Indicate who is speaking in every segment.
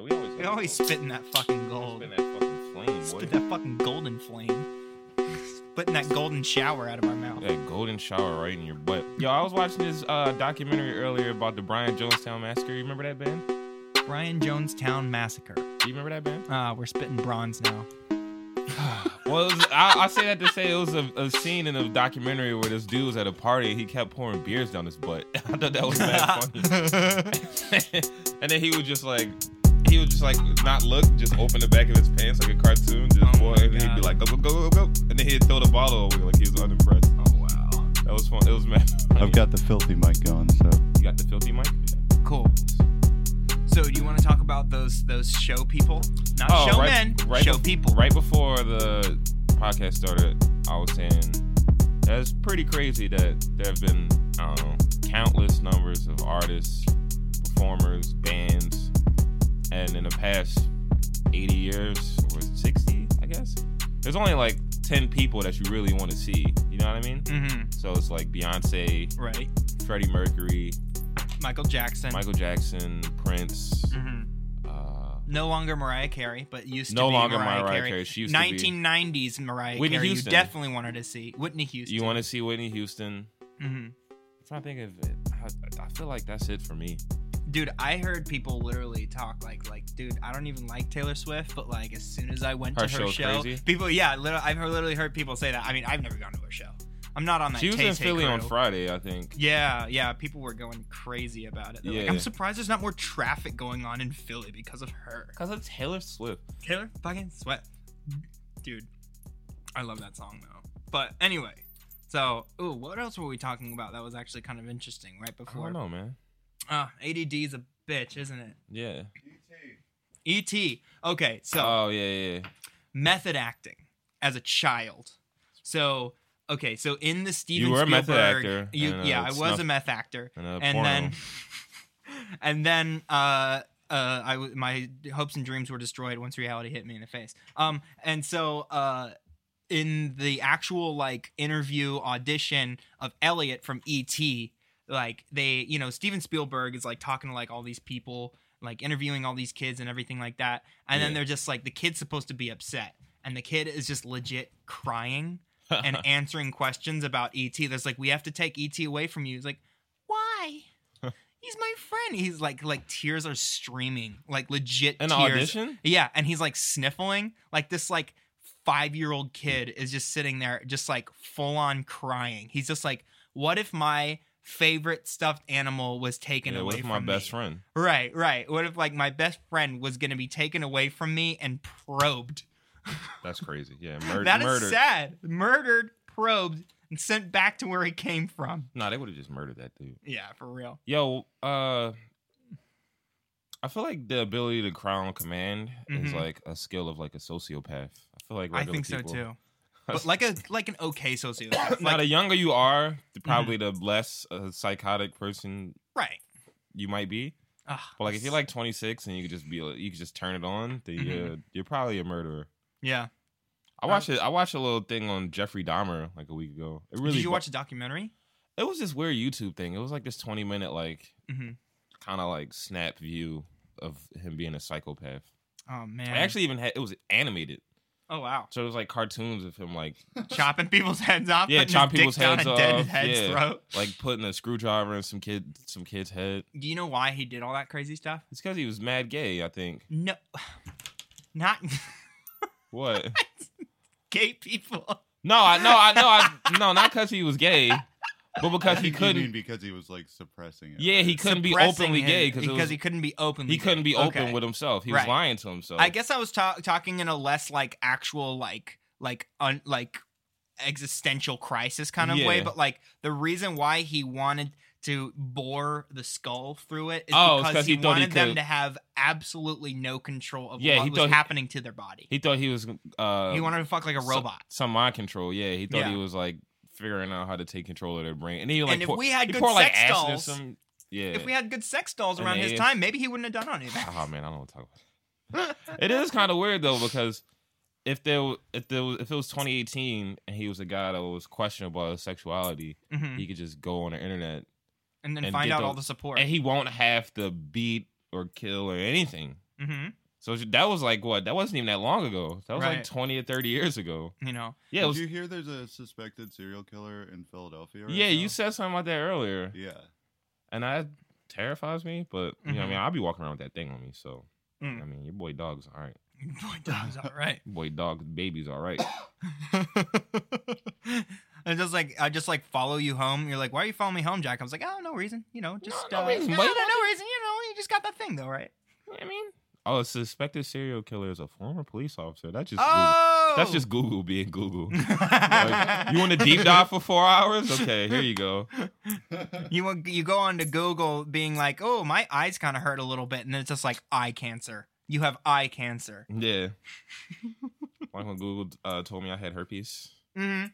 Speaker 1: You're always spitting that fucking gold.
Speaker 2: Spin that fucking flame, boy.
Speaker 1: Spit that fucking golden flame. Spitting that golden shower out of my mouth.
Speaker 2: That golden shower right in your butt. Yo, I was watching this uh, documentary earlier about the Brian Jonestown Massacre. You remember that band? Do
Speaker 1: Brian Jonestown Massacre.
Speaker 2: you remember that band?
Speaker 1: Ah, we're spitting bronze now.
Speaker 2: Well, it was, I, I say that to say it was a, a scene in a documentary where this dude was at a party and he kept pouring beers down his butt. I thought that was mad funny. and then he would just like, he would just like not look, just open the back of his pants like a cartoon. Just
Speaker 1: Oh
Speaker 2: boy,
Speaker 1: my
Speaker 2: and he'd be
Speaker 1: God.
Speaker 2: like, go, go, go, go, go. And then he'd throw the bottle away like he was unimpressed.
Speaker 1: Oh wow.
Speaker 2: That was fun. It was mad. funny.
Speaker 3: I've got the filthy mic going, so
Speaker 2: You got the filthy mic?
Speaker 1: Cool. So, do you want to talk about those those show people? Not showmen,
Speaker 2: Oh, right
Speaker 1: show
Speaker 2: bef-
Speaker 1: people.
Speaker 2: Right before the podcast started, I was saying that's pretty crazy that there have been I don't know countless numbers of artists, performers, bands, and in the past eighty years or sixty, I guess, there's only like ten people that you really want to see. You know what I mean?
Speaker 1: Mm-hmm.
Speaker 2: So it's like Beyonce,
Speaker 1: Right.
Speaker 2: Freddie Mercury,
Speaker 1: Michael Jackson.
Speaker 2: Michael Jackson, Prince.
Speaker 1: hmm
Speaker 2: Uh,
Speaker 1: No longer Mariah Carey, but used to
Speaker 2: no
Speaker 1: be
Speaker 2: longer
Speaker 1: Mariah, Carey.
Speaker 2: She used to be.
Speaker 1: 1990s Mariah
Speaker 2: Whitney
Speaker 1: Carey.
Speaker 2: Houston.
Speaker 1: You definitely wanted to see Whitney Houston.
Speaker 2: You want to see Whitney Houston?
Speaker 1: hmm
Speaker 2: I'm trying to think of it. I, I feel like that's it for me.
Speaker 1: Dude, I heard people literally talk like, like, dude, I don't even like Taylor Swift, but like, as soon as I went
Speaker 2: Her
Speaker 1: to her
Speaker 2: show's
Speaker 1: show,
Speaker 2: crazy.
Speaker 1: people, yeah, literally, I've heard- literally heard people say that. I mean, I've never gone to her show. I'm not on that.
Speaker 2: She was in
Speaker 1: Tay-Tay
Speaker 2: Philly on
Speaker 1: crew.
Speaker 2: Friday, I think.
Speaker 1: Yeah, yeah, people were going crazy about it. They're like,
Speaker 2: Yeah.
Speaker 1: I'm surprised there's not more traffic going on in Philly because of her.
Speaker 2: Cause of Taylor Swift.
Speaker 1: Taylor fucking sweat. Dude, I love that song though. But anyway, so ooh, what else were we talking about that was actually kind of interesting right
Speaker 2: I don't
Speaker 1: before?
Speaker 2: know, man.
Speaker 1: Uh, ADD's a bitch, isn't it?
Speaker 2: Yeah.
Speaker 1: ET. E Okay, so
Speaker 2: oh yeah, yeah.
Speaker 1: method acting as a child. So okay, so in the Steven
Speaker 2: were a
Speaker 1: Spielberg,
Speaker 2: method actor,
Speaker 1: you,
Speaker 2: and, uh,
Speaker 1: yeah, I was a
Speaker 2: snuff-
Speaker 1: meth actor,
Speaker 2: and a
Speaker 1: and
Speaker 2: porno.
Speaker 1: then and then uh. Uh, I w- my hopes and dreams were destroyed once reality hit me in the face. Um, and so uh, in the actual like interview audition of Elliot from ET, like they, you know, Steven Spielberg is like talking to like all these people, like interviewing all these kids and everything like that. And then
Speaker 2: Yeah.
Speaker 1: they're just like the kid's supposed to be upset, and the kid is just legit crying and
Speaker 2: Uh-huh.
Speaker 1: answering questions about ET. There's like, we have to take ET away from you. He's like, why? He's my friend. He's like, like tears are streaming, like legit
Speaker 2: An
Speaker 1: tears.
Speaker 2: audition?
Speaker 1: Yeah, and he's like sniffling, like this like five year old kid is just sitting there, just like full on crying. He's just like, what if my favorite stuffed animal was taken
Speaker 2: Yeah,
Speaker 1: away
Speaker 2: what if
Speaker 1: from
Speaker 2: my
Speaker 1: me?
Speaker 2: best friend?
Speaker 1: Right, right. What if like my best friend was gonna be taken away from me and probed?
Speaker 2: That's crazy. Yeah,
Speaker 1: That
Speaker 2: mur-
Speaker 1: is
Speaker 2: murdered.
Speaker 1: sad. Murdered, probed, and sent back to where he came from.
Speaker 2: Nah, they would have just murdered that dude.
Speaker 1: Yeah, for real.
Speaker 2: Yo, uh, I feel like the ability to cry on command is
Speaker 1: Mhm.
Speaker 2: like a skill of like a sociopath. I feel like
Speaker 1: I
Speaker 2: regular
Speaker 1: think so
Speaker 2: people-
Speaker 1: too. But like a like an okay sociopath.
Speaker 2: Now,
Speaker 1: Like, Mm-hmm.
Speaker 2: the younger you are, the- probably the less a psychotic person
Speaker 1: right.
Speaker 2: you might be.
Speaker 1: Ugh,
Speaker 2: But like, if you're like 26 and you could just be, like, you could just turn it on,
Speaker 1: Mm-hmm.
Speaker 2: then you're, you're probably a murderer.
Speaker 1: Yeah.
Speaker 2: I watched it. I watched a little thing on Jeffrey Dahmer like a week ago. It really.
Speaker 1: Did you watch a documentary?
Speaker 2: It was this weird YouTube thing. It was like this 20 minute like
Speaker 1: Mhm.
Speaker 2: kind of like snap view of him being a psychopath.
Speaker 1: Oh man.
Speaker 2: I actually even had it was animated,
Speaker 1: Oh wow.
Speaker 2: so it was like cartoons of him like
Speaker 1: Chopping people's heads off.
Speaker 2: yeah,
Speaker 1: putting
Speaker 2: chop
Speaker 1: his
Speaker 2: people's
Speaker 1: dick down
Speaker 2: heads
Speaker 1: a
Speaker 2: off,
Speaker 1: Dead head's
Speaker 2: yeah,
Speaker 1: throat.
Speaker 2: like putting a screwdriver in some kid some kid's head.
Speaker 1: Do you know why he did all that crazy stuff?
Speaker 2: It's because he was mad gay, I think.
Speaker 1: No. Not
Speaker 2: What?
Speaker 1: gay people.
Speaker 2: no, I no, I no, I no, not because he was gay, but because he
Speaker 3: I think you
Speaker 2: couldn't.
Speaker 3: mean because he was like suppressing it.
Speaker 2: yeah, he
Speaker 3: right?
Speaker 2: couldn't be
Speaker 1: Suppressing
Speaker 2: openly
Speaker 1: him
Speaker 2: gay because
Speaker 1: because he couldn't be openly.
Speaker 2: he couldn't
Speaker 1: gay.
Speaker 2: be open
Speaker 1: Okay.
Speaker 2: with himself. He was
Speaker 1: Right.
Speaker 2: lying to himself.
Speaker 1: I guess I was ta- talking in a less like actual like like un- like existential crisis kind of way,
Speaker 2: Yeah.
Speaker 1: but like the reason why he wanted to bore the skull through it is
Speaker 2: Oh, it's 'cause
Speaker 1: because
Speaker 2: he
Speaker 1: he,
Speaker 2: thought he
Speaker 1: wanted them
Speaker 2: could-
Speaker 1: to have absolutely no control of
Speaker 2: Yeah, he
Speaker 1: what
Speaker 2: thought
Speaker 1: was
Speaker 2: he-
Speaker 1: happening to their body.
Speaker 2: He thought he was. Uh,
Speaker 1: he wanted to fuck like a
Speaker 2: so-
Speaker 1: robot.
Speaker 2: some mind control. Yeah, he thought he
Speaker 1: Yeah.
Speaker 2: was like figuring out how to take control of their brain. And he like
Speaker 1: and
Speaker 2: pour-
Speaker 1: if we had
Speaker 2: he
Speaker 1: good
Speaker 2: poured, like, acid
Speaker 1: sex
Speaker 2: or
Speaker 1: dolls,
Speaker 2: some- yeah.
Speaker 1: if we had good sex dolls
Speaker 2: And
Speaker 1: around
Speaker 2: they-
Speaker 1: his time, maybe he wouldn't have done any of that.
Speaker 2: oh man, I don't want to talk about. It. it is kind of weird though because if there w- if there was, if it was 2018 and he was a guy that was questionable about his sexuality,
Speaker 1: Mhm.
Speaker 2: he could just go on the internet
Speaker 1: And then
Speaker 2: and
Speaker 1: find
Speaker 2: get
Speaker 1: out
Speaker 2: the-
Speaker 1: all the support.
Speaker 2: and he won't have to beat or kill or anything.
Speaker 1: hmm
Speaker 2: So that was like what? That wasn't even that long ago. That was like
Speaker 1: Right.
Speaker 2: 20 or 30 years ago.
Speaker 1: You know,
Speaker 2: Yeah, it was,
Speaker 3: Did you hear there's a suspected serial killer in Philadelphia? right
Speaker 2: yeah. You
Speaker 3: now?
Speaker 2: said something about that earlier,
Speaker 3: Yeah.
Speaker 2: and that terrifies me. But you know, what I
Speaker 1: Mhm.
Speaker 2: mean, I'll be walking around with that thing on me. So
Speaker 1: Mm.
Speaker 2: I mean, your boy dog's all right.
Speaker 1: boy, dog's all right.
Speaker 2: Your boy dog baby's all right.
Speaker 1: and just like I just like follow you home. You're like, why are you following me home, Jack? I was like, oh, no reason. You know, just
Speaker 2: no
Speaker 1: uh,
Speaker 2: reason,
Speaker 1: no,
Speaker 2: buddy.
Speaker 1: no, no reason. You know, you just got that thing though, right?
Speaker 2: You know what I mean, oh, a suspected serial killer is a former police officer. That's just Google.
Speaker 1: oh,
Speaker 2: that's just Google being Google. Like, you want to deep dive for four hours? Okay, here you go.
Speaker 1: You want you go on to Google being like, oh, my eyes kind of hurt a little bit, and then it's just like eye cancer. You have eye cancer.
Speaker 2: Yeah. like when Google uh, told me I had herpes,
Speaker 1: hmm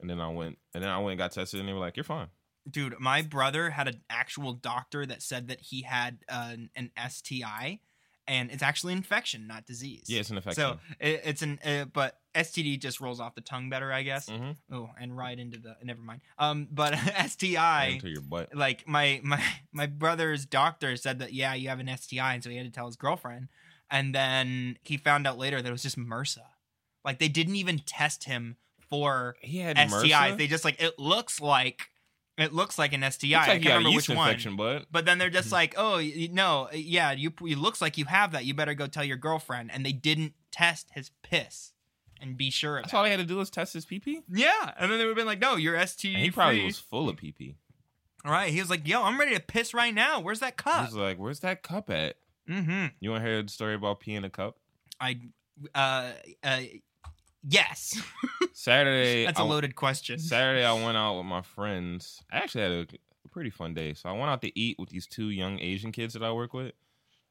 Speaker 2: and then I went and then I went and got tested, and they were like, "You're fine."
Speaker 1: Dude, my brother had an actual doctor that said that he had an, an STI, and it's actually infection, not disease.
Speaker 2: Yeah, it's an infection.
Speaker 1: So it, it's an uh, but STD just rolls off the tongue better, I guess.
Speaker 2: Mhm.
Speaker 1: Oh, and right into the never mind. Um, but STI,
Speaker 2: into your butt.
Speaker 1: like my my my brother's doctor said that yeah, you have an STI, and so he had to tell his girlfriend, and then he found out later that it was just E MRSA. Like they didn't even test him for
Speaker 2: He had E
Speaker 1: STIs.
Speaker 2: MRSA?
Speaker 1: They just like it looks like it looks like an STI.
Speaker 2: Looks
Speaker 1: I
Speaker 2: like
Speaker 1: can't
Speaker 2: you got a
Speaker 1: remember
Speaker 2: yeast
Speaker 1: which one.
Speaker 2: infection, bud.
Speaker 1: But then they're just like, oh y- y- no, yeah, you it looks like you have that. You better go tell your girlfriend. And they didn't test his piss and be sure of
Speaker 2: That's all
Speaker 1: it.
Speaker 2: they had to do was test his PP.
Speaker 1: Yeah, and then they would have been like, no, you're E STD
Speaker 2: And he probably was full of PP.
Speaker 1: right. He was like, yo, I'm ready to piss right now. Where's that
Speaker 2: He
Speaker 1: cup?
Speaker 2: was like, "Where's that cup at?"
Speaker 1: mm-hmm.
Speaker 2: You want to hear the story about peeing a cup?
Speaker 1: I, uh, uh, yes.
Speaker 2: Saturday,
Speaker 1: That's a
Speaker 2: I-
Speaker 1: loaded question.
Speaker 2: Saturday, I went out with my friends. I actually had a, a pretty fun day. So I went out to eat with these two young Asian kids that I work with.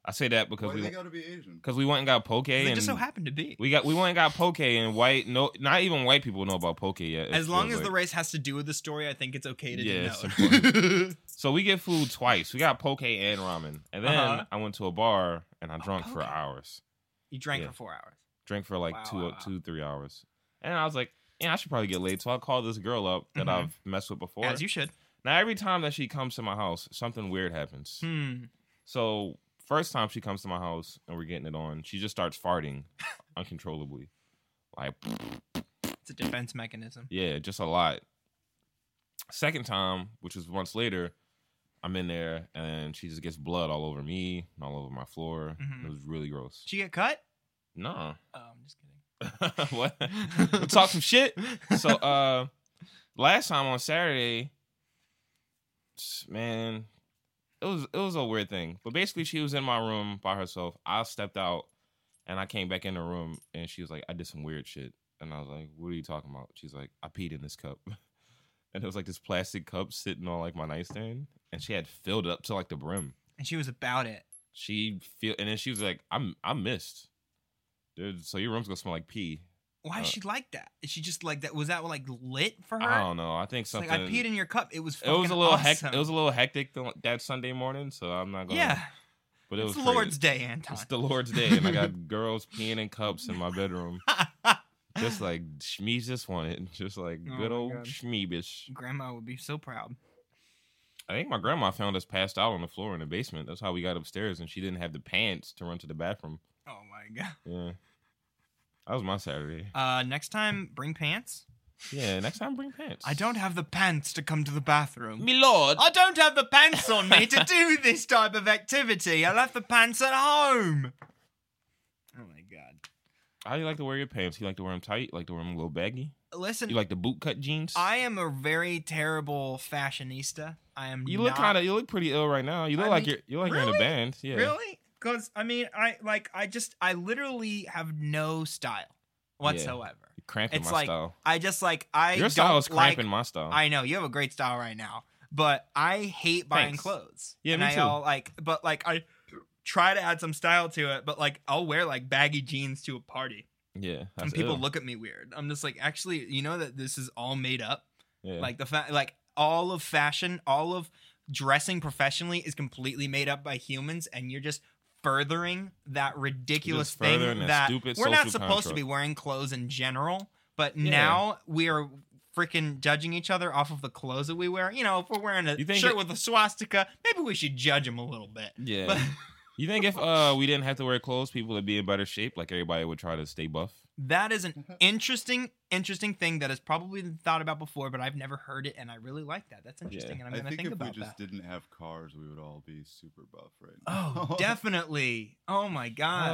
Speaker 2: I say that because
Speaker 3: Why do
Speaker 2: we
Speaker 3: they gotta be Asian?
Speaker 2: because we went and got poke
Speaker 1: They
Speaker 2: and
Speaker 1: just so happened to be.
Speaker 2: we got we went and got poke and white no not even white people know about poke yet. it
Speaker 1: As long
Speaker 2: feels
Speaker 1: as
Speaker 2: like.
Speaker 1: the race has to do with the story, I think it's okay to
Speaker 2: Yeah,
Speaker 1: denote.
Speaker 2: it's important. so we get food twice. We got poke and ramen, and then
Speaker 1: Uh-huh.
Speaker 2: I went to a bar and I
Speaker 1: Oh,
Speaker 2: drunk for
Speaker 1: poke.
Speaker 2: hours.
Speaker 1: you drank
Speaker 2: Yeah.
Speaker 1: for four hours.
Speaker 2: Drink for like
Speaker 1: Wow,
Speaker 2: two,
Speaker 1: wow, wow.
Speaker 2: two, three hours, and I was like, "Yeah, I should probably get laid." So I called this girl up that
Speaker 1: Mhm.
Speaker 2: I've messed with before.
Speaker 1: As you should.
Speaker 2: Now every time that she comes to my house, something weird happens.
Speaker 1: Hmm.
Speaker 2: So first time she comes to my house and we're getting it on, she just starts farting uncontrollably, like
Speaker 1: It's a defense mechanism.
Speaker 2: yeah, just a lot. Second time, which was months later, I'm in there and she just gets blood all over me and all over my floor.
Speaker 1: Mhm.
Speaker 2: It was really gross.
Speaker 1: Did you get cut?
Speaker 2: Nah.
Speaker 1: Oh, I'm just kidding.
Speaker 2: what? We'll talk some shit. So uh last time on Saturday, s- man, it was it was a weird thing. But basically she was in my room by herself. I stepped out and I came back in the room and she was like, I did some weird shit. And I was like, What are you talking about? She's like, I peed in this cup. And it was like this plastic cup sitting on like my nightstand. And she had filled it up to like the brim
Speaker 1: And she was about it.
Speaker 2: she feel and then she was like i'm i missed dude so your room's gonna smell like pee
Speaker 1: Why is
Speaker 2: Uh,
Speaker 1: she like that? Is she just like that? Was that like lit for her?
Speaker 2: i don't know i think
Speaker 1: It's like
Speaker 2: Oh, something
Speaker 1: I peed in your cup. It was.
Speaker 2: it was a
Speaker 1: fucking
Speaker 2: little hec-
Speaker 1: awesome.
Speaker 2: it was a little hectic th- that sunday morning so i'm not gonna
Speaker 1: yeah,
Speaker 2: but it
Speaker 1: it's
Speaker 2: was
Speaker 1: the Lord's
Speaker 2: crazy.
Speaker 1: Day, Anton.
Speaker 2: it's the lord's day and i got girls peeing in cups in my bedroom just like shmees just wanted just like
Speaker 1: Oh
Speaker 2: good
Speaker 1: my
Speaker 2: old
Speaker 1: God.
Speaker 2: shmeebish
Speaker 1: Grandma would be so proud.
Speaker 2: i think my grandma found us passed out on the floor in the basement that's how we got upstairs and she didn't have the pants to run to the bathroom
Speaker 1: Oh my god.
Speaker 2: yeah that was my saturday
Speaker 1: Uh, next time, bring pants.
Speaker 2: yeah next time bring pants
Speaker 1: I don't have the pants to come to the bathroom.
Speaker 2: me lord
Speaker 1: I don't have the pants on me to do this type of activity. I left the pants at home. Oh my god.
Speaker 2: How do you like to wear your pants? You like to wear them tight? Like to wear them a little baggy?
Speaker 1: Listen,
Speaker 2: You like the boot cut jeans?
Speaker 1: I am a very terrible fashionista. I am.
Speaker 2: you look
Speaker 1: not-
Speaker 2: kind of you look pretty ill right now. You look
Speaker 1: I
Speaker 2: like
Speaker 1: mean,
Speaker 2: you're you look like you're in a
Speaker 1: really?
Speaker 2: band. Yeah.
Speaker 1: really because I mean I like I just I literally have no style whatsoever.
Speaker 2: You're cramping
Speaker 1: It's
Speaker 2: my
Speaker 1: like,
Speaker 2: style.
Speaker 1: I just like I
Speaker 2: Your
Speaker 1: don't
Speaker 2: style is
Speaker 1: like,
Speaker 2: cramping my style.
Speaker 1: I know you have a great style right now, but I hate buying
Speaker 2: Thanks.
Speaker 1: clothes.
Speaker 2: Yeah,
Speaker 1: and
Speaker 2: me
Speaker 1: I
Speaker 2: too.
Speaker 1: All, like, but like I try to add some style to it, but like I'll wear like baggy jeans to a party,
Speaker 2: yeah.
Speaker 1: and
Speaker 2: that's
Speaker 1: people
Speaker 2: ill.
Speaker 1: look at me weird. I'm just like, actually, you know that this is all made up.
Speaker 2: Yeah.
Speaker 1: Like the fact, like all of fashion, all of dressing professionally is completely made up by humans, and you're just furthering that ridiculous
Speaker 2: Just furthering
Speaker 1: thing
Speaker 2: that
Speaker 1: that
Speaker 2: stupid
Speaker 1: we're not
Speaker 2: social
Speaker 1: supposed to
Speaker 2: contract.
Speaker 1: be wearing clothes in general. But
Speaker 2: Yeah.
Speaker 1: now we are freaking judging each other off of the clothes that we wear. You know, if we're wearing a
Speaker 2: You think
Speaker 1: shirt
Speaker 2: it-
Speaker 1: with a swastika, maybe we should judge them a little bit.
Speaker 2: yeah.
Speaker 1: But
Speaker 2: You think if uh we didn't have to wear clothes, people would be in better shape? Like everybody would try to stay buff.
Speaker 1: That is an interesting, interesting thing that has probably been thought about before, but I've never heard it, and I really like that. That's interesting, and I'm
Speaker 3: I
Speaker 1: going to
Speaker 3: think,
Speaker 1: think,
Speaker 3: if we
Speaker 1: about that.
Speaker 3: just didn't have cars, we would all be super buff right now.
Speaker 1: Oh, definitely. Oh my god.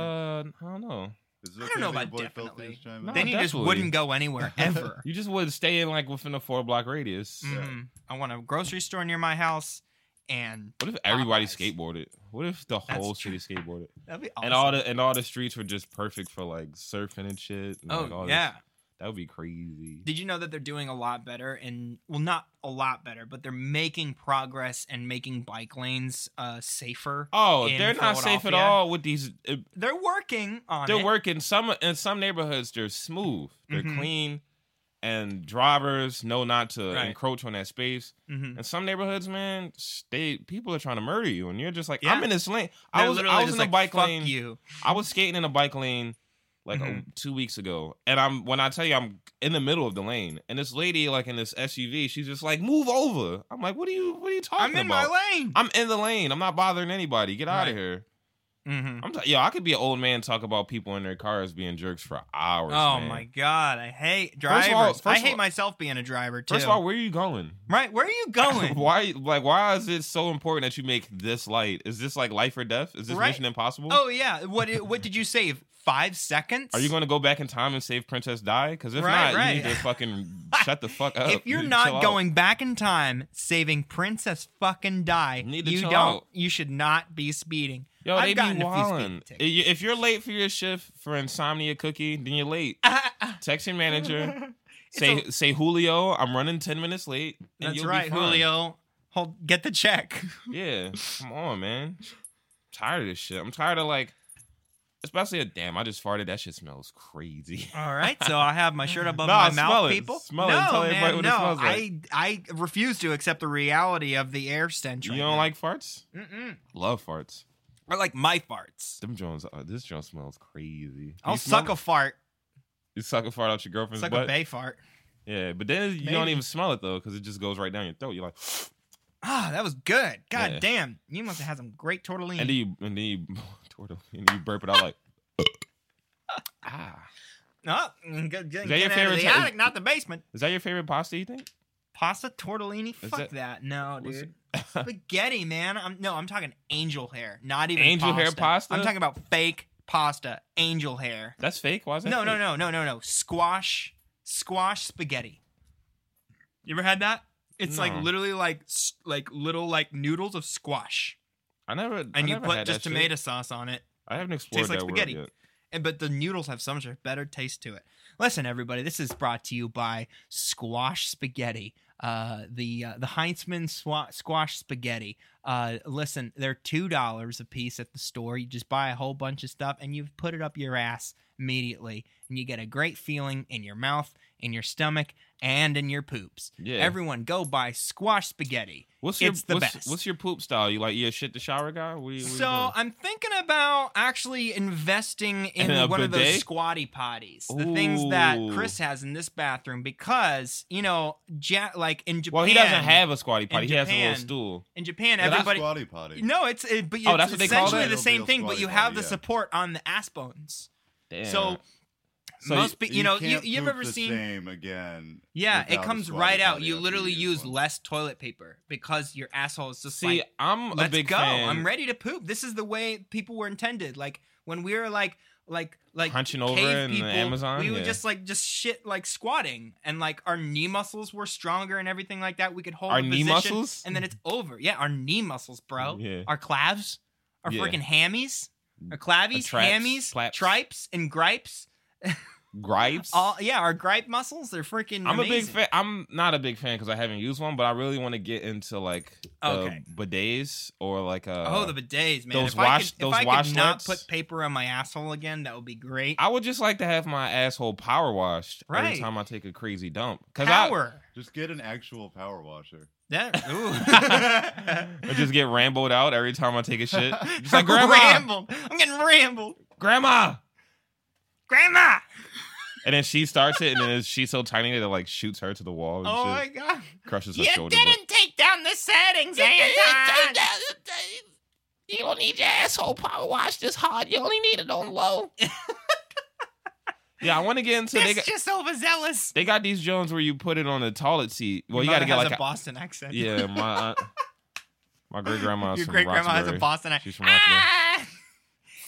Speaker 2: Uh, I don't know.
Speaker 3: Is it
Speaker 1: I
Speaker 3: okay
Speaker 1: don't know
Speaker 3: if
Speaker 1: about
Speaker 3: your boy felt
Speaker 1: definitely.
Speaker 3: his chime
Speaker 2: No,
Speaker 3: in?
Speaker 1: then you just
Speaker 2: definitely.
Speaker 1: wouldn't go anywhere ever.
Speaker 2: You just would stay in like within a four block radius.
Speaker 1: Mm, I want a grocery store near my house, and
Speaker 2: What if everybody
Speaker 1: Popeyes.
Speaker 2: skateboarded? What if the whole
Speaker 1: true.
Speaker 2: city skateboarded?
Speaker 1: that'd be awesome.
Speaker 2: And all the and all the streets were just perfect for like surfing and shit. and, like,
Speaker 1: oh
Speaker 2: all
Speaker 1: yeah.
Speaker 2: this- that would be crazy.
Speaker 1: Did you know that they're doing a lot better and well not a lot better, but they're making progress and making bike lanes uh safer.
Speaker 2: oh,
Speaker 1: in
Speaker 2: they're not safe at
Speaker 1: Philadelphia?
Speaker 2: all with these. uh,
Speaker 1: They're working on
Speaker 2: they're
Speaker 1: it.
Speaker 2: working some in some neighborhoods. They're smooth. They're
Speaker 1: Mhm.
Speaker 2: clean, and drivers know not to
Speaker 1: Right.
Speaker 2: encroach on that space.
Speaker 1: Mhm.
Speaker 2: In some neighborhoods, man, they people are trying to murder you, and you're just like, I'm
Speaker 1: Yeah.
Speaker 2: in this lane. I
Speaker 1: They're
Speaker 2: was
Speaker 1: literally
Speaker 2: I was
Speaker 1: just
Speaker 2: in a
Speaker 1: like,
Speaker 2: bike
Speaker 1: Fuck
Speaker 2: lane.
Speaker 1: You.
Speaker 2: I was skating in a bike lane like a-
Speaker 1: Mhm.
Speaker 2: two weeks ago, and I'm when I tell you I'm in the middle of the lane, and this lady like in this SUV, she's just like, "Move over." I'm like, "What are you? What are you talking
Speaker 1: I'm in
Speaker 2: about?"
Speaker 1: my lane.
Speaker 2: I'm in the lane. I'm not bothering anybody. Get out
Speaker 1: Right.
Speaker 2: of here.
Speaker 1: Mhm.
Speaker 2: I'm t- yo. I could be an old man talk about people in their cars being jerks for hours.
Speaker 1: Oh
Speaker 2: man.
Speaker 1: my god, I hate
Speaker 2: all-
Speaker 1: drivers.
Speaker 2: first
Speaker 1: I
Speaker 2: of
Speaker 1: hate
Speaker 2: all-
Speaker 1: myself being a driver too.
Speaker 2: First of all, where are you going?
Speaker 1: right, where are you going?
Speaker 2: why? Like, why is it so important that you make this light? Is this like life or death? Is this
Speaker 1: Right.
Speaker 2: Mission Impossible?
Speaker 1: Oh yeah, what what did you save? 5 seconds?
Speaker 2: Are you going to go back in time and save Princess Di? Because if
Speaker 1: Right,
Speaker 2: not, you
Speaker 1: right.
Speaker 2: need to fucking shut the fuck up.
Speaker 1: if you're
Speaker 2: Chill
Speaker 1: not
Speaker 2: out.
Speaker 1: going back in time saving princess fucking die
Speaker 2: Need to
Speaker 1: you
Speaker 2: chill
Speaker 1: don't
Speaker 2: out.
Speaker 1: you should not be speeding
Speaker 2: Yo,
Speaker 1: I've
Speaker 2: they
Speaker 1: gotten
Speaker 2: be
Speaker 1: a few speeding
Speaker 2: wildin'.
Speaker 1: tickets.
Speaker 2: If if you're late for your shift for insomnia cookie, then you're late. Text your manager.
Speaker 1: It's
Speaker 2: say
Speaker 1: a-
Speaker 2: say Julio, I'm running ten minutes late. And
Speaker 1: that's
Speaker 2: you'll be
Speaker 1: right
Speaker 2: fine.
Speaker 1: julio hold get the check
Speaker 2: Yeah, come on, man. tired of this shit. I'm tired of like, especially a damn. I just farted. That shit smells crazy.
Speaker 1: all right so i have my shirt above
Speaker 2: No,
Speaker 1: my
Speaker 2: smell
Speaker 1: mouth
Speaker 2: it.
Speaker 1: people
Speaker 2: Smell it
Speaker 1: no
Speaker 2: and tell
Speaker 1: man,
Speaker 2: everybody what it
Speaker 1: no
Speaker 2: smells like.
Speaker 1: i i refuse to accept the reality of the air stench
Speaker 2: you
Speaker 1: right
Speaker 2: don't
Speaker 1: now.
Speaker 2: like farts?
Speaker 1: Mm-mm.
Speaker 2: Love farts.
Speaker 1: i like my farts
Speaker 2: Them Jones. Uh, this Jones smells crazy.
Speaker 1: i'll
Speaker 2: you smell
Speaker 1: suck
Speaker 2: it?
Speaker 1: a fart
Speaker 2: You suck a fart out your girlfriend's
Speaker 1: suck a
Speaker 2: butt.
Speaker 1: bay fart
Speaker 2: yeah, but then you don't
Speaker 1: Maybe.
Speaker 2: even smell it though, because it just goes right down your throat. You're like,
Speaker 1: ah that was good god
Speaker 2: Yeah.
Speaker 1: damn you must have had some great tortellini
Speaker 2: and then you and then you, and then you burp it out like, ah.
Speaker 1: Oh, good, good,
Speaker 2: your
Speaker 1: getting out of
Speaker 2: favorite
Speaker 1: the
Speaker 2: type-
Speaker 1: attic, not the basement.
Speaker 2: Is that your favorite pasta? You think?
Speaker 1: Pasta tortellini?
Speaker 2: Is
Speaker 1: Fuck
Speaker 2: that-
Speaker 1: that, No,
Speaker 2: what's
Speaker 1: dude. Spaghetti, man. I'm no, I'm talking angel hair. Not even
Speaker 2: Angel hair pasta?
Speaker 1: I'm talking about fake pasta, angel hair.
Speaker 2: That's fake. Why is that?
Speaker 1: No,
Speaker 2: fake?
Speaker 1: no, no, no, no, no. Squash, squash spaghetti. You ever had that? It's
Speaker 2: No.
Speaker 1: like literally like s- like little like noodles of squash,
Speaker 2: I never. I
Speaker 1: and you
Speaker 2: never
Speaker 1: put
Speaker 2: had
Speaker 1: just
Speaker 2: that shit.
Speaker 1: tomato sauce on it.
Speaker 2: I haven't explored
Speaker 1: like
Speaker 2: that
Speaker 1: spaghetti.
Speaker 2: word
Speaker 1: and but the noodles have some sort of better taste to it. Listen, everybody, this is brought to you by Squash Spaghetti, uh, the uh, the Heinzman swa- Squash Spaghetti. Uh, listen, they're two dollars a piece at the store. You just buy a whole bunch of stuff and you put it up your ass immediately, and you get a great feeling in your mouth, in your stomach, and in your poops.
Speaker 2: yet. Yeah.
Speaker 1: Everyone, go buy Squash Spaghetti.
Speaker 2: what's your
Speaker 1: it's the
Speaker 2: what's,
Speaker 1: best.
Speaker 2: what's your poop style? You like you a shit the shower guy? What do you, what do you
Speaker 1: So
Speaker 2: do?
Speaker 1: I'm thinking about actually investing in,
Speaker 2: In a
Speaker 1: one of those
Speaker 2: bidet?
Speaker 1: squatty potties, the things that Chris has in this bathroom, because you know, ja- like in Japan,
Speaker 2: well, he doesn't have a squatty potty.
Speaker 1: in
Speaker 2: He has a little
Speaker 1: Japan,
Speaker 2: stool.
Speaker 1: in Japan
Speaker 2: Yeah, that's
Speaker 1: everybody.
Speaker 3: Squatty potty.
Speaker 1: No, it's it, but it's
Speaker 2: Oh, that's what they call
Speaker 1: essentially
Speaker 2: it?
Speaker 1: the same
Speaker 3: Real
Speaker 1: thing, but
Speaker 3: squatty
Speaker 1: you have
Speaker 3: potty,
Speaker 1: the
Speaker 3: yeah.
Speaker 1: support on the ass bones.
Speaker 2: Damn.
Speaker 1: So,
Speaker 2: So
Speaker 1: most pe- you, know you,
Speaker 3: can't
Speaker 1: you've
Speaker 3: poop
Speaker 1: ever
Speaker 3: the
Speaker 1: seen
Speaker 3: same again.
Speaker 1: yeah
Speaker 3: without
Speaker 1: it
Speaker 3: a
Speaker 1: comes
Speaker 3: squatty
Speaker 1: right out
Speaker 3: potty
Speaker 1: you
Speaker 3: after
Speaker 1: literally
Speaker 3: use
Speaker 1: use
Speaker 3: one.
Speaker 1: less toilet paper because your asshole is just
Speaker 2: see,
Speaker 1: like
Speaker 2: I'm a
Speaker 1: let's
Speaker 2: big
Speaker 1: go.
Speaker 2: fan.
Speaker 1: I'm ready to poop. This is the way people were intended. Like when we were like like like
Speaker 2: Hunching over
Speaker 1: cave
Speaker 2: in
Speaker 1: people,
Speaker 2: Amazon,
Speaker 1: we would
Speaker 2: yeah.
Speaker 1: just like just shit like squatting, and like our knee muscles were stronger and everything like that. We could hold
Speaker 2: Our
Speaker 1: a
Speaker 2: knee
Speaker 1: position,
Speaker 2: muscles?
Speaker 1: and then it's over. Yeah, our knee muscles, bro.
Speaker 2: Yeah.
Speaker 1: Our calves, our
Speaker 2: Yeah.
Speaker 1: freaking hammies, our clavies,
Speaker 2: traps,
Speaker 1: hammies,
Speaker 2: claps.
Speaker 1: tripes, and gripes.
Speaker 2: Gripes.
Speaker 1: All yeah, our gripe muscles. They're freaking.
Speaker 2: I'm a big
Speaker 1: amazing.
Speaker 2: fan. I'm not a big fan because I haven't used one, but I really want to get into like uh,
Speaker 1: Okay.
Speaker 2: bidets or like uh,
Speaker 1: Oh, the bidets, man!
Speaker 2: those
Speaker 1: if I
Speaker 2: wash-
Speaker 1: could, if
Speaker 2: those
Speaker 1: I could not
Speaker 2: washlets.
Speaker 1: put paper on my asshole again, that would be great.
Speaker 2: I would just like to have my asshole power washed
Speaker 1: Right.
Speaker 2: every time I take a crazy dump. Cause I,
Speaker 1: Power.
Speaker 3: Just get an actual power washer.
Speaker 1: That
Speaker 2: I
Speaker 1: ooh.
Speaker 2: just get rambled out every time I take a shit. Just like grandma,
Speaker 1: rambled. I'm getting rambled.
Speaker 2: grandma,
Speaker 1: Grandma.
Speaker 2: and then she starts it, and then it's- she's so tiny that it like shoots her to the wall and
Speaker 1: Oh
Speaker 2: shit,
Speaker 1: my god.
Speaker 2: crushes her
Speaker 1: You
Speaker 2: shoulder.
Speaker 1: didn't take down the settings, Anton.
Speaker 4: You don't need your asshole Oh, power wash this hard. You only need it on low.
Speaker 2: Yeah, I want to get into.
Speaker 1: It's
Speaker 2: They got,
Speaker 1: just overzealous.
Speaker 2: they got these Jones where you put it on the toilet seat. Well, you got
Speaker 1: Your
Speaker 2: to get
Speaker 1: mother has
Speaker 2: like
Speaker 1: a Boston accent.
Speaker 2: Yeah, my aunt, my great grandma's
Speaker 1: Your
Speaker 2: from
Speaker 1: great grandma has a
Speaker 2: Roxbury.
Speaker 1: Boston accent.
Speaker 2: She's from Roxbury.
Speaker 1: Ah,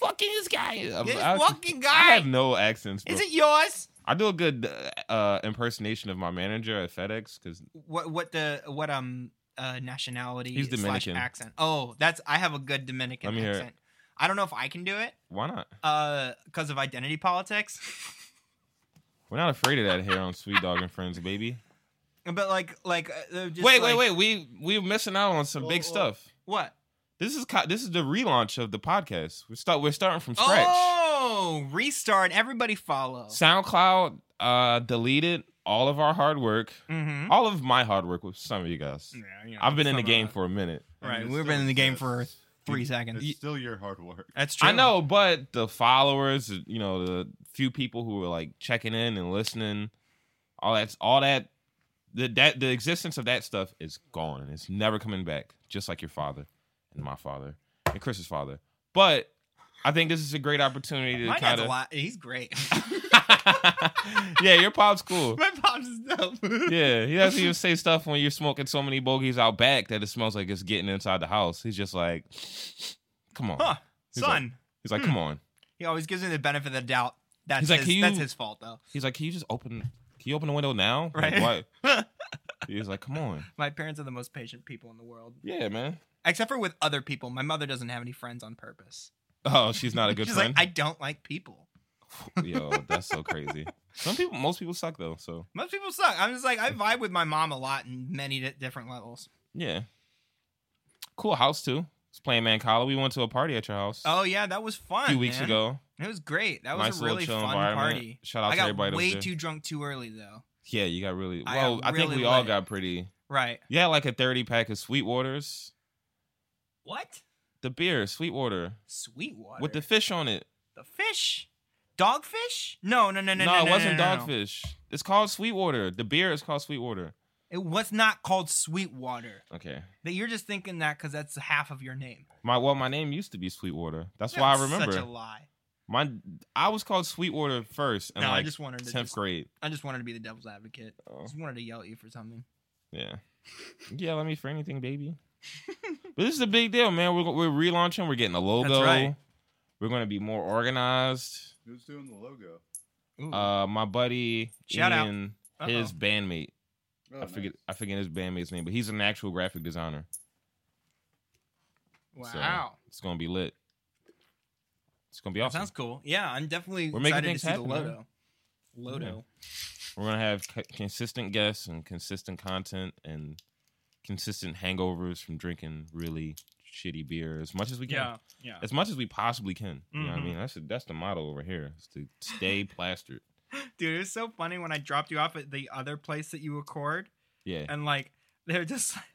Speaker 4: Fucking this guy.
Speaker 2: I'm-
Speaker 1: this
Speaker 2: I,
Speaker 1: fucking
Speaker 2: I
Speaker 1: guy.
Speaker 2: have no accents. Bro.
Speaker 1: Is it yours?
Speaker 2: I do a good uh, uh, impersonation of my manager at FedEx because
Speaker 1: What? What the? What? Um. Uh, nationality.
Speaker 2: He's
Speaker 1: slash
Speaker 2: Dominican.
Speaker 1: Accent. Oh, that's. I have a good Dominican
Speaker 2: Let me hear it.
Speaker 1: accent. I don't know if I can do it.
Speaker 2: why not?
Speaker 1: Uh, because of identity politics.
Speaker 2: We're not afraid of that here on Sweet Dog and Friends, baby.
Speaker 1: But like, like. Uh, just
Speaker 2: wait,
Speaker 1: like-
Speaker 2: wait, wait. We we're missing out on some
Speaker 3: Whoa,
Speaker 2: big
Speaker 3: whoa.
Speaker 2: stuff.
Speaker 1: What?
Speaker 2: This is co- this is the relaunch of the podcast. We start we're starting from scratch.
Speaker 1: Oh, restart. Everybody follow.
Speaker 2: Oh. SoundCloud uh, deleted all of our hard work,
Speaker 1: mm-hmm.
Speaker 2: all of my hard work with some of you guys. I've been in the game for a minute.
Speaker 3: I mean,
Speaker 1: Right,
Speaker 3: it
Speaker 1: we've
Speaker 3: still
Speaker 1: been in the game for
Speaker 3: exists.
Speaker 1: three
Speaker 3: It's
Speaker 1: seconds.
Speaker 3: still your hard work.
Speaker 1: That's
Speaker 2: I know, but the followers, you know, the few people who were like checking in and listening, all that's all that the that the existence of that stuff is gone and it's never coming back. Just like your father and my father and Chris's father. But I think this is a great opportunity to
Speaker 1: My dad's
Speaker 2: kind
Speaker 1: a
Speaker 2: of
Speaker 1: lot. He's great.
Speaker 2: Yeah, your pop's cool.
Speaker 1: My mom's is dope.
Speaker 2: Yeah, he doesn't even say stuff when you're smoking so many bogeys out back that it smells like it's getting inside the house. He's just like, come on.
Speaker 1: Huh,
Speaker 2: He's like-
Speaker 1: son.
Speaker 2: He's like,
Speaker 1: hmm.
Speaker 2: come on.
Speaker 1: He always gives me the benefit of the doubt. That's
Speaker 2: He's like,
Speaker 1: his,
Speaker 2: "Can you-
Speaker 1: that's his fault though.
Speaker 2: He's like, can you just open? Can you open the window now? Like,
Speaker 1: Right.
Speaker 2: why? He's like, come on.
Speaker 1: My parents are the most patient people in the world,
Speaker 2: Yeah, man.
Speaker 1: except for with other people. My mother doesn't have any friends on purpose.
Speaker 2: Oh, she's not a good
Speaker 1: She's
Speaker 2: friend.
Speaker 1: like, I don't like people.
Speaker 2: Yo, that's so crazy. Some people, most people suck though. So
Speaker 1: Most people suck. I'm just like, I vibe with my mom a lot in many di- different levels.
Speaker 2: yeah, cool house too. It's playing Mancala. We went to a party at your house
Speaker 1: Oh yeah, that was fun.
Speaker 2: a few weeks
Speaker 1: man.
Speaker 2: ago.
Speaker 1: it was great. That was
Speaker 2: Nice
Speaker 1: a
Speaker 2: little
Speaker 1: really
Speaker 2: chill
Speaker 1: fun
Speaker 2: environment.
Speaker 1: party.
Speaker 2: Shout out
Speaker 1: I
Speaker 2: to
Speaker 1: got
Speaker 2: everybody. that was
Speaker 1: way
Speaker 2: there.
Speaker 1: too drunk too early though.
Speaker 2: Yeah, you got really.
Speaker 1: I
Speaker 2: Well, I,
Speaker 1: got
Speaker 2: think
Speaker 1: really
Speaker 2: we all
Speaker 1: lit.
Speaker 2: got pretty.
Speaker 1: Right.
Speaker 2: Yeah, like a thirty pack of Sweetwaters.
Speaker 1: What?
Speaker 2: The beer, Sweetwater,
Speaker 1: Sweetwater.
Speaker 2: with the fish on it.
Speaker 1: the fish? Dogfish? No, no, no, no, no.
Speaker 2: it wasn't
Speaker 1: no, no, no.
Speaker 2: dogfish. It's called Sweetwater. The beer is called Sweetwater.
Speaker 1: It was not called Sweetwater.
Speaker 2: Okay.
Speaker 1: That you're just thinking that because that's half of your name.
Speaker 2: My well, my name used to be Sweetwater. That's why I
Speaker 1: That's
Speaker 2: remember.
Speaker 1: Such a lie.
Speaker 2: my I was called Sweetwater first in
Speaker 1: No, I
Speaker 2: like
Speaker 1: just wanted to.
Speaker 2: tenth
Speaker 1: just-
Speaker 2: grade.
Speaker 1: I just wanted to be the devil's advocate. I
Speaker 2: Oh,
Speaker 1: just wanted to yell at you for something.
Speaker 2: yeah, yeah. Let me for anything, baby. but this is a big deal, man. We're go- we're relaunching. We're getting a logo.
Speaker 1: right.
Speaker 2: We're gonna be more organized.
Speaker 3: Who's doing the logo?
Speaker 1: Ooh.
Speaker 2: Uh, my buddy
Speaker 1: Shout out.
Speaker 2: Ian,
Speaker 1: Uh-oh.
Speaker 2: his bandmate.
Speaker 3: Oh,
Speaker 2: I forget
Speaker 3: nice.
Speaker 2: I forget his bandmate's name, but he's an actual graphic designer.
Speaker 1: Wow.
Speaker 2: It's gonna be lit. It's gonna be
Speaker 1: That
Speaker 2: awesome.
Speaker 1: sounds cool. Yeah, I'm definitely
Speaker 2: We're making
Speaker 1: excited to
Speaker 2: things
Speaker 1: see
Speaker 2: happen,
Speaker 1: the
Speaker 2: man.
Speaker 1: logo. Logo.
Speaker 2: We're gonna have c- consistent guests and consistent content and consistent hangovers from drinking really shitty beer as much as we can,
Speaker 1: yeah.
Speaker 2: as much as we possibly can. You know what I
Speaker 1: Mhm.
Speaker 2: mean? That's that's the motto over here: is to stay plastered.
Speaker 1: Dude, it was so funny when I dropped you off at the other place that you record,
Speaker 2: Yeah.
Speaker 1: and like they're just.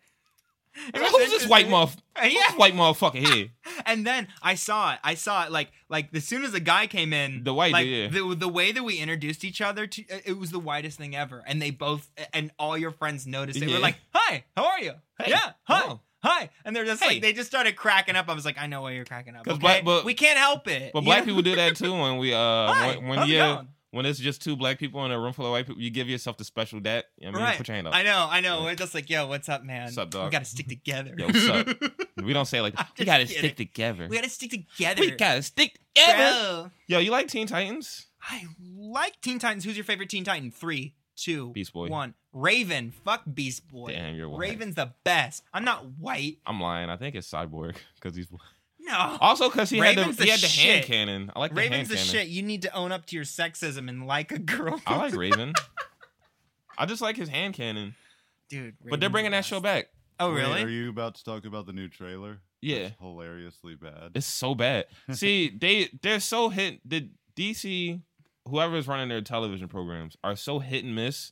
Speaker 1: It was
Speaker 2: Who's this white
Speaker 1: interesting.
Speaker 2: muff?
Speaker 1: Yeah,
Speaker 2: White motherfucker here.
Speaker 1: And then I saw it. I saw it like like as soon as the guy came in,
Speaker 2: The white
Speaker 1: like
Speaker 2: dude,
Speaker 1: the the way that we introduced each other to uh, it was the widest thing ever. And they both and all your friends noticed. They
Speaker 2: Yeah.
Speaker 1: were like, "Hi, how are you?
Speaker 2: Hey,
Speaker 1: yeah, hi,
Speaker 2: hello."
Speaker 1: hi." And they're just
Speaker 2: Hey.
Speaker 1: like they just started cracking up. I was like, "I know why you're cracking up."
Speaker 2: 'Cause
Speaker 1: Okay?
Speaker 2: black- but-
Speaker 1: we can't help it.
Speaker 2: But
Speaker 1: you
Speaker 2: black
Speaker 1: know?
Speaker 2: people do that too when we
Speaker 1: Hi,
Speaker 2: uh when, when
Speaker 1: how's it
Speaker 2: yeah
Speaker 1: going?
Speaker 2: when it's just two black people in a room full of white people you give yourself the special dat. You know what I mean,
Speaker 1: Right.
Speaker 2: put your hand up.
Speaker 1: I know, I
Speaker 2: Oh.
Speaker 1: know.
Speaker 2: Yeah.
Speaker 1: We're just like, "Yo, what's up, man?
Speaker 2: Sup,
Speaker 1: We
Speaker 2: dog?
Speaker 1: gotta stick together.
Speaker 2: Yo, sup? we don't say like
Speaker 1: I'm
Speaker 2: we
Speaker 1: just
Speaker 2: gotta
Speaker 1: kidding.
Speaker 2: stick together.
Speaker 1: we gotta stick together.
Speaker 2: We gotta stick together.
Speaker 1: Bro.
Speaker 2: Yo, you like Teen Titans?
Speaker 1: I like Teen Titans. Who's your favorite Teen Titan? Three, two, one.
Speaker 2: Beast Boy.
Speaker 1: Raven. Fuck Beast Boy.
Speaker 2: Damn, you're white.
Speaker 1: Raven's the best. I'm not white.
Speaker 2: I'm lying. I think it's Cyborg because he's
Speaker 1: No.
Speaker 2: also because he had
Speaker 1: Raven's
Speaker 2: the,
Speaker 1: the
Speaker 2: he had the hand
Speaker 1: shit.
Speaker 2: cannon. I like
Speaker 1: Raven's
Speaker 2: the
Speaker 1: the
Speaker 2: hand cannon.
Speaker 1: shit. You need to own up to your sexism and like a girl.
Speaker 2: I like Raven. I just like his hand cannon.
Speaker 1: Dude.
Speaker 2: but they're
Speaker 1: Raven's
Speaker 2: bringing
Speaker 1: the
Speaker 2: that show
Speaker 1: best.
Speaker 2: back.
Speaker 1: Oh,
Speaker 3: Wait,
Speaker 1: really?
Speaker 3: are you about to talk about the new trailer?
Speaker 2: Yeah.
Speaker 3: It's hilariously bad.
Speaker 2: It's so bad. See, they they're so hit. The DC, whoever's running their television programs, are so hit and miss.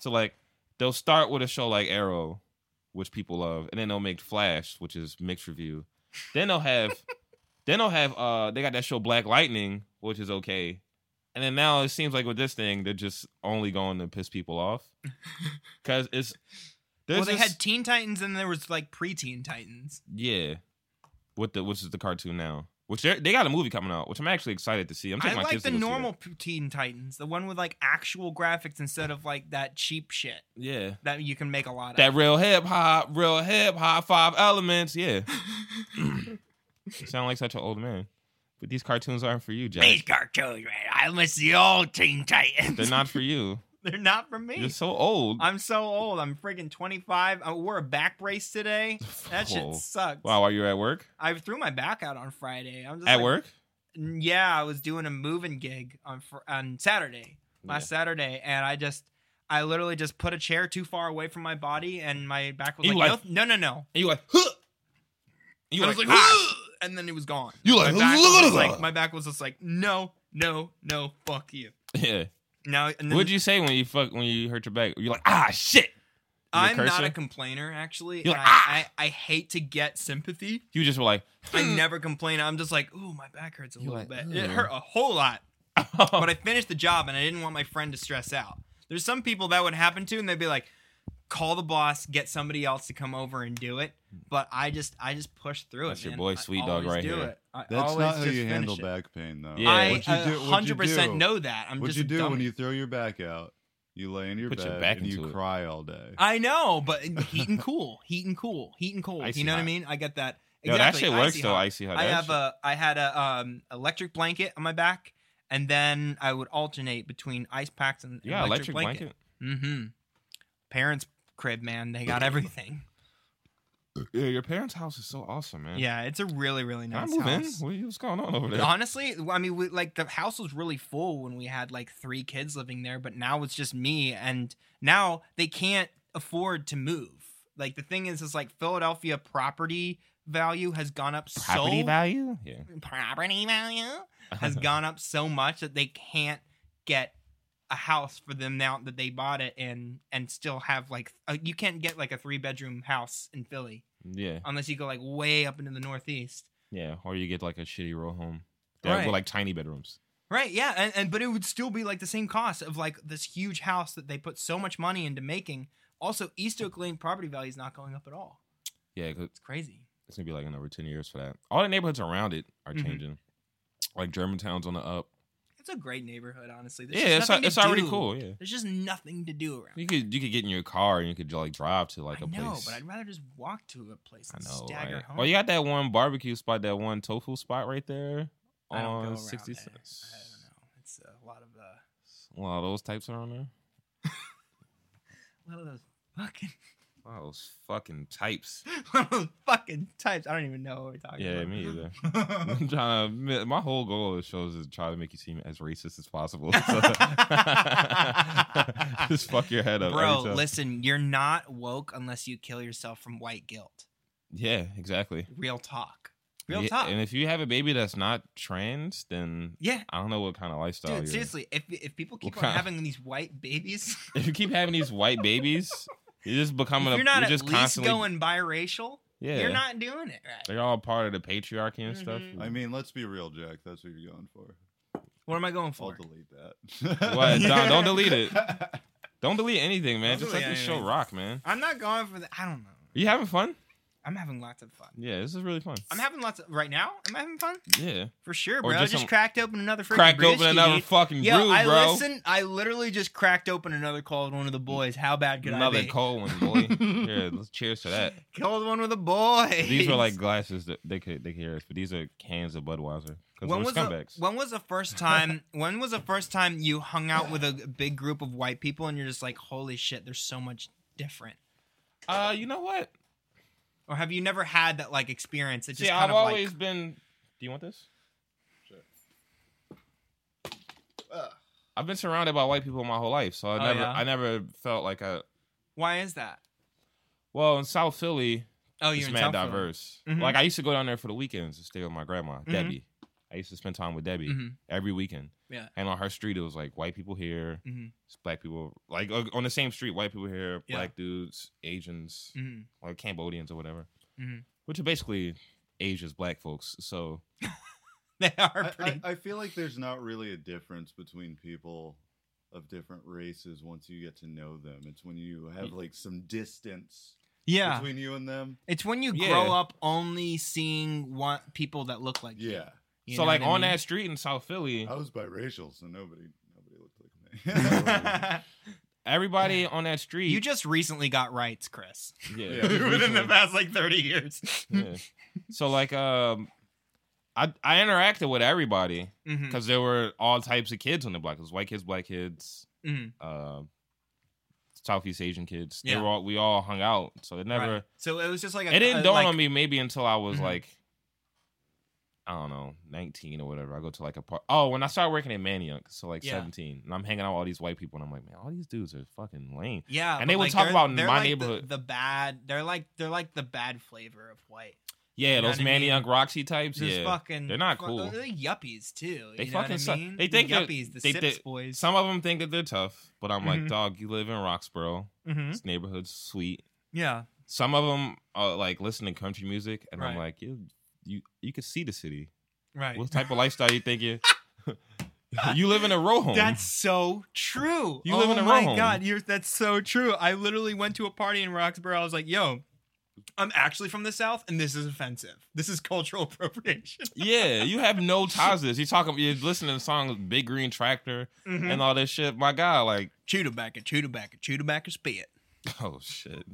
Speaker 2: So like, they'll start with a show like Arrow, which people love, and then they'll make Flash, which is mixed review. Then they'll have, then they'll have. Uh, they got that show Black Lightning, which is okay. And then now it seems like with this thing, they're just only going to piss people off because it's.
Speaker 1: well,
Speaker 2: there's
Speaker 1: they
Speaker 2: just-
Speaker 1: had Teen Titans and there was like pre Teen Titans.
Speaker 2: yeah. What the which is the cartoon now? Which they they got a movie coming out, which I'm actually excited to see. I'm
Speaker 1: I
Speaker 2: taking my
Speaker 1: like
Speaker 2: kids
Speaker 1: the
Speaker 2: to go see that.
Speaker 1: normal p- Teen Titans, the one with like actual graphics instead of like that cheap shit
Speaker 2: Yeah.
Speaker 1: that you can make a lot of.
Speaker 2: That real hip hop, real hip hop, five elements. Yeah. Sound like such an old man. But these cartoons aren't for you,
Speaker 1: These
Speaker 2: Jack.
Speaker 1: cartoons, man. I miss the old Teen Titans.
Speaker 2: They're not for you.
Speaker 1: They're not for me.
Speaker 2: You're so old.
Speaker 1: I'm so old. I'm freaking 25. I wore a back brace today. That shit
Speaker 2: Whoa.
Speaker 1: sucks.
Speaker 2: Oh, Wow, are you at work?
Speaker 1: I threw my back out on Friday. I'm just
Speaker 2: At
Speaker 1: like-
Speaker 2: work?
Speaker 1: N- Yeah, I was doing a moving gig on fr- on Saturday, last Saturday, and I just, I literally just put a chair too far away from my body, and my back was
Speaker 2: You
Speaker 1: like,
Speaker 2: like-
Speaker 1: no, no, no, no.
Speaker 2: And you like, huh. And You
Speaker 1: I
Speaker 2: like,
Speaker 1: was like,
Speaker 2: ah.
Speaker 1: "Ugh," and then it was gone.
Speaker 2: You like,
Speaker 1: my back, was
Speaker 2: "Ugh."
Speaker 1: just like my back was just like, no, no, no, fuck you.
Speaker 2: yeah.
Speaker 1: Now, and then
Speaker 2: What'd you say when you fuck when you hurt your back? You're like, ah, shit. You
Speaker 1: I'm not
Speaker 2: cursing?
Speaker 1: a complainer, actually.
Speaker 2: You're
Speaker 1: and
Speaker 2: like,
Speaker 1: I, I, I hate to get sympathy.
Speaker 2: You just were like,
Speaker 1: I never complain. I'm just like, ooh, my back hurts a
Speaker 2: You're
Speaker 1: little
Speaker 2: like,
Speaker 1: bit. It
Speaker 2: "Ugh."
Speaker 1: hurt a whole lot,
Speaker 2: Oh.
Speaker 1: but I finished the job, and I didn't want my friend to stress out. There's some people that would happen to, and they'd be like, call the boss, get somebody else to come over and do it. But I just, I just push through
Speaker 2: That's
Speaker 1: it.
Speaker 2: your
Speaker 1: man.
Speaker 2: boy
Speaker 1: I
Speaker 2: Sweet Dog
Speaker 1: always
Speaker 2: right
Speaker 1: do
Speaker 2: here.
Speaker 1: it. I
Speaker 3: That's
Speaker 1: always
Speaker 3: not how
Speaker 1: just
Speaker 3: you
Speaker 1: finish
Speaker 3: handle
Speaker 1: it.
Speaker 3: back pain, though.
Speaker 2: Yeah.
Speaker 1: I
Speaker 3: What you do- what you
Speaker 1: 100%
Speaker 3: do-
Speaker 1: know that. I'm
Speaker 3: What
Speaker 1: just
Speaker 3: you
Speaker 1: a
Speaker 3: do when
Speaker 1: dummy.
Speaker 3: you throw your back out? You lay in your
Speaker 2: Put
Speaker 3: bed
Speaker 2: your back
Speaker 3: and you
Speaker 2: into it.
Speaker 3: cry all day.
Speaker 1: I know, but heat and cool, heat and cool, heat and cold.
Speaker 2: Icy
Speaker 1: you know what I
Speaker 2: hot.
Speaker 1: mean? I get that.
Speaker 2: Yo, that shit works
Speaker 1: icy
Speaker 2: though.
Speaker 1: hot.
Speaker 2: I see how
Speaker 1: I have a I had a um electric blanket on my back, and then I would alternate between ice packs and
Speaker 2: yeah, electric blanket.
Speaker 1: Mm-hmm. Parents' crib, man, they got everything.
Speaker 2: Yeah, your parents' house is so awesome, man.
Speaker 1: yeah, it's a really really
Speaker 2: Can I
Speaker 1: nice
Speaker 2: move
Speaker 1: house.
Speaker 2: in? What, what's going on over there?
Speaker 1: Honestly, I mean, we, like the house was really full when we had like three kids living there, but now it's just me, and now they can't afford to move. Like the thing is, is like Philadelphia property value has gone up so
Speaker 2: value? Yeah.
Speaker 1: property value has gone up so much that they can't get a house for the amount that they bought it in, and still have like a, you can't get like a three bedroom house in Philly
Speaker 2: yeah.
Speaker 1: unless you go like way up into the Northeast.
Speaker 2: Yeah. Or you get like a shitty row home. That
Speaker 1: Right.
Speaker 2: were like tiny bedrooms.
Speaker 1: Right, yeah, and, and but it would still be like the same cost of like this huge house that they put so much money into making. Also, East Oak Lane property value is not going up at all.
Speaker 2: Yeah, 'cause
Speaker 1: It's crazy.
Speaker 2: it's gonna be like another ten years for that. All the neighborhoods around it are
Speaker 1: Mhm.
Speaker 2: changing. Like Germantown's on the up.
Speaker 1: It's a great neighborhood, honestly. There's
Speaker 2: yeah,
Speaker 1: just
Speaker 2: it's,
Speaker 1: nothing to
Speaker 2: it's already
Speaker 1: do.
Speaker 2: cool. Yeah,
Speaker 1: There's just nothing to do around.
Speaker 2: you could you could get in your car and you could like drive to like
Speaker 1: I
Speaker 2: a
Speaker 1: know,
Speaker 2: place.
Speaker 1: but I'd rather just walk to a place
Speaker 2: I
Speaker 1: and
Speaker 2: know.
Speaker 1: stagger
Speaker 2: right? Oh,
Speaker 1: home.
Speaker 2: Well, you got that one barbecue spot, that one tofu spot right there
Speaker 1: I don't go
Speaker 2: on
Speaker 1: around
Speaker 2: sixty.
Speaker 1: there. I don't know. It's a lot of
Speaker 2: A
Speaker 1: uh,
Speaker 2: lot of those types around there.
Speaker 1: a lot of those fucking,
Speaker 2: A lot of those fucking types.
Speaker 1: a lot of those fucking types. I don't even know what we're talking
Speaker 2: Yeah,
Speaker 1: about.
Speaker 2: me either.
Speaker 1: either.
Speaker 2: I'm trying to, admit- my whole goal of the shows is to try to make you seem as racist as possible. So- Just fuck your head up. every
Speaker 1: Bro,
Speaker 2: time.
Speaker 1: listen, you're not woke unless you kill yourself from white guilt.
Speaker 2: Yeah, exactly.
Speaker 1: Real talk. Real
Speaker 2: Yeah,
Speaker 1: talk.
Speaker 2: And if you have a baby that's not trans, then
Speaker 1: yeah.
Speaker 2: I don't know what kind of lifestyle
Speaker 1: Dude,
Speaker 2: you're
Speaker 1: seriously, if if people keep
Speaker 2: What
Speaker 1: on
Speaker 2: kind-
Speaker 1: having these white babies,
Speaker 2: If you keep having these white babies, you're just
Speaker 1: if
Speaker 2: becoming a
Speaker 1: you're not
Speaker 2: you're
Speaker 1: at
Speaker 2: just
Speaker 1: least
Speaker 2: constantly
Speaker 1: going biracial,
Speaker 2: Yeah.
Speaker 1: you're not doing it right.
Speaker 2: they're all part of the patriarchy and stuff.
Speaker 1: Mhm.
Speaker 3: I mean, let's be real, Jack. That's what you're going for.
Speaker 1: What am I going
Speaker 3: I'll
Speaker 1: for?
Speaker 3: delete that.
Speaker 2: What? Don't- don't delete it. Don't delete anything, man.
Speaker 1: Don't
Speaker 2: just let
Speaker 1: delete
Speaker 2: this show
Speaker 1: anything.
Speaker 2: rock, man.
Speaker 1: I'm not going for that. I don't know.
Speaker 2: Are you having fun?
Speaker 1: I'm having lots of fun.
Speaker 2: Yeah, this is really fun.
Speaker 1: I'm having lots of right now. Am I having fun?
Speaker 2: yeah.
Speaker 1: For sure, bro. I
Speaker 2: just
Speaker 1: just
Speaker 2: some-
Speaker 1: cracked open another freaking
Speaker 2: Crack
Speaker 1: British
Speaker 2: open
Speaker 1: kid,
Speaker 2: another
Speaker 1: dude.
Speaker 2: fucking
Speaker 1: Yo,
Speaker 2: brew,
Speaker 1: I
Speaker 2: bro.
Speaker 1: listen. I literally just cracked open another cold one of the boys. How bad could I
Speaker 2: another
Speaker 1: be?
Speaker 2: cold one, boy. yeah, let's cheers to that.
Speaker 1: Cold one with a boy.
Speaker 2: These were like glasses that they could they could hear us, but these are cans of Budweiser because
Speaker 1: When
Speaker 2: we're
Speaker 1: was, the,
Speaker 2: scumbags.
Speaker 1: when was the first time? when was the first time you hung out with a big group of white people and you're just like, holy shit, they're so much different?
Speaker 2: uh, you know what?
Speaker 1: Or have you never had that like experience? It just
Speaker 2: See,
Speaker 1: kind
Speaker 2: I've
Speaker 1: of
Speaker 2: always
Speaker 1: like
Speaker 2: been. Do you want this?
Speaker 3: Ugh.
Speaker 2: I've been surrounded by white people my whole life, so I
Speaker 1: Oh,
Speaker 2: never
Speaker 1: yeah?
Speaker 2: I never felt like a
Speaker 1: why is that?
Speaker 2: well in South Philly
Speaker 1: Oh,
Speaker 2: it's
Speaker 1: you're in
Speaker 2: mad
Speaker 1: South Philly.
Speaker 2: diverse.
Speaker 1: Mhm.
Speaker 2: Like I used to go down there for the weekends to stay with my grandma
Speaker 1: Mm-hmm.
Speaker 2: Debbie. I used to spend time with Debbie
Speaker 1: Mhm.
Speaker 2: every weekend.
Speaker 1: Yeah.
Speaker 2: And on her street, it was like white people here,
Speaker 1: Mhm.
Speaker 2: black people like uh, on the same street, white people here,
Speaker 1: Yeah.
Speaker 2: black dudes, Asians,
Speaker 1: Mhm.
Speaker 2: like Cambodians or whatever,
Speaker 1: Mhm.
Speaker 2: which are basically Asia's black folks. So
Speaker 1: They are
Speaker 3: I,
Speaker 1: pretty.
Speaker 3: I- I feel like there's not really a difference between people of different races once you get to know them. It's when you have like some distance
Speaker 1: yeah.
Speaker 3: between you and them.
Speaker 1: It's when you
Speaker 2: Yeah.
Speaker 1: grow up only seeing one people that look like you.
Speaker 3: Yeah,
Speaker 1: you
Speaker 2: so
Speaker 1: know
Speaker 2: like
Speaker 1: what I
Speaker 2: on
Speaker 1: mean?
Speaker 2: that street in South Philly,
Speaker 3: I was biracial, so nobody nobody looked like me.
Speaker 2: everybody on that street.
Speaker 1: you just recently got rights, Chris.
Speaker 2: yeah,
Speaker 3: Yeah.
Speaker 2: just
Speaker 1: Within the
Speaker 2: recently-
Speaker 1: past like 30 years.
Speaker 2: yeah. So like um, I I interacted with everybody
Speaker 1: Mhm,
Speaker 2: because there were all types of kids on the block. It was white kids, black kids,
Speaker 1: mhm,
Speaker 2: uh, Southeast Asian kids.
Speaker 1: Yeah.
Speaker 2: They were all, we all hung out. So it never
Speaker 1: right. So it was just like a,
Speaker 2: it didn't
Speaker 1: a,
Speaker 2: dawn
Speaker 1: like-
Speaker 2: on me maybe until I was
Speaker 1: Mhm.
Speaker 2: like I don't know, nineteen or whatever. I go to like a part. Oh, when I started working at Maniac, so like
Speaker 1: Yeah.
Speaker 2: seventeen, and I'm hanging out with all these white people, and I'm like, man, all these dudes are fucking lame.
Speaker 1: Yeah,
Speaker 2: And
Speaker 1: but,
Speaker 2: they would
Speaker 1: like,
Speaker 2: talk
Speaker 1: they're-
Speaker 2: about
Speaker 1: they're
Speaker 2: my
Speaker 1: like the-
Speaker 2: neighborhood.
Speaker 1: The, bad, they're like they're like the bad flavor of white.
Speaker 2: Yeah,
Speaker 1: You know
Speaker 2: those
Speaker 1: what I mean?
Speaker 2: Maniac Roxy types.
Speaker 1: Just
Speaker 2: yeah,
Speaker 1: fucking,
Speaker 2: They're not
Speaker 1: fuck-
Speaker 2: cool.
Speaker 1: They're yuppies too.
Speaker 2: They
Speaker 1: you know what
Speaker 2: fucking
Speaker 1: I
Speaker 2: suck.
Speaker 1: mean?
Speaker 2: They think
Speaker 1: the
Speaker 2: that-
Speaker 1: yuppies, the
Speaker 2: they
Speaker 1: sips
Speaker 2: think-
Speaker 1: boys.
Speaker 2: some of them think that they're tough, but I'm like,
Speaker 1: Mhm.
Speaker 2: dog, you live in Roxborough.
Speaker 1: Mhm,
Speaker 2: This neighborhood's sweet.
Speaker 1: Yeah,
Speaker 2: Some of them are like listen to country music, and I'm
Speaker 1: Right.
Speaker 2: like, you, you, you can see the city.
Speaker 1: right.
Speaker 2: What type of lifestyle you think you? you live in a row home.
Speaker 1: That's so true.
Speaker 2: You
Speaker 1: oh
Speaker 2: live in a row
Speaker 1: my
Speaker 2: home.
Speaker 1: god, you're, that's so true. I literally went to a party in Roxborough. I was like, "Yo, I'm actually from the South, and this is offensive. This is cultural appropriation."
Speaker 2: Yeah, you have no ties to this. You talking, you're listening to songs "Big Green Tractor"
Speaker 1: Mhm.
Speaker 2: and all this shit. My God, like,
Speaker 1: Chew tobacco, chew tobacco, chew tobacco, spit.
Speaker 2: oh shit.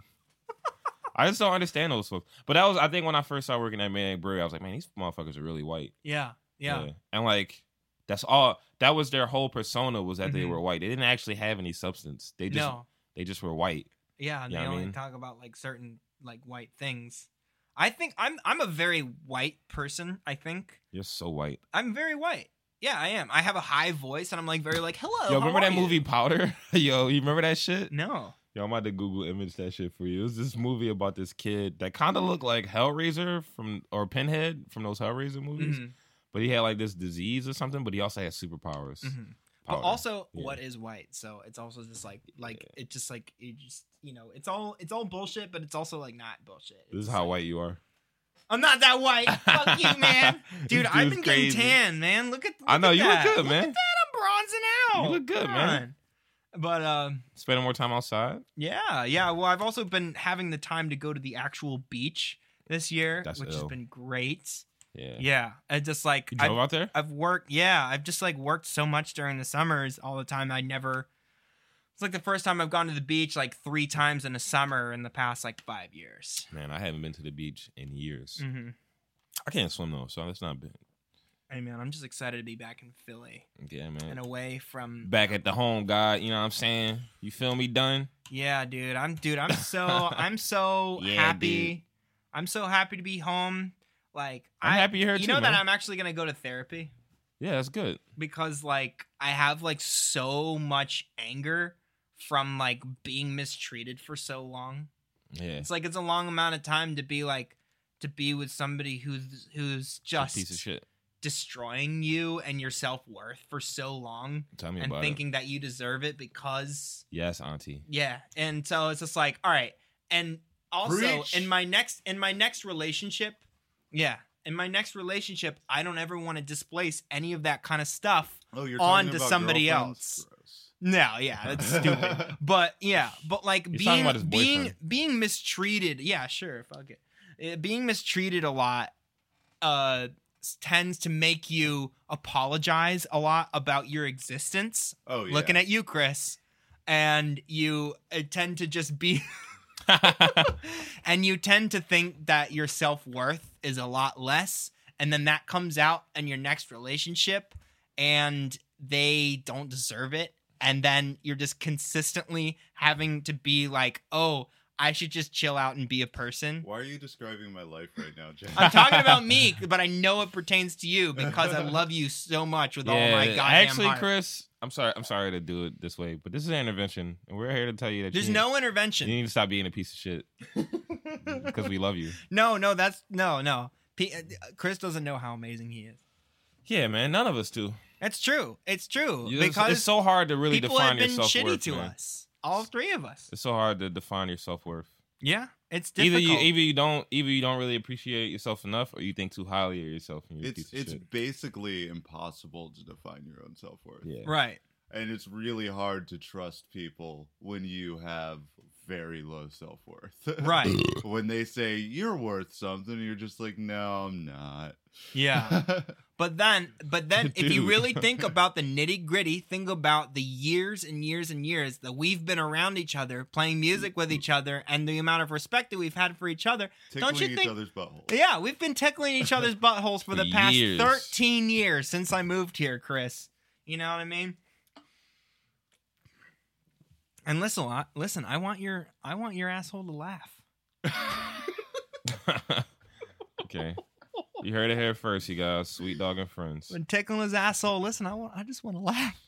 Speaker 2: I just don't understand those folks. But that was, I think, when I first started working at Maniac Brewery, I was like, man, these motherfuckers are really white.
Speaker 1: Yeah, yeah,
Speaker 2: and like that's all. That was their whole persona was that they
Speaker 1: Mhm.
Speaker 2: were white. They didn't actually have any substance. They just,
Speaker 1: no,
Speaker 2: they just were white.
Speaker 1: yeah. And
Speaker 2: Yeah,
Speaker 1: they
Speaker 2: I
Speaker 1: only
Speaker 2: mean-
Speaker 1: talk about like certain like white things. I think I'm I'm a very white person. I think
Speaker 2: You're so white.
Speaker 1: I'm very white. Yeah, I am. I have a high voice, and I'm like very like hello.
Speaker 2: Yo,
Speaker 1: Oh, how
Speaker 2: remember
Speaker 1: are
Speaker 2: that
Speaker 1: you?"
Speaker 2: movie Powder? Yo, you remember that shit?
Speaker 1: No.
Speaker 2: Yo, I'm about to Google image that shit for you. It was this movie about this kid that kind of looked like Hellraiser from or Pinhead from those Hellraiser movies,
Speaker 1: Mhm,
Speaker 2: but he had like this disease or something. But he also had superpowers. Powder.
Speaker 1: mhm. But also,
Speaker 2: Yeah.
Speaker 1: what is white? So it's also just like like it just like it just you know it's all it's all bullshit, but it's also like not bullshit. It's
Speaker 2: this is
Speaker 1: just
Speaker 2: how
Speaker 1: like,
Speaker 2: white you are.
Speaker 1: I'm not that white. Fuck you, man. Dude,
Speaker 2: This
Speaker 1: I've
Speaker 2: dude's
Speaker 1: been
Speaker 2: crazy.
Speaker 1: getting tan, man. Look at look
Speaker 2: I know
Speaker 1: at
Speaker 2: you
Speaker 1: that.
Speaker 2: look good,
Speaker 1: Look
Speaker 2: man.
Speaker 1: at that. I'm bronzing out.
Speaker 2: You look good,
Speaker 1: Come
Speaker 2: man.
Speaker 1: on. But um,
Speaker 2: Spending more time outside.
Speaker 1: yeah, yeah. Well, I've also been having the time to go to the actual beach this year,
Speaker 2: That's
Speaker 1: which has
Speaker 2: ill.
Speaker 1: been great.
Speaker 2: Yeah.
Speaker 1: Yeah, I just like
Speaker 2: You
Speaker 1: I've-
Speaker 2: drove out there.
Speaker 1: I've worked, yeah, I've just like worked so much during the summers all the time. I never, it's like the first time I've gone to the beach like three times in a summer in the past like five years.
Speaker 2: Man, I haven't been to the beach in years.
Speaker 1: Mm-hmm.
Speaker 2: I can't swim though, so that's not big.
Speaker 1: Hey man, I'm just excited to be back in Philly
Speaker 2: Yeah,
Speaker 1: and
Speaker 2: man.
Speaker 1: away from.
Speaker 2: Back at the home, God. You know what I'm saying? You feel me? Done.
Speaker 1: Yeah, dude, I'm dude, I'm so I'm so
Speaker 2: Yeah,
Speaker 1: happy.
Speaker 2: dude.
Speaker 1: I'm so happy to be home. Like
Speaker 2: I'm
Speaker 1: I-
Speaker 2: happy you're here too,
Speaker 1: You know
Speaker 2: man.
Speaker 1: that I'm actually gonna go to therapy.
Speaker 2: Yeah, that's good.
Speaker 1: because like I have like so much anger from like being mistreated for so long.
Speaker 2: Yeah.
Speaker 1: It's like it's a long amount of time to be like to be with somebody who's who's just
Speaker 2: piece of shit.
Speaker 1: destroying you and your self-worth for so long
Speaker 2: Tell me
Speaker 1: and
Speaker 2: about
Speaker 1: thinking that you deserve it because
Speaker 2: it. Yes, Auntie.
Speaker 1: yeah. And so it's just like all right. And also
Speaker 3: Preach.
Speaker 1: in my next in my next relationship, yeah, in my next relationship, I don't ever want to displace any of that kind of stuff
Speaker 3: Oh, you're
Speaker 1: On
Speaker 3: talking
Speaker 1: to
Speaker 3: about
Speaker 1: somebody
Speaker 3: girlfriends?
Speaker 1: else.
Speaker 3: Gross.
Speaker 1: No, yeah, that's stupid. But yeah, but like
Speaker 2: He's talking
Speaker 1: being
Speaker 2: about his
Speaker 1: being
Speaker 2: boyfriend.
Speaker 1: being mistreated. Yeah, sure, fuck it. Uh, Being mistreated a lot uh s- tends to make you apologize a lot about your existence.
Speaker 3: oh, yeah.
Speaker 1: Looking at you, Chris, and you uh, tend to just be and you tend to think that your self worth is a lot less, and then that comes out in your next relationship, and they don't deserve it, and then you're just consistently having to be like, oh, I should just chill out and be a person.
Speaker 3: Why are you describing my life right now, Jack?
Speaker 1: I'm talking about me, but I know it pertains to you because I love you so much with all my goddamn
Speaker 2: actually,
Speaker 1: heart.
Speaker 2: Chris, I'm sorry. I'm sorry to do it this way, but this is an intervention, and we're here to tell you that
Speaker 1: There's
Speaker 2: you,
Speaker 1: no
Speaker 2: You
Speaker 1: intervention.
Speaker 2: need to stop being a piece of shit because we love you.
Speaker 1: no, no, that's no, no. P- uh, Chris doesn't know how amazing he is.
Speaker 2: Yeah, man. None of us do.
Speaker 1: It's true. It's true.
Speaker 2: You- it's,
Speaker 1: because
Speaker 2: it's so hard to really
Speaker 1: people
Speaker 2: define
Speaker 1: have been
Speaker 2: your self
Speaker 1: shitty
Speaker 2: worth.
Speaker 1: to us. All three of us.
Speaker 2: It's so hard to define your self worth.
Speaker 1: Yeah, it's
Speaker 2: Either
Speaker 1: difficult.
Speaker 2: you, either you don't, either you don't really appreciate yourself enough, or you think too highly of yourself. And you're a
Speaker 3: it's
Speaker 2: piece of
Speaker 3: it's
Speaker 2: shit.
Speaker 3: basically impossible to define your own self worth,
Speaker 2: yeah.
Speaker 1: right.
Speaker 3: and it's really hard to trust people when you have very low self worth.
Speaker 1: Right.
Speaker 3: when they say you're worth something, you're just like, no, I'm not.
Speaker 1: Yeah. But then, but then, if you
Speaker 3: Dude.
Speaker 1: really think about the nitty gritty, think about the years and years and years that we've been around each other, playing
Speaker 2: Mm-hmm.
Speaker 1: music with each other, and the amount of respect that we've had for each other.
Speaker 3: Tickling
Speaker 1: Don't you
Speaker 3: each
Speaker 1: think-
Speaker 3: other's butthole.
Speaker 1: Yeah, we've been tickling each other's buttholes for the
Speaker 2: For
Speaker 1: past
Speaker 2: years.
Speaker 1: 13 years since I moved here, Chris. You know what I mean? And listen, I- listen, I want your, I want your asshole to laugh.
Speaker 2: okay. You heard it here first, you guys. Sweet dog and friends.
Speaker 1: When tickling his asshole, listen, I want, I just want to laugh.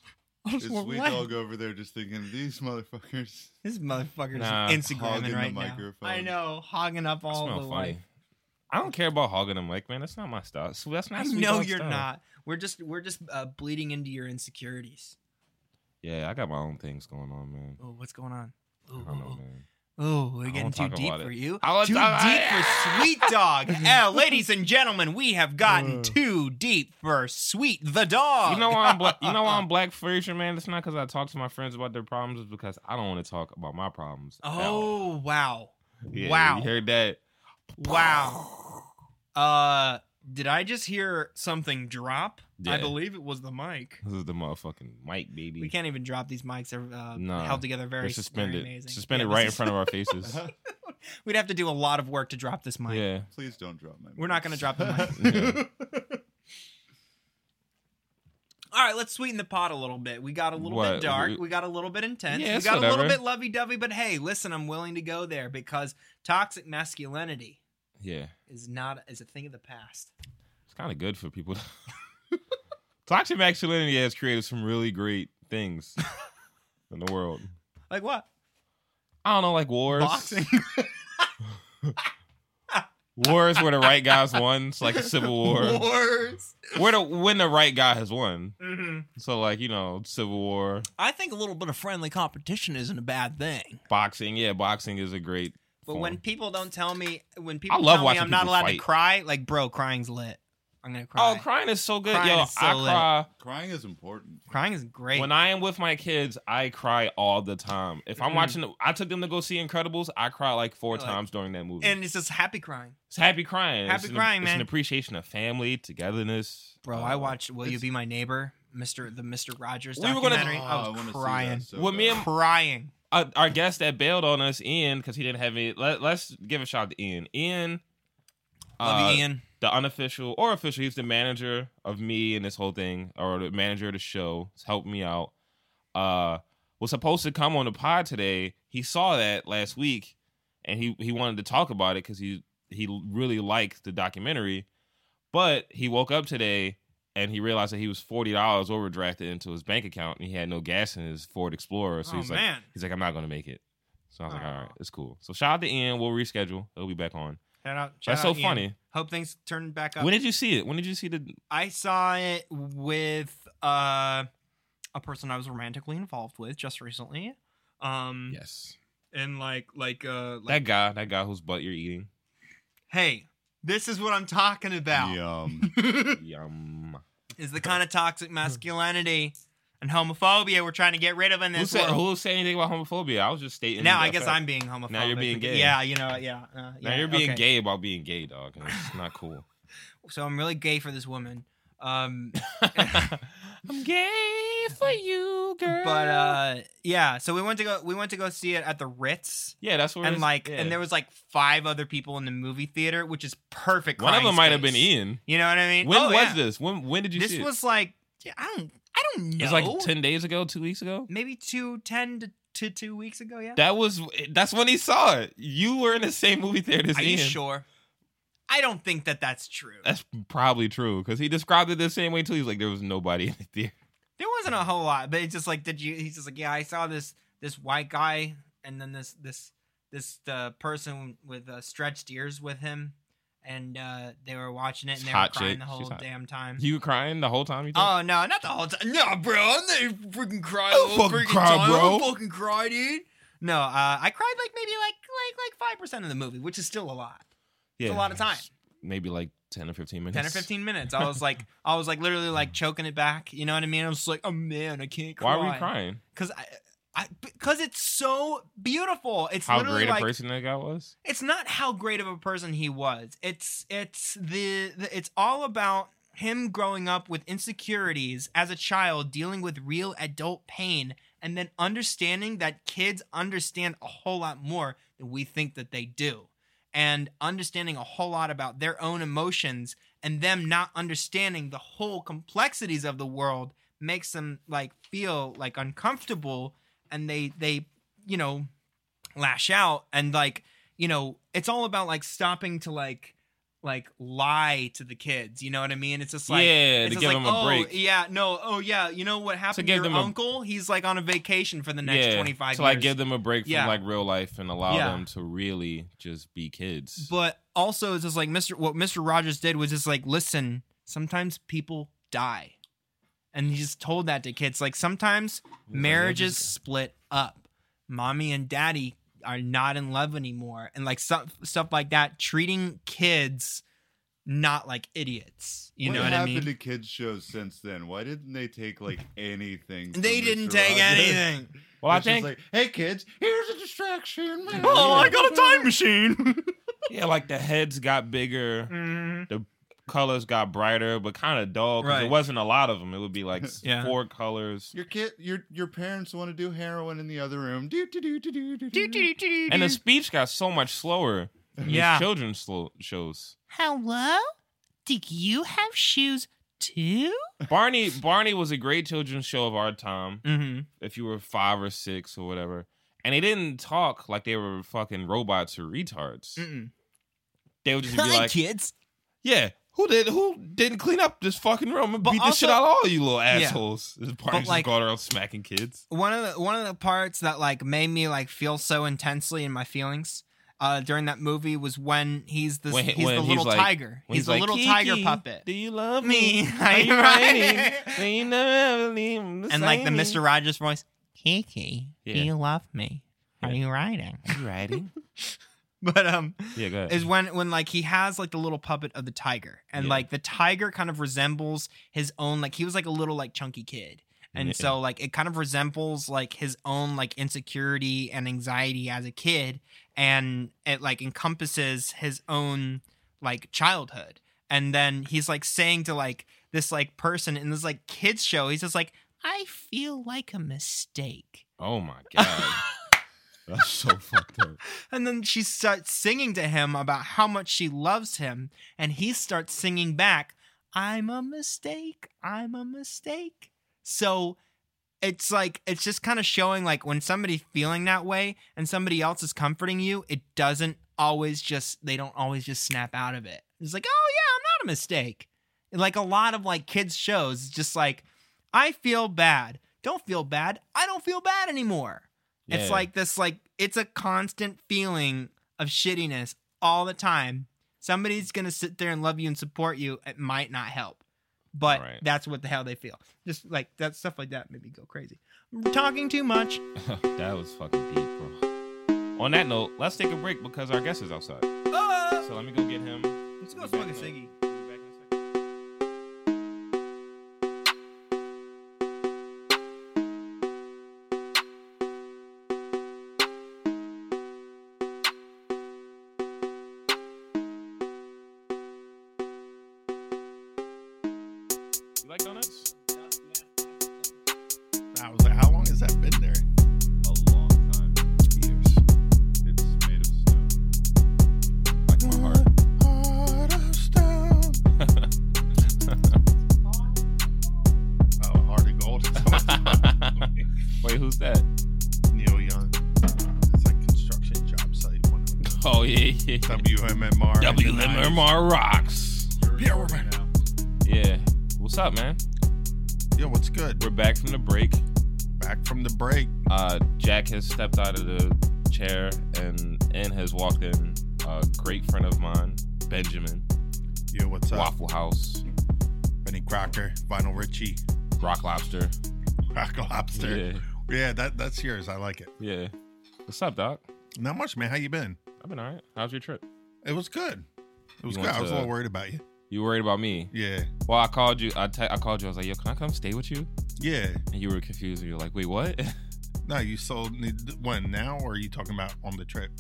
Speaker 1: I
Speaker 3: This
Speaker 1: just want to
Speaker 3: sweet
Speaker 1: laugh.
Speaker 3: dog over there just thinking these motherfuckers.
Speaker 1: This motherfucker's
Speaker 2: Nah,
Speaker 3: hogging
Speaker 1: Instagramming
Speaker 3: the
Speaker 1: right now.
Speaker 3: microphone.
Speaker 1: I know, hogging up
Speaker 2: That's
Speaker 1: all
Speaker 2: not
Speaker 1: the
Speaker 2: funny.
Speaker 1: way.
Speaker 2: I don't care about hogging them, like man. That's not my style. So that's
Speaker 1: I
Speaker 2: not. Sweet
Speaker 1: know
Speaker 2: Dog's
Speaker 1: you're
Speaker 2: style.
Speaker 1: not. We're just, we're just uh, bleeding into your insecurities.
Speaker 2: Yeah, I got my own things going on, man.
Speaker 1: Oh, what's going on?
Speaker 2: I don't know, man.
Speaker 1: Oh,
Speaker 2: I
Speaker 1: we're getting
Speaker 2: won't
Speaker 1: too
Speaker 2: talk
Speaker 1: deep
Speaker 2: about it.
Speaker 1: for you.
Speaker 2: I won't
Speaker 1: Too
Speaker 2: talk about
Speaker 1: deep
Speaker 2: it.
Speaker 1: for Sweet Dog. Eh, ladies and gentlemen, we have gotten
Speaker 2: Uh.
Speaker 1: too deep for Sweet the Dog.
Speaker 2: You know why I'm black? You know why I'm black Frasier, man? It's not because I talk to my friends about their problems. It's because I don't want to talk about my problems. at all.
Speaker 1: Oh wow,
Speaker 2: Yeah,
Speaker 1: wow.
Speaker 2: You heard that?
Speaker 1: wow. Uh, did I just hear something drop?
Speaker 2: Yeah.
Speaker 1: I believe it was the mic.
Speaker 2: This is the mmotherfucking mic, baby.
Speaker 1: We can't even drop these mics. They're uh,
Speaker 2: Nah,
Speaker 1: held together very
Speaker 2: They're
Speaker 1: very
Speaker 2: suspended,
Speaker 1: amazing.
Speaker 2: suspended
Speaker 1: Yeah,
Speaker 2: right in
Speaker 1: this
Speaker 2: front of our faces.
Speaker 1: is- We'd have to do a lot of work to drop this mic.
Speaker 2: yeah.
Speaker 3: Please don't drop my.
Speaker 1: We're not gonna drop
Speaker 2: the
Speaker 1: All right, let's sweeten the pot a little bit. We got a little
Speaker 2: What?
Speaker 1: bit dark.
Speaker 2: We-
Speaker 1: We got a little bit intense.
Speaker 2: Yeah,
Speaker 1: we
Speaker 2: it's
Speaker 1: got a little
Speaker 2: whatever.
Speaker 1: bit lovey dovey, but hey, listen, I'm willing to go there because toxic masculinity
Speaker 2: Yeah.
Speaker 1: is not is a thing of the past.
Speaker 2: It's kind of good for people. Toxic masculinity has created some really great things in the world.
Speaker 1: Like what?
Speaker 2: I don't know, like wars.
Speaker 1: Boxing.
Speaker 2: Wars where the right guys won. It's like a civil war.
Speaker 1: Wars.
Speaker 2: Where the when the right guy has won.
Speaker 1: hmm
Speaker 2: So like, you know, civil war,
Speaker 1: I think a little bit of friendly competition isn't a bad thing.
Speaker 2: boxing. Yeah, boxing is a great
Speaker 1: But
Speaker 2: form.
Speaker 1: when people don't tell me, when people
Speaker 2: love
Speaker 1: tell me
Speaker 2: watching
Speaker 1: I'm not
Speaker 2: people
Speaker 1: allowed to
Speaker 2: fight.
Speaker 1: cry, like bro, crying's lit. I'm gonna cry.
Speaker 2: Oh, crying is so good.
Speaker 1: Crying
Speaker 2: Yo,
Speaker 1: is so
Speaker 2: I
Speaker 1: lit.
Speaker 2: cry.
Speaker 3: Crying is important.
Speaker 1: crying is great.
Speaker 2: When I am with my kids, I cry all the time. If I'm
Speaker 1: Mhm.
Speaker 2: watching, I took them to go see Incredibles. I cry like four
Speaker 1: Like-
Speaker 2: times during that movie.
Speaker 1: and it's just happy crying.
Speaker 2: it's happy crying.
Speaker 1: Happy
Speaker 2: It's an-
Speaker 1: crying,
Speaker 2: It's
Speaker 1: man.
Speaker 2: an appreciation of family, togetherness.
Speaker 1: Bro,
Speaker 2: Uh,
Speaker 1: I watched "Will You
Speaker 3: it's-
Speaker 1: Be My Neighbor," Mr. the Mr. Rogers
Speaker 2: We were gonna-
Speaker 1: documentary. I
Speaker 3: Oh,
Speaker 1: was
Speaker 3: wanna see that
Speaker 1: crying,
Speaker 3: so
Speaker 2: Well, me
Speaker 3: bad.
Speaker 2: and-
Speaker 1: crying.
Speaker 2: uh, our guest that bailed on us, Ian, because he didn't have any. Let, us give a shout out to Ian. Ian,
Speaker 1: Love
Speaker 2: uh,
Speaker 1: you, Ian.
Speaker 2: the unofficial or official, he's the manager of me and this whole thing, or the manager of the show. He's helped me out. Uh, was supposed to come on the pod today. He saw that last week, and he he wanted to talk about it because he he really liked the documentary. But he woke up today and he realized that he was forty dollars overdrafted into his bank account, and he had no gas in his Ford Explorer. So
Speaker 1: oh
Speaker 2: he's like,
Speaker 1: man,
Speaker 2: He's like, I'm not gonna make it. So I was like, all
Speaker 1: Aw.
Speaker 2: right, it's cool. So shout out to Ian. We'll reschedule. He'll be back on.
Speaker 1: shout out.
Speaker 2: That's
Speaker 1: shout
Speaker 2: so
Speaker 1: out, Ian.
Speaker 2: funny.
Speaker 1: Hope things turn back up.
Speaker 2: When did you see it? When did you see the?
Speaker 1: I saw it with uh, a person I was romantically involved with just recently. Um,
Speaker 2: Yes,
Speaker 1: and like, like, uh,
Speaker 2: that
Speaker 1: like,
Speaker 2: guy, that guy whose butt you're eating.
Speaker 1: hey, this is what I'm talking about.
Speaker 3: Yum.
Speaker 2: Yum.
Speaker 1: Is the kind of toxic masculinity and homophobia we're trying to get rid of in
Speaker 2: Who
Speaker 1: this
Speaker 2: said,
Speaker 1: world.
Speaker 2: who said anything about homophobia? I was just stating.
Speaker 1: now
Speaker 2: that
Speaker 1: I guess
Speaker 2: fact.
Speaker 1: I'm being homophobic.
Speaker 2: Now you're being gay.
Speaker 1: Yeah, you know, yeah. uh,
Speaker 2: Now
Speaker 1: yeah,
Speaker 2: you're being
Speaker 1: okay.
Speaker 2: gay about being gay, dog. And it's not cool.
Speaker 1: So I'm really gay for this woman. Um,
Speaker 2: I'm gay for you, girl.
Speaker 1: but uh, yeah. So we went to go. We went to go see it at the Ritz,
Speaker 2: yeah, that's where.
Speaker 1: and
Speaker 2: it's-
Speaker 1: like,
Speaker 2: yeah.
Speaker 1: and there was like five other people in the movie theater, which is perfect.
Speaker 2: one of
Speaker 1: crying
Speaker 2: them might have
Speaker 1: space.
Speaker 2: been Ian.
Speaker 1: You know what I mean?
Speaker 2: When
Speaker 1: Oh,
Speaker 2: was
Speaker 1: yeah.
Speaker 2: this? When when did you
Speaker 1: This
Speaker 2: see
Speaker 1: was like I don't. I don't
Speaker 2: it?
Speaker 1: know.
Speaker 2: It was like ten days ago, two weeks ago.
Speaker 1: maybe two, ten to, to two weeks ago. Yeah.
Speaker 2: That was that's when he saw it. You were in the same movie theater as
Speaker 1: Are you
Speaker 2: Ian.
Speaker 1: sure? I don't think that that's true.
Speaker 2: That's probably true because he described it the same way too. He's like, there was nobody in the theater.
Speaker 1: There wasn't a whole lot, but it's just like, did you? He's just like, yeah, I saw this this white guy, and then this this this uh, person with uh, stretched ears with him, and uh, they were watching it and they were
Speaker 2: Hot chick.
Speaker 1: crying the
Speaker 2: She's
Speaker 1: whole
Speaker 2: hot.
Speaker 1: damn time.
Speaker 2: You were crying the whole time. You think?
Speaker 1: Oh no, not the whole time. No, bro, I'm not freaking crying.
Speaker 2: I
Speaker 1: the
Speaker 2: don't
Speaker 1: whole
Speaker 2: fucking
Speaker 1: freaking
Speaker 2: cry,
Speaker 1: time. I don't
Speaker 2: bro.
Speaker 1: fucking cry, dude. No, uh, I cried like maybe like like like five percent of the movie, which is still a lot.
Speaker 2: yeah,
Speaker 1: It's a lot of time.
Speaker 2: Maybe like ten or fifteen minutes.
Speaker 1: Ten or fifteen minutes. I was like, I was like literally like choking it back. You know what I mean? I was like, oh man, I can't cry.
Speaker 2: Why were you crying?
Speaker 1: Because I, because it's so beautiful. It's
Speaker 2: How
Speaker 1: literally
Speaker 2: great
Speaker 1: like
Speaker 2: a person that guy was.
Speaker 1: it's not how great of a person he was. It's it's the, the it's all about him growing up with insecurities as a child, dealing with real adult pain, and then understanding that kids understand a whole lot more than we think that they do, and understanding a whole lot about their own emotions and them not understanding the whole complexities of the world makes them like feel like uncomfortable and they they you know lash out and like you know it's all about like stopping to like like lie to the kids you know what i mean it's just like
Speaker 2: Yeah,
Speaker 1: it's
Speaker 2: to
Speaker 1: just
Speaker 2: give
Speaker 1: like,
Speaker 2: them a
Speaker 1: oh,
Speaker 2: break.
Speaker 1: yeah no oh yeah you know what happened to,
Speaker 2: give
Speaker 1: your
Speaker 2: them a-
Speaker 1: uncle he's like on a vacation for the next 25
Speaker 2: so
Speaker 1: years
Speaker 2: like give them a break from
Speaker 1: Yeah.
Speaker 2: like real life and allow
Speaker 1: Yeah.
Speaker 2: them to really just be kids.
Speaker 1: but also it's just like Mr. What Mr. Rogers did was just like, listen, sometimes people die, and he just told that to kids. Like sometimes
Speaker 2: Yeah,
Speaker 1: marriages
Speaker 2: marriages-
Speaker 1: split up, mommy and daddy are not in love anymore, and like stuff stuff like that. Treating kids not like idiots, you know what I
Speaker 3: happened
Speaker 1: mean?
Speaker 3: to kids shows since then? Why didn't they take like anything? from
Speaker 1: They
Speaker 3: Mr.
Speaker 1: didn't take
Speaker 3: Rogers?
Speaker 1: anything.
Speaker 2: well, I
Speaker 3: It's just
Speaker 2: think
Speaker 3: like, hey kids, here's a distraction.
Speaker 1: Oh, I got a time machine.
Speaker 2: yeah, like the heads got bigger,
Speaker 1: Mhm.
Speaker 2: colors got brighter, but kind of dull because
Speaker 1: Right.
Speaker 2: it wasn't a lot of them. It would be like s-
Speaker 1: Yeah.
Speaker 2: four colors,
Speaker 3: Your kid, your your parents want to do heroin in the other room. Do do do do do do do.
Speaker 2: and the speech got so much slower. in these
Speaker 1: Yeah.
Speaker 2: children's slow- shows.
Speaker 4: Hello? Did you have shoes too?
Speaker 2: Barney Barney was a great children's show of our time.
Speaker 1: hmm
Speaker 2: If you were five or six or whatever. And they didn't talk like they were fucking robots or retards.
Speaker 1: Mm-mm.
Speaker 2: They would just be like,
Speaker 1: kids.
Speaker 2: Yeah. Who did who didn't clean up this fucking room and
Speaker 1: But
Speaker 2: beat the shit out
Speaker 1: also-
Speaker 2: of all you little
Speaker 1: Yeah.
Speaker 2: assholes? This
Speaker 1: But,
Speaker 2: party just
Speaker 1: like-
Speaker 2: going around smacking kids.
Speaker 1: one of the one of the parts that like made me like feel so intensely in my feelings uh during that movie was when he's the
Speaker 2: When-
Speaker 1: he's
Speaker 2: when
Speaker 1: the
Speaker 2: he's
Speaker 1: little
Speaker 2: like-
Speaker 1: tiger.
Speaker 2: When
Speaker 1: He's, the
Speaker 2: like,
Speaker 1: little
Speaker 2: "Kiki,
Speaker 1: tiger puppet.
Speaker 2: Do you love
Speaker 1: Me.
Speaker 2: me? Are you
Speaker 1: Right?
Speaker 2: ready? When you never leave the
Speaker 1: and like the
Speaker 2: same.
Speaker 1: Mr. Rogers voice, Kiki, do
Speaker 2: Yeah.
Speaker 1: you love me? Are
Speaker 2: Yeah.
Speaker 1: you riding?
Speaker 2: Are you riding?
Speaker 1: But um
Speaker 2: yeah, go ahead.
Speaker 1: is when when like he has like the little puppet of the tiger and
Speaker 2: Yeah.
Speaker 1: like the tiger kind of resembles his own like he was like a little like chunky kid and
Speaker 2: Yeah.
Speaker 1: so like it kind of resembles like his own like insecurity and anxiety as a kid and it like encompasses his own like childhood and then he's like saying to like this like person in this like kids show he's just like i feel like a mistake
Speaker 2: oh my god. That's so fucked up.
Speaker 1: And then she starts singing to him about how much she loves him, and he starts singing back, I'm a mistake, I'm a mistake. So it's like it's just kind of showing like when somebody's feeling that way and somebody else is comforting you, it doesn't always just they don't always just snap out of it. It's like, "Oh yeah, I'm not a mistake." And, like a lot of like kids shows it's just like I feel bad. Don't feel bad. I don't feel bad anymore. It's
Speaker 2: Yeah.
Speaker 1: like this like it's a constant feeling of shittiness all the time. Somebody's gonna sit there and love you and support you. It might not help. But
Speaker 2: Right.
Speaker 1: that's what the hell they feel. Just like that stuff like that made me go crazy. I'm talking too much.
Speaker 2: that was fucking deep, bro. On that note, let's take a break because our guest is outside.
Speaker 1: Oh,
Speaker 2: So let me go get him.
Speaker 1: let's go smoke a ciggy.
Speaker 2: Be back in a second. You like donuts?
Speaker 5: I was like, how long has that been there?
Speaker 2: A long time.
Speaker 5: Years.
Speaker 2: It's made of stone. Like my heart.
Speaker 5: Oh, Heart of Gold.
Speaker 2: Wait, who's that?
Speaker 5: Neil Young. It's like construction job site. One of them.
Speaker 2: Oh yeah, yeah.
Speaker 5: WMMR.
Speaker 2: WMMR rocks.
Speaker 5: Yeah, we're back.
Speaker 2: Yeah. What's up, man?
Speaker 5: Yo, what's good?
Speaker 2: We're back from the break.
Speaker 5: Back from the break.
Speaker 2: Uh, Jack has stepped out of the chair and and has walked in. A great friend of mine, Benjamin,
Speaker 5: Yo, what's up?
Speaker 2: Waffle House,
Speaker 5: Benny Crocker, Vinyl Richie,
Speaker 2: Rock Lobster.
Speaker 5: Rock Lobster. Yeah, that, that's yours. I like it.
Speaker 2: Yeah, yeah. What's up, Doc?
Speaker 5: Not much, man. How you been?
Speaker 2: I've been alright. How's your trip?
Speaker 5: It was good. It was
Speaker 2: You
Speaker 5: good.
Speaker 2: went
Speaker 5: I was a
Speaker 2: to- uh,
Speaker 5: little worried about you.
Speaker 2: You worried about me?
Speaker 5: Yeah.
Speaker 2: Well, I called you. I te- I called you. I was like, Yo, can I come stay with you?
Speaker 5: Yeah.
Speaker 2: And you were confused. And you're like, Wait, what?
Speaker 5: No, you sold need- when now, or are you talking about on the trip?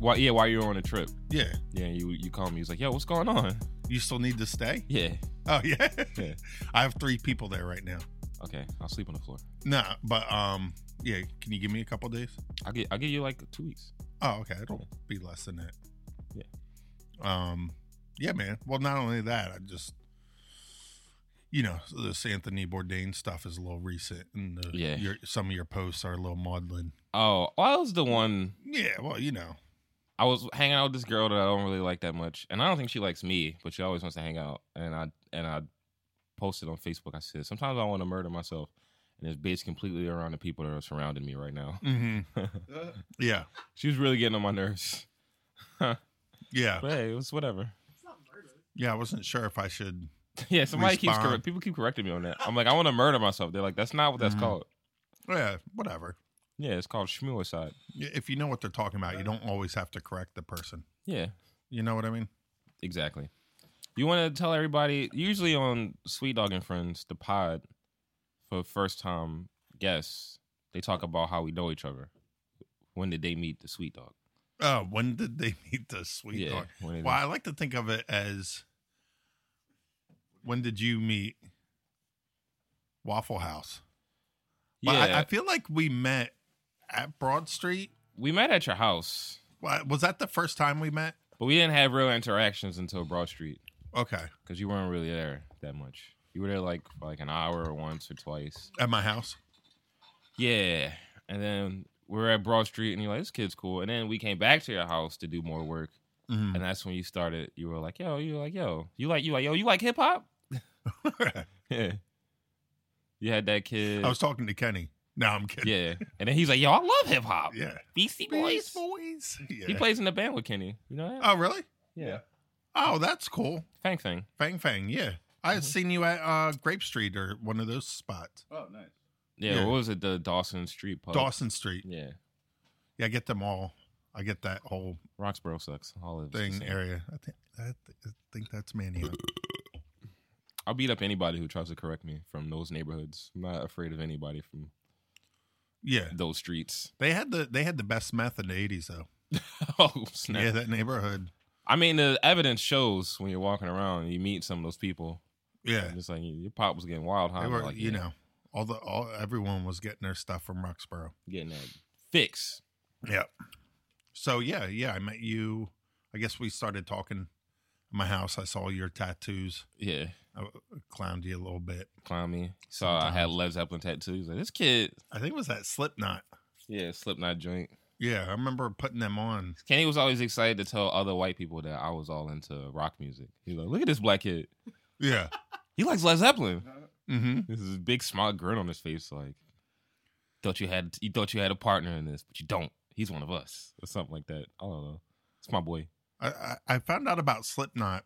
Speaker 2: Why? Yeah, while you were on a trip,
Speaker 5: Yeah,
Speaker 2: yeah, you you called me. He's like, "Yo, what's going on?"
Speaker 5: you still need to stay.
Speaker 2: Yeah.
Speaker 5: Oh yeah,
Speaker 2: Yeah.
Speaker 5: I have three people there right now.
Speaker 2: Okay, I'll sleep on the floor.
Speaker 5: Nah, but um, yeah, can you give me a couple days?
Speaker 2: I'll get I'll give you like two weeks.
Speaker 5: Oh, okay, it'll be less than that.
Speaker 2: Yeah.
Speaker 5: Um, yeah, man. Well, not only that, I just, you know, this Anthony Bourdain stuff is a little recent, and the,
Speaker 2: Yeah.
Speaker 5: your, some of your posts are a little maudlin.
Speaker 2: Oh, I was the one.
Speaker 5: Yeah, well, you know,
Speaker 2: I was hanging out with this girl that I don't really like that much, and I don't think she likes me, but she always wants to hang out. And I and I posted on Facebook. I said, "Sometimes I want to murder myself." And it's based completely around the people that are surrounding me right now.
Speaker 5: hmm yeah,
Speaker 2: she was really getting on my nerves.
Speaker 5: yeah,
Speaker 2: But hey, it was whatever.
Speaker 5: yeah. I wasn't sure if I should.
Speaker 2: Yeah, somebody keeps
Speaker 5: Respond.
Speaker 2: correct, people keep correcting me on that. I'm like, I want to murder myself. They're like, that's not what that's
Speaker 5: Mhm.
Speaker 2: called.
Speaker 5: Yeah, whatever.
Speaker 2: Yeah, it's called schmuicide.
Speaker 5: Yeah, If you know what they're talking about, you don't always have to correct the person.
Speaker 2: Yeah,
Speaker 5: You know what I mean?
Speaker 2: exactly. You want to tell everybody. Usually on Sweet Dog and Friends, the pod for first time guests, they talk about how we know each other. When did they meet the Sweet Dog?
Speaker 5: Uh, when did they meet the sweet
Speaker 2: yeah,
Speaker 5: dog?
Speaker 2: when did
Speaker 5: Well, I like to think of it as when did you meet Waffle House?
Speaker 2: they-
Speaker 5: Well,
Speaker 2: yeah.
Speaker 5: I, I feel like we met at Broad Street.
Speaker 2: we met at your house,
Speaker 5: Well, Was that the first time we met?
Speaker 2: but we didn't have real interactions until Broad Street
Speaker 5: Okay,
Speaker 2: because you weren't really there that much. You were there like for like an hour or once or twice.
Speaker 5: at my house.
Speaker 2: Yeah. And then we were at Broad Street and you're like, this kid's cool. And then we came back to your house to do more work.
Speaker 5: Mhm.
Speaker 2: And that's when you started, you were like, yo, you were like, yo, you like, you like, yo, you like hip hop? Yeah. You had that kid.
Speaker 5: I was talking to Kenny. No, I'm kidding.
Speaker 2: yeah. And then he's like, yo, I love hip hop.
Speaker 5: yeah.
Speaker 2: Beastie Boys.
Speaker 5: boys. Yeah.
Speaker 2: He plays in the band with Kenny. You know that?
Speaker 5: oh, really?
Speaker 2: yeah.
Speaker 5: Oh, that's cool.
Speaker 2: Fang Fang.
Speaker 5: Fang Fang. Yeah, I had
Speaker 2: Mhm.
Speaker 5: seen you at uh, Grape Street or one of those spots,
Speaker 3: Oh, nice.
Speaker 2: Yeah,
Speaker 5: Yeah.
Speaker 2: What was it? The Dawson Street Pub.
Speaker 5: Dawson Street.
Speaker 2: Yeah.
Speaker 5: Yeah, I get them all. I get that whole
Speaker 2: Roxborough sucks. All of it's the
Speaker 5: thing
Speaker 2: same.
Speaker 5: area. I think I, th- I think that's Manhattan.
Speaker 2: I'll beat up anybody who tries to correct me from those neighborhoods. I'm not afraid of anybody from
Speaker 5: yeah,
Speaker 2: those streets.
Speaker 5: they had the they had the best meth in the eighties though.
Speaker 2: oh, snap.
Speaker 5: Yeah, that neighborhood.
Speaker 2: I mean, the evidence shows when you're walking around, you meet some of those people.
Speaker 5: Yeah,
Speaker 2: It's like your pop was getting wild,
Speaker 5: they
Speaker 2: huh?
Speaker 5: were.
Speaker 2: like,
Speaker 5: you
Speaker 2: yeah,
Speaker 5: know, all the all everyone was getting their stuff from Roxborough.
Speaker 2: getting that fix.
Speaker 5: Yeah. So yeah, yeah, I met you. I guess we started talking. At my house, I saw your tattoos.
Speaker 2: Yeah,
Speaker 5: I clowned you a little bit.
Speaker 2: clown me. So I had Led Zeppelin tattoos. Like this kid,
Speaker 5: I think it was that Slipknot.
Speaker 2: yeah, Slipknot joint.
Speaker 5: Yeah, I remember putting them on.
Speaker 2: Kenny was always excited to tell other white people that I was all into rock music. He's like, look at this black kid.
Speaker 5: Yeah.
Speaker 2: He likes Led
Speaker 3: Uh,
Speaker 2: Zeppelin.
Speaker 5: Mm-hmm.
Speaker 2: This is a big smile grin on his face. Like, thought you had you thought you had a partner in this, but you don't. He's one of us, or something like that. I don't know. It's my boy.
Speaker 5: I, I I found out about Slipknot.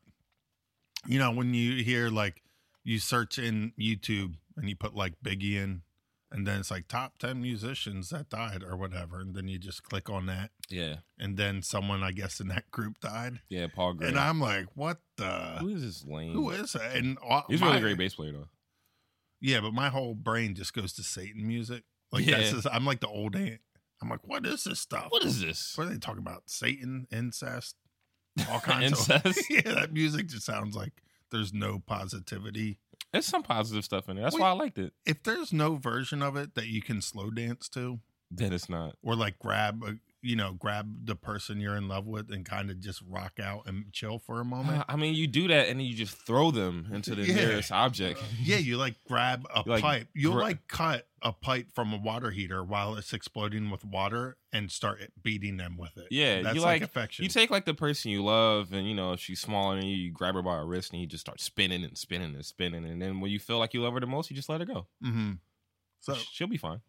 Speaker 5: You know, when you hear like you search in YouTube and you put like Biggie in, and then it's like top 10 musicians that died or whatever. And then you just click on that.
Speaker 2: Yeah,
Speaker 5: And then someone, I guess, in that group died.
Speaker 2: yeah, Paul Gray.
Speaker 5: And I'm like, what the?
Speaker 2: Who is this lame?
Speaker 5: Who is that? And all,
Speaker 2: Mm. He's a
Speaker 5: my,
Speaker 2: really great bass player though.
Speaker 5: Yeah, but my whole brain just goes to Satan music. Like,
Speaker 2: Yeah.
Speaker 5: that's just, I'm like the old aunt. I'm like, what is this stuff?
Speaker 2: What is this?
Speaker 5: What are they talking about? Satan, incest, all kinds of
Speaker 2: Incest?
Speaker 5: yeah, that music just sounds like there's no positivity.
Speaker 2: There's some positive stuff in there. That's
Speaker 5: Wait.
Speaker 2: why I liked it.
Speaker 5: If there's no version of it that you can slow dance to,
Speaker 2: Then it's not.
Speaker 5: or like grab, a, you know, grab the person you're in love with and kind of just rock out and chill for a moment.
Speaker 2: I mean, you do that and then you just throw them into the
Speaker 5: Yeah.
Speaker 2: nearest object.
Speaker 5: yeah, you like grab a
Speaker 2: You, like,
Speaker 5: pipe. You'll
Speaker 2: gra-
Speaker 5: like cut a pipe from a water heater while it's exploding with water and start beating them with it.
Speaker 2: Yeah, you
Speaker 5: that's
Speaker 2: like-
Speaker 5: affection.
Speaker 2: You take like the person you love, and you know if she's smaller than you, you grab her by her wrist, and you just start spinning and spinning and spinning. And then when you feel like you love her the most, you just let her go.
Speaker 5: mm-hmm. So
Speaker 2: Sh- she'll be fine.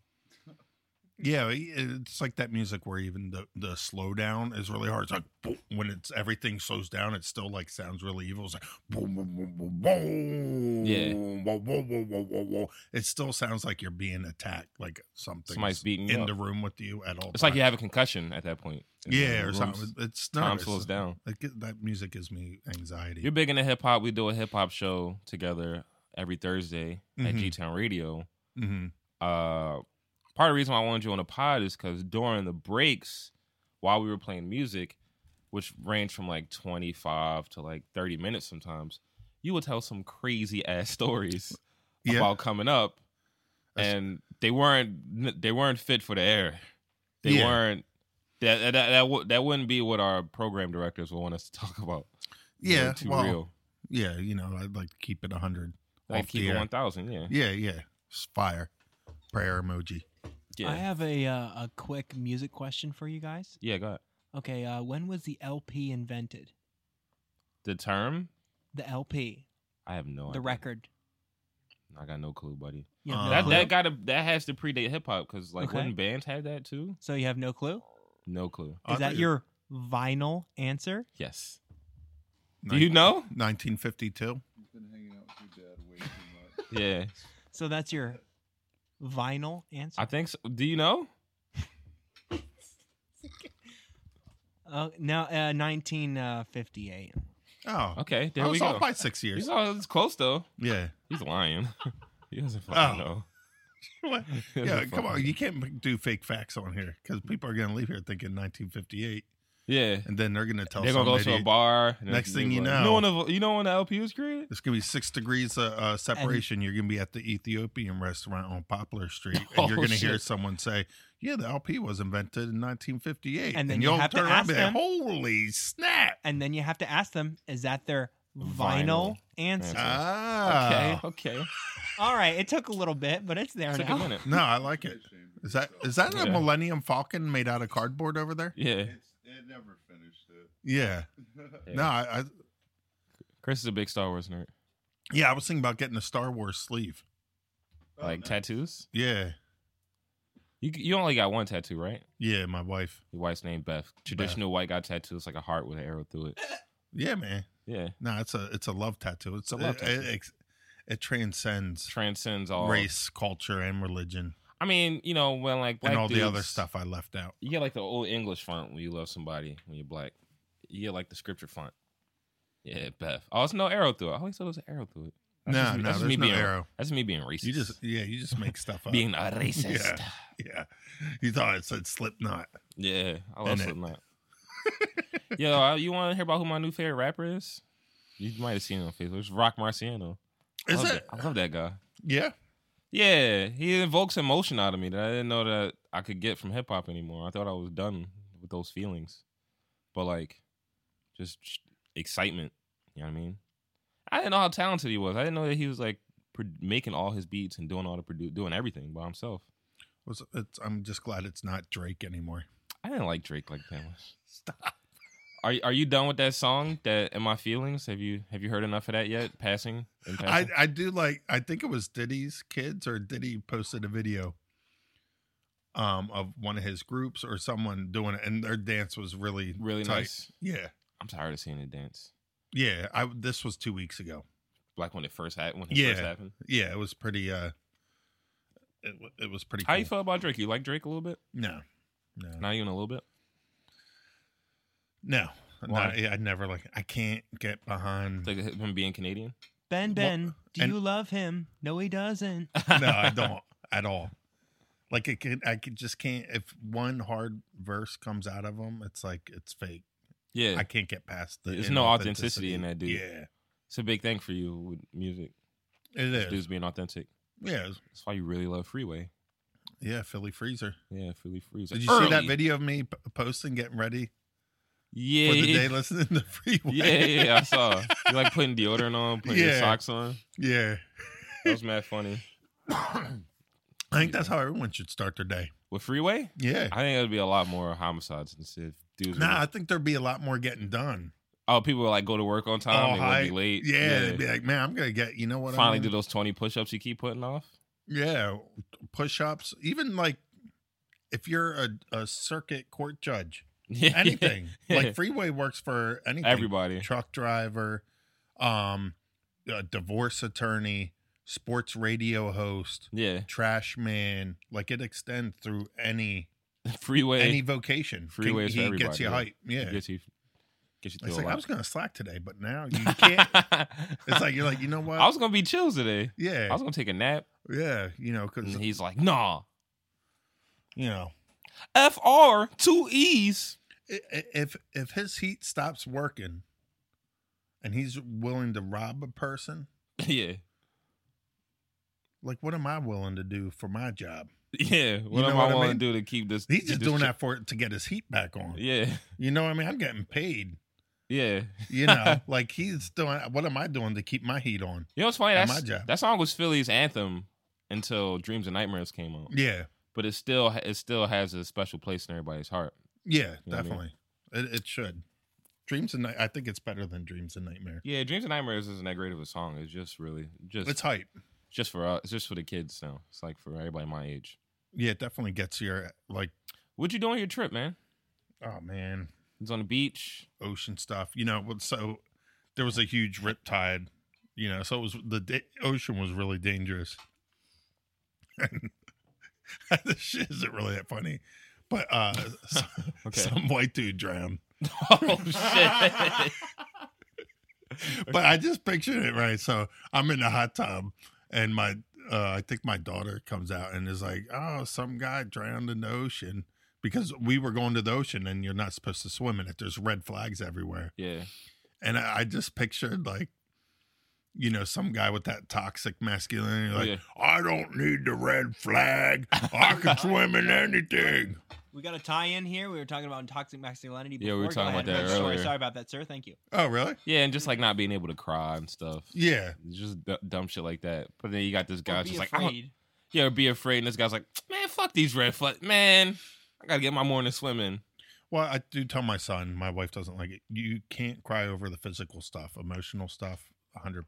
Speaker 5: Yeah, i- it's like that music where even the the slowdown is really hard. It's like boom, when it's everything slows down, it still like sounds really evil. It's like boom, boom, boom, boom, boom,
Speaker 2: Yeah.
Speaker 5: whoa, whoa, whoa, whoa, whoa, whoa. It still sounds like you're being attacked, like something
Speaker 2: Somebody's beating you.
Speaker 5: in
Speaker 2: up.
Speaker 5: the room with you at all.
Speaker 2: it's like you
Speaker 5: times.
Speaker 2: have a concussion at that point. And
Speaker 5: yeah,
Speaker 2: the
Speaker 5: or
Speaker 2: room's-
Speaker 5: something. It's
Speaker 2: Time
Speaker 5: nervous.
Speaker 2: slows down.
Speaker 5: Like, it- that music gives me anxiety.
Speaker 2: You're big into hip hop. We do a hip hop show together every Thursday at
Speaker 5: Mhm.
Speaker 2: G Town Radio.
Speaker 5: Mhm.
Speaker 2: Uh, part of the reason why I wanted you on the pod is because during the breaks, while we were playing music, which ranged from like 25 to like 30 minutes sometimes, you would tell some crazy ass stories
Speaker 5: Yeah.
Speaker 2: about coming up,
Speaker 5: That's-
Speaker 2: and they weren't they weren't fit for the air. They
Speaker 5: Yeah.
Speaker 2: weren't. That that that, that, wou- that wouldn't be what our program directors would want us to talk about. They were
Speaker 5: yeah.
Speaker 2: too
Speaker 5: well,
Speaker 2: real.
Speaker 5: yeah. You know, I'd like to keep it hundred.
Speaker 2: Like
Speaker 5: off
Speaker 2: keep
Speaker 5: the
Speaker 2: it
Speaker 5: air.
Speaker 2: one thousand. Yeah.
Speaker 5: Yeah, yeah. It's fire. Prayer emoji.
Speaker 2: Yeah.
Speaker 6: I have a uh, a quick music question for you guys.
Speaker 2: yeah. Got it.
Speaker 6: Okay, uh, when was the LP invented?
Speaker 2: the term.
Speaker 6: The LP,
Speaker 2: I have no.
Speaker 6: the
Speaker 2: idea.
Speaker 6: record.
Speaker 2: I got no clue, buddy.
Speaker 6: You have
Speaker 5: Uh,
Speaker 6: no
Speaker 2: that
Speaker 6: clue?
Speaker 2: that got to that has to predate hip hop because like
Speaker 6: Okay.
Speaker 2: wouldn't bands have that too?
Speaker 6: so you have no clue?
Speaker 2: No clue.
Speaker 5: I
Speaker 6: Is that
Speaker 5: thought-
Speaker 6: your vinyl answer?
Speaker 2: Yes. Do
Speaker 5: Nin-
Speaker 2: you know?
Speaker 5: 1952?
Speaker 3: been hanging out with your dad way too much.
Speaker 2: Yeah.
Speaker 6: So that's your vinyl answer.
Speaker 2: I think so. Do you know?
Speaker 6: Uh, now, uh, 1958.
Speaker 5: Oh,
Speaker 2: Okay. There
Speaker 5: I
Speaker 2: we
Speaker 5: was
Speaker 2: go.
Speaker 5: off by six years.
Speaker 2: He's all it's close though.
Speaker 5: yeah,
Speaker 2: He's lying. he doesn't fucking
Speaker 5: Oh.
Speaker 2: know.
Speaker 5: What?
Speaker 2: He
Speaker 5: yeah.
Speaker 2: doesn't
Speaker 5: Come
Speaker 2: fucking-
Speaker 5: on, you can't do fake facts on here because people are gonna leave here thinking 1958,
Speaker 2: Yeah.
Speaker 5: and then they're gonna tell
Speaker 2: They're gonna go
Speaker 5: somebody
Speaker 2: to a bar. and
Speaker 5: Next
Speaker 2: they'll
Speaker 5: thing
Speaker 2: be
Speaker 5: you
Speaker 2: like,
Speaker 5: know-
Speaker 2: you know when the, you know when the LP was created?
Speaker 5: It's gonna be six degrees of uh, separation. You're gonna be at the Ethiopian restaurant on Poplar Street, and you're
Speaker 2: Oh,
Speaker 5: gonna hear
Speaker 2: shit.
Speaker 5: someone say, "Yeah, the LP was invented in 1958,"
Speaker 6: And then you
Speaker 5: you'll
Speaker 6: have to
Speaker 5: turn around
Speaker 6: ask them.
Speaker 5: and be like, "Holy snap!"
Speaker 6: And then you have to ask them, is that their vinyl,
Speaker 2: Vinyl
Speaker 6: answer?
Speaker 2: answer.
Speaker 5: Ah,
Speaker 2: Okay. Okay.
Speaker 6: All right, it took a little bit, but it's there
Speaker 2: Took a
Speaker 6: now.
Speaker 2: minute.
Speaker 5: no, I like it. Is that is that a
Speaker 2: Yeah.
Speaker 5: Millennium Falcon made out of cardboard over there?
Speaker 2: Yeah.
Speaker 3: It's, it never finished it.
Speaker 5: Yeah.
Speaker 2: Yeah.
Speaker 5: No, I, I
Speaker 2: Chris is a big Star Wars nerd.
Speaker 5: yeah, I was thinking about getting a Star Wars sleeve.
Speaker 3: Oh,
Speaker 2: like
Speaker 3: nice.
Speaker 2: tattoos.
Speaker 5: Yeah.
Speaker 2: You you only got one tattoo, right?
Speaker 5: Yeah, my wife.
Speaker 2: Your wife's name Beth. Traditional white guy tattoo. It's like a heart with an arrow through it.
Speaker 5: Yeah, man.
Speaker 2: Yeah.
Speaker 5: No, it's a it's a love tattoo. It's a
Speaker 2: love
Speaker 5: love it,
Speaker 2: tattoo.
Speaker 5: It, it, it transcends
Speaker 2: transcends all
Speaker 5: race, culture, and religion,
Speaker 2: I mean, you know, when like black
Speaker 5: and all the other
Speaker 2: dudes-
Speaker 5: stuff I left out.
Speaker 2: You get like the old English font when you love somebody when you're black. You get like the scripture font. Yeah, Beth. Oh, it's no arrow through it. I always thought it was an arrow through it. That's
Speaker 5: no,
Speaker 2: just me-
Speaker 5: no,
Speaker 2: that's just
Speaker 5: there's
Speaker 2: me
Speaker 5: no
Speaker 2: being-
Speaker 5: arrow.
Speaker 2: That's me being racist.
Speaker 5: You just yeah, you just make stuff up.
Speaker 2: being a racist.
Speaker 5: Yeah. yeah, you thought it said Slipknot.
Speaker 2: Yeah, I love
Speaker 5: Innit?
Speaker 2: Slipknot. Yo, I- you want to hear about who my new favorite rapper is? You might have seen it on Facebook. It's Rock Marciano. I
Speaker 5: Is
Speaker 2: love
Speaker 5: it?
Speaker 2: that- I love that guy.
Speaker 5: Yeah,
Speaker 2: Yeah, he invokes emotion out of me that I didn't know that I could get from hip hop anymore. I thought I was done with those feelings, but like, just sh- excitement. You know what I mean? I didn't know how talented he was. I didn't know that he was like pro- making all his beats and doing all the produ- doing everything by himself.
Speaker 5: was it's, I'm just glad it's not Drake anymore.
Speaker 2: I didn't like Drake like that much. Are are you done with that song? That in my feelings? Have you have you heard enough of that yet? Passing. In
Speaker 5: I,
Speaker 2: passing?
Speaker 5: I do like I think it was Diddy's kids or Diddy posted a video um of one of his groups or someone doing it and their dance was really
Speaker 2: really
Speaker 5: tight.
Speaker 2: nice.
Speaker 5: Yeah.
Speaker 2: I'm tired of seeing it dance.
Speaker 5: Yeah. I this was two weeks ago.
Speaker 2: Like when it first happened. When it
Speaker 5: Yeah.
Speaker 2: first happened.
Speaker 5: Yeah, it was pretty uh it, wa- it was pretty
Speaker 2: How
Speaker 5: cool.
Speaker 2: you feel about Drake? You like Drake a little bit?
Speaker 5: No. No.
Speaker 2: Not even a little bit.
Speaker 5: No.
Speaker 2: Why?
Speaker 5: Not- yeah, I never like I can't get behind
Speaker 2: Like him being Canadian.
Speaker 6: Ben, Ben, do
Speaker 5: and-
Speaker 6: you love him? No, he doesn't.
Speaker 5: no, I don't at all. Like it could, I could just can't. If one hard verse comes out of them, it's like it's fake.
Speaker 2: Yeah,
Speaker 5: I can't get past the.
Speaker 2: There's no authenticity in that dude.
Speaker 5: Yeah,
Speaker 2: it's a big thing for you with music.
Speaker 5: it
Speaker 2: This
Speaker 5: is.
Speaker 2: dude's being authentic.
Speaker 5: Yeah, it's-
Speaker 2: That's why you really love Freeway.
Speaker 5: yeah. Philly Freezer.
Speaker 2: Yeah, Philly Freeze.
Speaker 5: Did you see that video of me p- posting getting ready
Speaker 2: Yeah,
Speaker 5: for the
Speaker 2: yeah,
Speaker 5: day listening to Freeway?
Speaker 2: yeah, yeah, yeah, I saw. You like putting deodorant on, putting your
Speaker 5: Yeah.
Speaker 2: socks on.
Speaker 5: yeah.
Speaker 2: That was mad funny.
Speaker 5: I think that's how everyone should start their day.
Speaker 2: With Freeway,
Speaker 5: Yeah.
Speaker 2: I think there'd be a lot more homicides instead. Dudes, would-
Speaker 5: Nah, I think there'd be a lot more getting done.
Speaker 2: oh, people would like go to work on time.
Speaker 5: All
Speaker 2: they would be
Speaker 5: hype.
Speaker 2: late.
Speaker 5: Yeah, they'd be like, man, I'm gonna get. You know what? I'm
Speaker 2: Finally,
Speaker 5: gonna
Speaker 2: do those twenty push-ups you keep putting off.
Speaker 5: Yeah, push ups, even like if you're a, a circuit court judge,
Speaker 2: Yeah,
Speaker 5: anything. like freeway works for anything.
Speaker 2: everybody.
Speaker 5: Truck driver, um, a divorce attorney, sports radio host,
Speaker 2: Yeah,
Speaker 5: trash man. Like it extends through any
Speaker 2: Freeway.
Speaker 5: any vocation.
Speaker 2: Freeway is for
Speaker 5: he gets
Speaker 2: everybody,
Speaker 5: you
Speaker 2: yeah.
Speaker 5: hype. Yeah.
Speaker 2: Gets you. Gets you through
Speaker 5: it's
Speaker 2: a
Speaker 5: like
Speaker 2: lot.
Speaker 5: I was gonna slack today, but now you can't. it's like you're like you know what?
Speaker 2: I was gonna be chill today.
Speaker 5: yeah,
Speaker 2: I was gonna take a nap, Mm-hmm.
Speaker 5: yeah. You know because
Speaker 2: and he's like, "Nah."
Speaker 5: you know,
Speaker 2: FR, two E's.
Speaker 5: i- i- if if his heat stops working, and he's willing to rob a person,
Speaker 2: Yeah.
Speaker 5: like what am I willing to do for my job?
Speaker 2: Yeah. What
Speaker 5: know
Speaker 2: am
Speaker 5: what
Speaker 2: I
Speaker 5: I
Speaker 2: want
Speaker 5: mean?
Speaker 2: to do to keep this?
Speaker 5: He's just
Speaker 2: this
Speaker 5: doing
Speaker 2: ch-
Speaker 5: that for to get his heat back on.
Speaker 2: Yeah.
Speaker 5: You know what I mean? I'm getting paid.
Speaker 2: Yeah.
Speaker 5: You know, like he's doing. What am I doing to keep my heat on?
Speaker 2: You know what's funny?
Speaker 5: At
Speaker 2: That's,
Speaker 5: my job.
Speaker 2: that song was Philly's anthem until Dreams and Nightmares came out.
Speaker 5: Yeah,
Speaker 2: But it still it still has a special place in everybody's heart.
Speaker 5: yeah,
Speaker 2: You know what I mean?
Speaker 5: definitely. It, it should. Dreams and night. I think it's better than dreams and nightmare.
Speaker 2: Yeah, Dreams and Nightmares isn't that great of a song. It's just really just
Speaker 5: It's hype.
Speaker 2: just for us, just for the kids now. It's like for everybody my age.
Speaker 5: Yeah, it definitely gets your like.
Speaker 2: What'd you do on your trip, man?
Speaker 5: Oh man,
Speaker 2: It's on the beach.
Speaker 5: ocean stuff. You know, but so there was a huge rip tide. You know, so it was the da- ocean was really dangerous. this shit isn't really that funny, but uh, so-
Speaker 2: Okay.
Speaker 5: some white dude drowned.
Speaker 2: oh shit!
Speaker 5: But I just pictured it right. So I'm in the hot tub, and my uh, I think my daughter comes out and is like, "Oh, some guy drowned in the ocean." Because we were going to the ocean and you're not supposed to swim in it. There's red flags everywhere.
Speaker 2: yeah,
Speaker 5: and I, I just pictured like you know some guy with that toxic masculinity like i don't need the red flag i can swim in anything
Speaker 6: We got a tie in here. We were talking about toxic masculinity.
Speaker 2: Yeah, we were
Speaker 6: before. Go
Speaker 2: talking about
Speaker 6: ahead,
Speaker 2: that
Speaker 6: Reg. Sorry,
Speaker 2: earlier.
Speaker 6: Sorry about that, sir. Thank you.
Speaker 5: oh really
Speaker 2: yeah, and just like not being able to cry and stuff.
Speaker 5: yeah
Speaker 2: It's Just d- dumb shit like that. But then you got this
Speaker 6: Or
Speaker 2: guy
Speaker 6: be
Speaker 2: just like, I don't-
Speaker 6: afraid.
Speaker 2: yeah, or be afraid. And this guy's like, man, fuck these red flags, man. I gotta get my morning swimming.
Speaker 5: well i do tell my son my wife doesn't like it you can't cry over the physical stuff emotional stuff 100%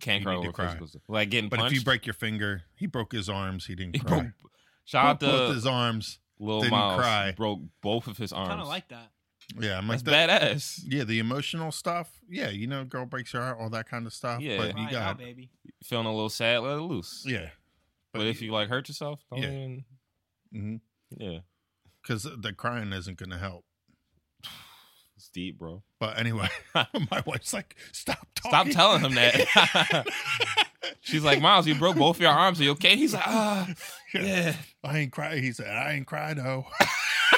Speaker 2: Can't
Speaker 5: You
Speaker 2: cry
Speaker 5: need to
Speaker 2: over
Speaker 5: cry.
Speaker 2: physical stuff. Like getting
Speaker 5: but
Speaker 2: punched.
Speaker 5: if you break your finger he broke his arms he didn't
Speaker 2: He
Speaker 5: cry
Speaker 2: broke- shout out
Speaker 5: Broke both
Speaker 2: to
Speaker 5: his arms
Speaker 2: Lil
Speaker 5: didn't
Speaker 2: Miles.
Speaker 5: cry.
Speaker 2: Broke both of his arms.
Speaker 6: Kind of like that.
Speaker 5: yeah i'm like
Speaker 2: That's
Speaker 5: that-
Speaker 2: badass.
Speaker 5: yeah the emotional stuff yeah you know girl breaks your heart all that kind of stuff
Speaker 2: Yeah.
Speaker 5: but
Speaker 6: Cry
Speaker 5: you
Speaker 6: it
Speaker 5: got
Speaker 6: out, baby.
Speaker 2: Feeling a little sad, let it loose.
Speaker 5: yeah
Speaker 2: But, if you like hurt yourself, don't
Speaker 5: Yeah.
Speaker 2: even.
Speaker 5: Mhm.
Speaker 2: Yeah,
Speaker 5: because the crying isn't going to help.
Speaker 2: it's deep, bro.
Speaker 5: But anyway, my wife's like, stop
Speaker 2: Stop
Speaker 5: talking.
Speaker 2: telling him that. She's like, Miles, you broke both your arms. Are you okay? He's like, ah, yeah.
Speaker 5: I ain't cry. He said, I ain't cry though.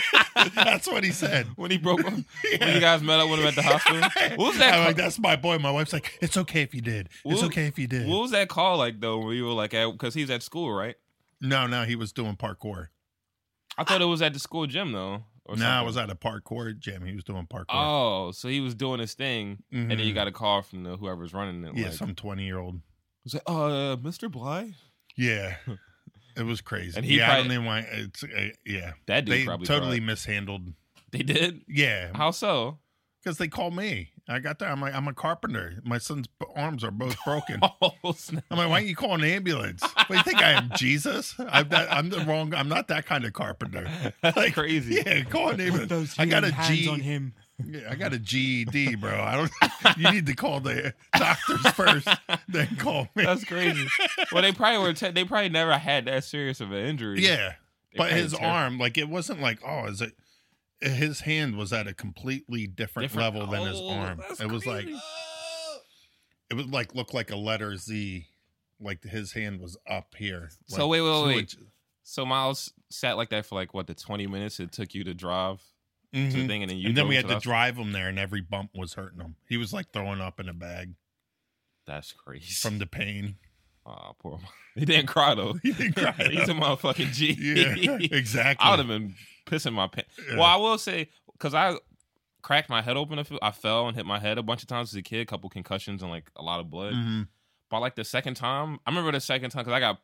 Speaker 5: That's what he said.
Speaker 2: When he broke, when
Speaker 5: Yeah.
Speaker 2: you guys met up with him at the hospital, what was that?
Speaker 5: I'm
Speaker 2: call-
Speaker 5: like, That's my boy. My wife's like, it's okay if you did. It's
Speaker 2: What-
Speaker 5: okay if you did.
Speaker 2: what was that call like though? Where you were like, because he's at school, right?
Speaker 5: No, no, he was doing parkour.
Speaker 2: I thought it was at the school gym though. or
Speaker 5: No, I
Speaker 2: something.
Speaker 5: was at a parkour gym. He was doing parkour.
Speaker 2: Oh, so he was doing his thing, and then
Speaker 5: Mhm.
Speaker 2: you got a call from the whoever's running it.
Speaker 5: yeah,
Speaker 2: like,
Speaker 5: some twenty year old.
Speaker 2: was like, uh, Mr. Bly.
Speaker 5: Yeah, it was crazy.
Speaker 2: And he
Speaker 5: yeah, I
Speaker 2: probably-
Speaker 5: don't even want. It's uh, yeah.
Speaker 2: That dude
Speaker 5: They
Speaker 2: probably
Speaker 5: totally
Speaker 2: cried.
Speaker 5: mishandled.
Speaker 2: They did.
Speaker 5: Yeah,
Speaker 2: How so?
Speaker 5: Because they call me. I got there. I'm like, I'm a carpenter. My son's b- arms are both broken.
Speaker 2: Oh, snap.
Speaker 5: I'm like, why don't you call an ambulance? What, you think I am Jesus? I'm, that, I'm the wrong. I'm not that kind of carpenter.
Speaker 2: That's
Speaker 5: Like,
Speaker 2: crazy.
Speaker 5: Yeah, call an
Speaker 6: Put
Speaker 5: ambulance.
Speaker 6: those
Speaker 5: I got
Speaker 6: healing
Speaker 5: a
Speaker 6: hands
Speaker 5: G.
Speaker 6: on him.
Speaker 5: yeah, I got a GED, bro. I don't. You need to call the doctors first, then call me.
Speaker 2: That's crazy. well, they probably were. Te- they probably never had that serious of an injury.
Speaker 5: yeah,
Speaker 2: They
Speaker 5: but
Speaker 2: probably
Speaker 5: his
Speaker 2: ter-
Speaker 5: arm, like, it wasn't like, oh, is it? His hand was at a completely different,
Speaker 2: Different-
Speaker 5: level than his
Speaker 2: Oh,
Speaker 5: arm.
Speaker 2: that's
Speaker 5: It was like
Speaker 2: crazy.
Speaker 5: it would like look like a letter Z, like his hand was up here.
Speaker 2: So
Speaker 5: like,
Speaker 2: wait, wait,
Speaker 5: two
Speaker 2: wait.
Speaker 5: inches.
Speaker 2: So Miles sat like that for like what the twenty minutes it took you to drive to the
Speaker 5: Mhm.
Speaker 2: thing, and then you.
Speaker 5: And then
Speaker 2: drove
Speaker 5: we had
Speaker 2: the
Speaker 5: to
Speaker 2: hospital?
Speaker 5: drive him there, and every bump was hurting him. He was like throwing up in a bag
Speaker 2: That's crazy.
Speaker 5: from the pain.
Speaker 2: oh, poor. Miles. He didn't cry though.
Speaker 5: He didn't cry,
Speaker 2: He's a
Speaker 5: though.
Speaker 2: motherfucking G.
Speaker 5: Yeah, exactly.
Speaker 2: I would have been pissing my pants.
Speaker 5: Yeah.
Speaker 2: Well, I will say because I cracked my head open. a few- I fell and hit my head a bunch of times as a kid. couple concussions and like a lot of blood.
Speaker 5: Mhm.
Speaker 2: But like the second time, I remember the second time because I got,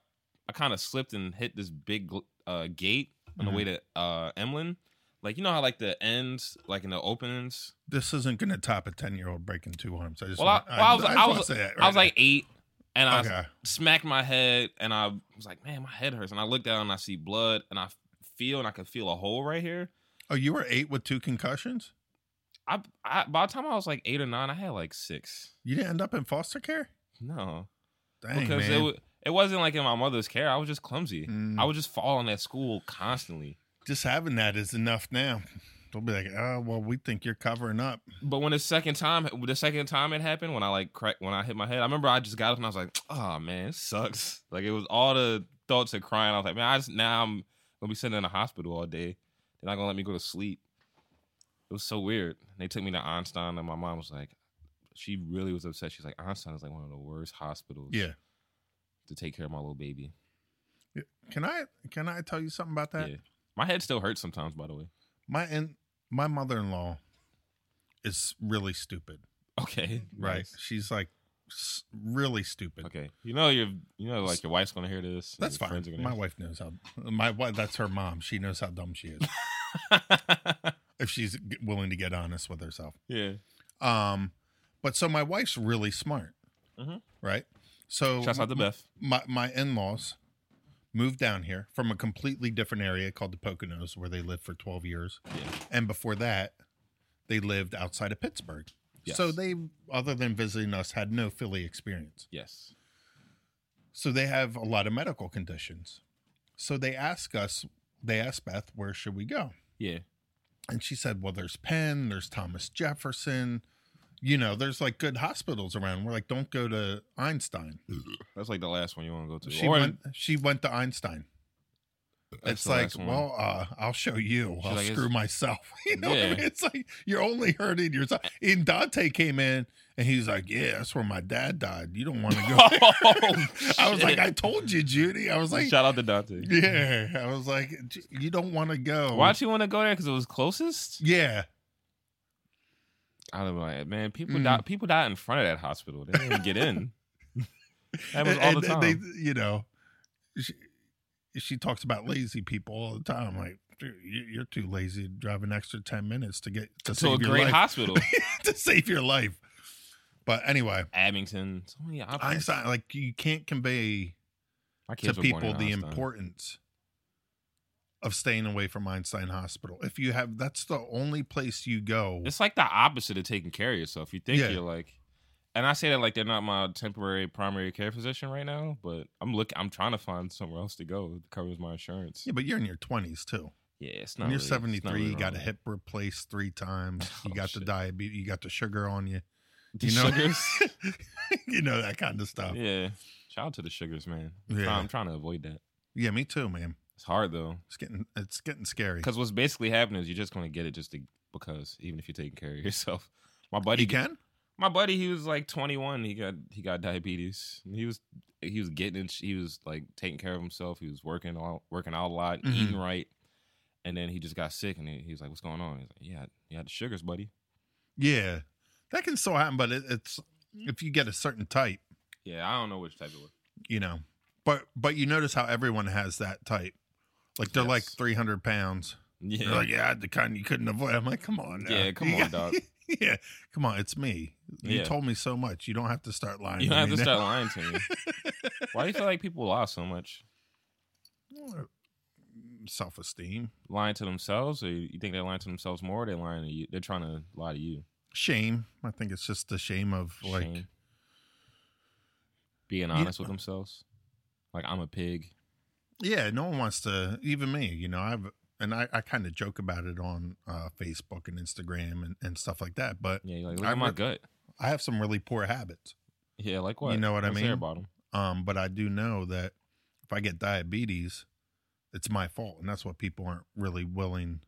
Speaker 2: I kind of slipped and hit this big uh, gate on
Speaker 5: Mm-hmm.
Speaker 2: the way to uh, Emlyn. Like you know how like the ends, like in the openings.
Speaker 5: This isn't going to top a ten-year-old breaking two arms. I just
Speaker 2: Well, I-
Speaker 5: want-
Speaker 2: well, I was-
Speaker 5: just
Speaker 2: I
Speaker 5: want
Speaker 2: was-
Speaker 5: to say that
Speaker 2: I was
Speaker 5: right
Speaker 2: like eight, and
Speaker 5: now.
Speaker 2: I
Speaker 5: okay,
Speaker 2: smacked my head, and I was like, man, my head hurts. And I look down and I see blood, and I feel and I can feel a hole right here.
Speaker 5: oh, you were eight with two concussions.
Speaker 2: I, I by the time I was like eight or nine, I had like six.
Speaker 5: You didn't end up in foster care.
Speaker 2: No,
Speaker 5: Dang,
Speaker 2: because
Speaker 5: man.
Speaker 2: it wa- it wasn't like in my mother's care. I was just clumsy.
Speaker 5: Mm.
Speaker 2: I was just falling at school constantly.
Speaker 5: just having that is enough now. They'll be like, oh, well, we think you're covering up.
Speaker 2: But when the second time, the second time it happened, when I like cracked, when I hit my head, I remember I just got up and I was like, "Oh man, it sucks." Like it was all the thoughts of crying. I was like, "Man, I just now I'm gonna be sitting in a hospital all day. They're not gonna let me go to sleep. It was so weird. They took me to Einstein, and my mom was like, she really was upset. She's like, Einstein is like one of the worst hospitals
Speaker 5: Yeah.
Speaker 2: to take care of my little baby.
Speaker 5: Can I can I tell you something about that?
Speaker 2: yeah. My head still hurts sometimes, by the way.
Speaker 5: My and my mother in law is really stupid.
Speaker 2: Okay.
Speaker 5: Right?
Speaker 2: Nice.
Speaker 5: She's like s- really stupid.
Speaker 2: Okay. You know your you know like your wife's gonna hear this. and
Speaker 5: That's
Speaker 2: your
Speaker 5: fine.
Speaker 2: friends are gonna
Speaker 5: My
Speaker 2: hear
Speaker 5: wife knows how. My wife. That's her mom. She knows how dumb she is if she's g- willing to get honest with herself.
Speaker 2: yeah.
Speaker 5: Um, but so my wife's really smart,
Speaker 2: Mhm.
Speaker 5: right? So
Speaker 2: Shouts out to Beth.
Speaker 5: my my in laws moved down here from a completely different area called the Poconos, where they lived for twelve years,
Speaker 2: Yeah.
Speaker 5: and before that, they lived outside of Pittsburgh.
Speaker 2: Yes.
Speaker 5: So they, other than visiting us, had no Philly experience.
Speaker 2: Yes.
Speaker 5: So they have a lot of medical conditions. So they ask us, they asked Beth, where should we go?
Speaker 2: Yeah.
Speaker 5: And she said, well, there's Penn, there's Thomas Jefferson. You know, there's like good hospitals around. We're like, don't go to Einstein.
Speaker 2: That's like the last one you want to go to.
Speaker 5: She
Speaker 2: Or-
Speaker 5: went. She went to Einstein.
Speaker 2: that's
Speaker 5: it's
Speaker 2: the
Speaker 5: like,
Speaker 2: last one.
Speaker 5: well, uh, I'll show you.
Speaker 2: She's
Speaker 5: I'll
Speaker 2: like, it's-
Speaker 5: screw myself. You know, what
Speaker 2: Yeah.
Speaker 5: I mean? it's like you're only hurting yourself. And Dante came in and he's like, yeah, that's where my dad died. You don't want to go. there."
Speaker 2: Oh,
Speaker 5: I was like,
Speaker 2: shit.
Speaker 5: I told you, Judy. I was like,
Speaker 2: shout out to Dante.
Speaker 5: yeah. I was like, "J- you don't want to go.
Speaker 2: Why'd you want to go there? Because it was closest.
Speaker 5: Yeah,
Speaker 2: I don't know, like, man. People
Speaker 5: Mm.
Speaker 2: die. People die in front of that hospital. They didn't even get in. that was all
Speaker 5: and,
Speaker 2: the time.
Speaker 5: and they, you know, she, she talks about lazy people all the time. Like, "Dude, you- you're too lazy to drive an extra ten minutes to get to,
Speaker 2: to
Speaker 5: save
Speaker 2: a
Speaker 5: your
Speaker 2: great
Speaker 5: life.
Speaker 2: hospital,
Speaker 5: to save your life. But anyway,
Speaker 2: Abington. So many options.
Speaker 5: Einstein, like you can't convey
Speaker 2: My
Speaker 5: to
Speaker 2: kids were born
Speaker 5: people
Speaker 2: in
Speaker 5: the
Speaker 2: Einstein.
Speaker 5: importance of staying away from Einstein Hospital. If you have, that's the only place you go.
Speaker 2: It's like the opposite of taking care of yourself. You think
Speaker 5: Yeah.
Speaker 2: you're like, and I say that like they're not my temporary primary care physician right now, but I'm look. I'm trying to find somewhere else to go that covers my insurance.
Speaker 5: yeah, but you're in your 20s too.
Speaker 2: Yeah, it's not.
Speaker 5: When you're
Speaker 2: really- it's not
Speaker 5: 73,
Speaker 2: really
Speaker 5: you got a
Speaker 2: wrong.
Speaker 5: hip replaced three times. You
Speaker 2: Oh,
Speaker 5: got the
Speaker 2: shit.
Speaker 5: diabetes, you got the sugar on you.
Speaker 2: The
Speaker 5: you know,
Speaker 2: sugars?
Speaker 5: you know that kind of stuff. Yeah,
Speaker 2: Yeah. Shout out to the sugars, man.
Speaker 5: Oh. Yeah.
Speaker 2: I'm trying to avoid that.
Speaker 5: me too, man.
Speaker 2: It's hard though,
Speaker 5: It's getting it's getting scary.
Speaker 2: because what's basically happening is you're just gonna get it just to, because even if you're taking care of yourself. My
Speaker 5: But
Speaker 2: buddy,
Speaker 5: you can.
Speaker 2: my buddy, he was like 21. He got he got diabetes. He was he was getting in, sh- he was like taking care of himself. He was working all working out a lot,
Speaker 5: Mhm.
Speaker 2: eating right, and then he just got sick. And he, he was like, "What's going on?" He's like, "Yeah, you had the sugars, buddy."
Speaker 5: Yeah, that can still happen, but it, it's if you get a certain type.
Speaker 2: Yeah, I don't know which type it was.
Speaker 5: you know but but you notice how everyone has that type like they're like
Speaker 2: Yes.
Speaker 5: 300 pounds
Speaker 2: Yeah,
Speaker 5: they're like yeah the kind you couldn't avoid i'm like come on now.
Speaker 2: Yeah, come
Speaker 5: You
Speaker 2: on, dog.
Speaker 5: yeah come on it's me you
Speaker 2: Yeah.
Speaker 5: told me so much you don't have to start lying
Speaker 2: you don't have
Speaker 5: me
Speaker 2: to
Speaker 5: now.
Speaker 2: start lying to me. Why do you feel like people lie so much?
Speaker 5: self-esteem
Speaker 2: lying to themselves, or you think they're lying to themselves more? Or they're lying to you. They're trying to lie to you.
Speaker 5: shame i think it's just the shame of like
Speaker 2: Shame. being
Speaker 5: Yeah.
Speaker 2: honest with themselves. Like I'm a pig.
Speaker 5: yeah no one wants to even me you know i've and i, I kind of joke about it on uh, facebook and instagram and, and stuff like that but
Speaker 2: Yeah, you're like look
Speaker 5: I
Speaker 2: at my
Speaker 5: work-
Speaker 2: gut.
Speaker 5: i have some really poor habits
Speaker 2: Yeah, like what?
Speaker 5: You know what I
Speaker 2: What's there
Speaker 5: mean?
Speaker 2: about 'em?
Speaker 5: Um, but I do know that if I get diabetes, it's my fault, and that's what people aren't really willing.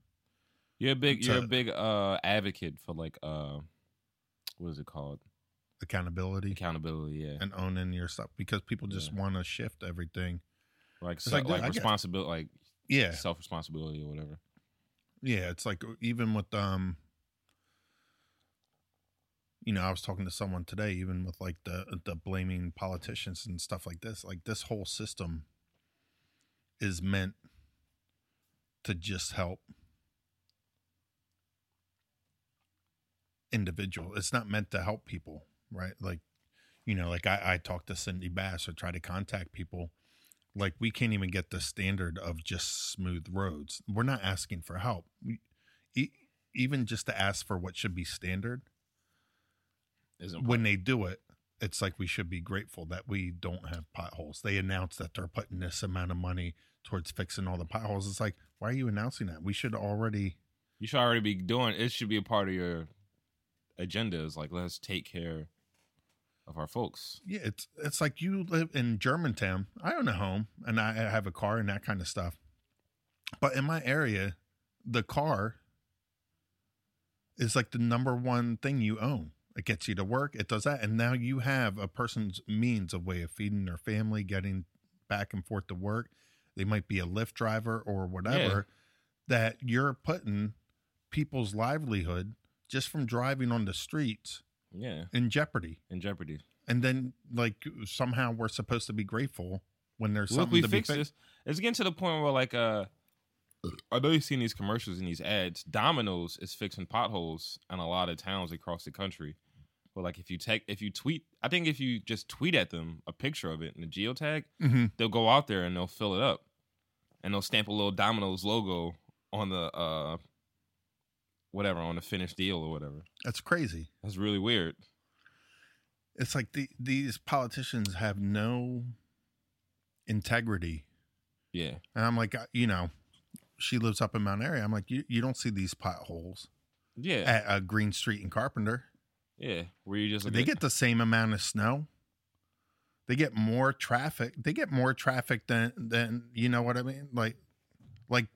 Speaker 2: You're a big.
Speaker 5: It's
Speaker 2: You're
Speaker 5: a-
Speaker 2: a big uh, advocate for like uh, what is it called?
Speaker 5: Accountability
Speaker 2: Accountability. Yeah,
Speaker 5: and owning your stuff because people just
Speaker 2: Yeah.
Speaker 5: want to shift everything.
Speaker 2: like
Speaker 5: It's
Speaker 2: so,
Speaker 5: like,
Speaker 2: like,
Speaker 5: dude, I get-
Speaker 2: responsibility, like
Speaker 5: Yeah,
Speaker 2: self responsibility or whatever.
Speaker 5: yeah. It's like uh, even with um, you know, I was talking to someone today, even with like the the blaming politicians and stuff like this. Like this whole system is meant to just help individual. It's not meant to help people, right? Like, you know, like I, I talk to Cindy Bass or try to contact people. Like we can't even get the standard of just smooth roads. We're not asking for help. We, e- even just to ask for what should be standard
Speaker 2: Isn't
Speaker 5: when they do it, it's like we should be grateful that we don't have potholes. They announce that they're putting this amount of money towards fixing all the potholes. It's like, why are you announcing that? We should already.
Speaker 2: you should already be doing. It should be a part of your agenda. Is like let's take care of our folks.
Speaker 5: Yeah, it's it's like you live in Germantown. I own a home and I have a car and that kind of stuff. But in my area, the car is like the number one thing you own. It gets you to work, it does that. And now you have a person's means of way of feeding their family, getting back and forth to work. They might be a Lyft driver or whatever, that you're putting people's livelihood just from driving on the streets
Speaker 2: Yeah,
Speaker 5: in jeopardy.
Speaker 2: in jeopardy.
Speaker 5: And then, like, somehow we're supposed to be grateful when there's
Speaker 2: Look,
Speaker 5: something
Speaker 2: we
Speaker 5: to be
Speaker 2: fixed this.
Speaker 5: fixed.
Speaker 2: It's getting to the point where like uh, I know you've seen these commercials and these ads. Domino's is fixing potholes in a lot of towns across the country. But like if you take if you tweet, I think if you just tweet at them a picture of it and a geotag,
Speaker 5: Mhm.
Speaker 2: they'll go out there and they'll fill it up, and they'll stamp a little Domino's logo on the uh, whatever on the finished deal or whatever.
Speaker 5: That's crazy.
Speaker 2: That's really weird.
Speaker 5: it's like the, these politicians have no integrity
Speaker 2: Yeah,
Speaker 5: and i'm like I- you know she lives up in mount airy i'm like you, you don't see these potholes
Speaker 2: yeah,
Speaker 5: at uh, green street and carpenter
Speaker 2: yeah. Where you just look
Speaker 5: they
Speaker 2: at-
Speaker 5: get the same amount of snow they get more traffic they get more traffic than than you know what i mean like like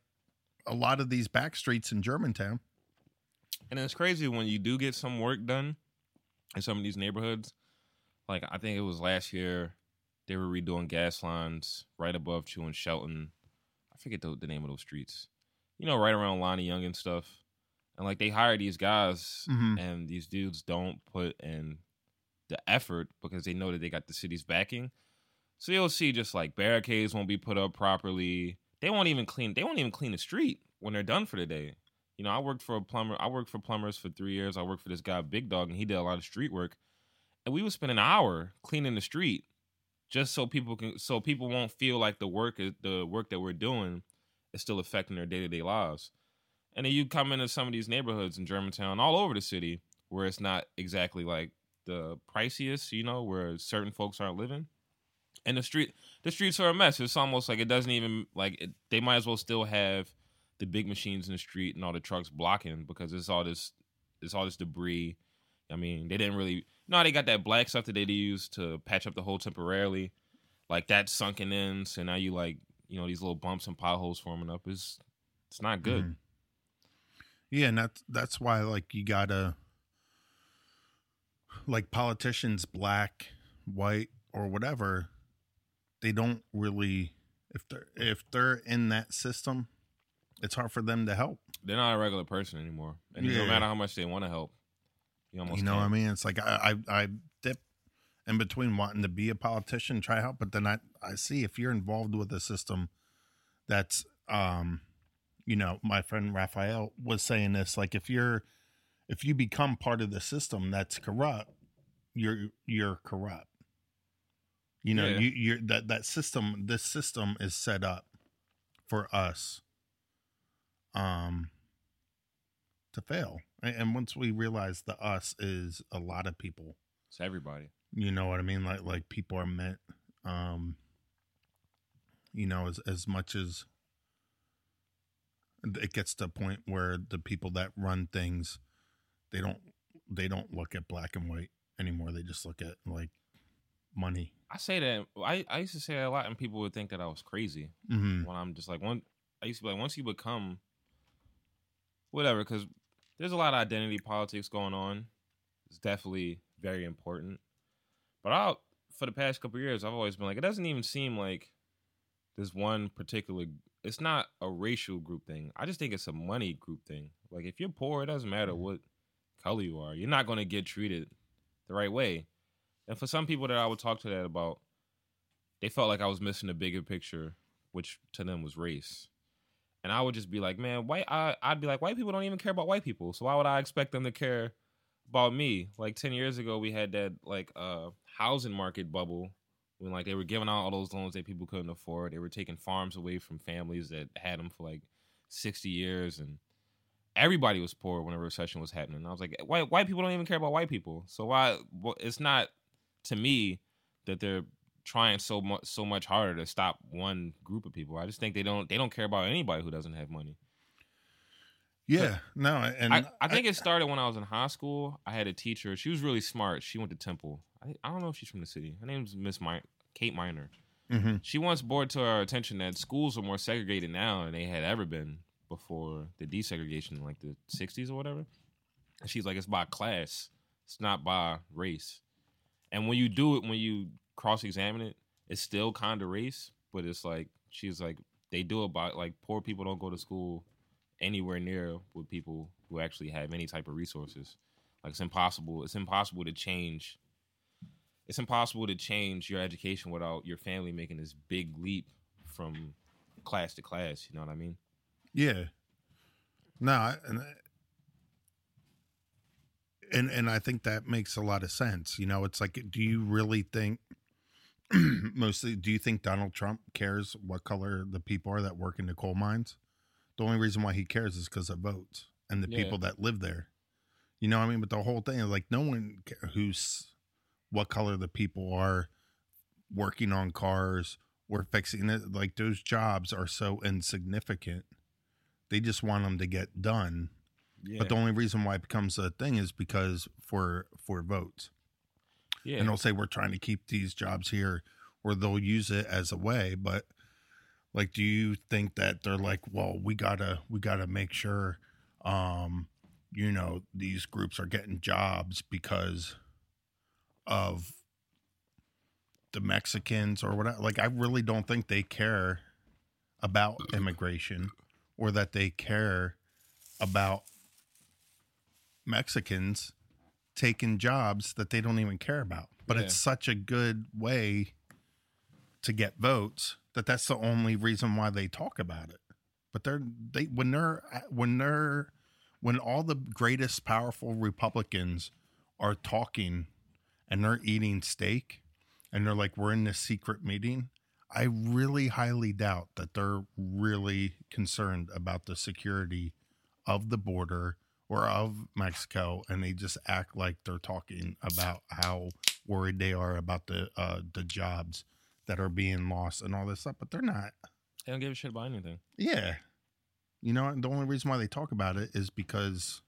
Speaker 5: a lot of these back streets in germantown
Speaker 2: And it's crazy when you do get some work done in some of these neighborhoods. Like I think it was last year, they were redoing gas lines right above Chew and Shelton. I forget the, the name of those streets. You know, right around Lonnie Young and stuff. And like they hire these guys,
Speaker 5: Mhm.
Speaker 2: and these dudes don't put in the effort because they know that they got the city's backing. So you'll see just like barricades won't be put up properly. They won't even clean. They won't even clean the street when they're done for the day. You know, I worked for a plumber. I worked for plumbers for three years. I worked for this guy, Big Dog, and he did a lot of street work. And we would spend an hour cleaning the street just so people can, so people won't feel like the work, is, the work that we're doing, is still affecting their day to day lives. And then you come into some of these neighborhoods in Germantown, all over the city, where it's not exactly like the priciest, you know, where certain folks aren't living. And the street, the streets are a mess. It's almost like it doesn't even like it, they might as well still have the big machines in the street and all the trucks blocking because it's all this it's all this debris. I mean, they didn't really no, they got that black stuff that they used to patch up the hole temporarily. Like that sunken in, so now you like you know, these little bumps and potholes forming up. It's it's not good.
Speaker 5: Mhm. Yeah, and that's that's why like you gotta like politicians, black, white, or whatever, they don't really if they're if they're in that system, it's hard for them to help.
Speaker 2: They're not a regular person anymore. And no
Speaker 5: Yeah.
Speaker 2: matter how much they want to help, you almost
Speaker 5: you know
Speaker 2: can't.
Speaker 5: what I mean? It's like I, I I dip in between wanting to be a politician, try help, but then I I see if you're involved with a system that's um you know, my friend Raphael was saying this like if you're if you become part of the system that's corrupt, you're you're corrupt. You know,
Speaker 2: Yeah.
Speaker 5: you you're that that system this system is set up for us um to fail. And, and once we realize the us is a lot of people,
Speaker 2: It's everybody.
Speaker 5: you know what I mean? Like like people are meant um you know, as as much as it gets to a point where the people that run things they don't they don't look at black and white anymore. They just look at like money.
Speaker 2: I say that I, I used to say that a lot and people would think that I was crazy.
Speaker 5: Mhm.
Speaker 2: when I'm just like one. I used to be like once you become whatever, because there's a lot of identity politics going on. It's definitely very important. But I, for the past couple of years, I've always been like, it doesn't even seem like there's one particular. It's not a racial group thing. I just think it's a money group thing. Like if you're poor, it doesn't matter what color you are. You're not going to get treated the right way. And for some people that I would talk to that about, they felt like I was missing the bigger picture which to them was race. And I would just be like, man, white. I, I'd be like, white people don't even care about white people, so why would I expect them to care about me? Like ten years ago, we had that like uh, housing market bubble when like they were giving out all those loans that people couldn't afford. They were taking farms away from families that had them for like sixty years, and everybody was poor when a recession was happening. And I was like, white white people don't even care about white people, so why? wh- It's not to me that they're trying so much so much harder to stop one group of people. I just think they don't they don't care about anybody who doesn't have money.
Speaker 5: Yeah. No, and
Speaker 2: I, I think it started when I was in high school. I had a teacher. She was really smart. She went to Temple. I, I don't know if she's from the city. Her name's Miss My Kate Miner.
Speaker 5: Mm-hmm.
Speaker 2: She once brought to our attention that schools are more segregated now than they had ever been before the desegregation in like the 60s or whatever. And she's like, it's by class, it's not by race. And when you do it, when you cross examine it, it's still kind of race, but it's like, she's like, they do it by like poor people don't go to school anywhere near with people who actually have any type of resources. Like it's impossible. It's impossible to change it's impossible to change your education without your family making this big leap from class to class. You know what I mean?
Speaker 5: Yeah. No, I- and and and I think that makes a lot of sense. You know, it's like, do you really think? mostly, do you think Donald Trump cares what color the people are that work in the coal mines? The only reason why he cares is because of votes and the
Speaker 2: Yeah.
Speaker 5: people that live there. You know, what I mean, but the whole thing is like, no one ca- who's what color the people are working on cars or fixing it. Like those jobs are so insignificant. They just want them to get done
Speaker 2: Yeah,
Speaker 5: but the only reason why it becomes a thing is because for for votes
Speaker 2: yeah,
Speaker 5: and they'll say we're trying to keep these jobs here or they'll use it as a way but like do you think that they're like well we gotta we gotta make sure um you know these groups are getting jobs because of the mexicans or whatever like i really don't think they care about immigration or that they care about mexicans taking jobs that they don't even care about. But
Speaker 2: Yeah.
Speaker 5: it's such a good way to get votes that that's the only reason why they talk about it. But they're they when they're when they're when all the greatest powerful Republicans are talking and they're eating steak and they're like we're in this secret meeting. I really highly doubt that they're really concerned about the security of the border or of Mexico, and they just act like they're talking about how worried they are about the uh, the jobs that are being lost and all this stuff, but they're not.
Speaker 2: they don't give a shit about anything.
Speaker 5: Yeah, you know, and the only reason why they talk about it is because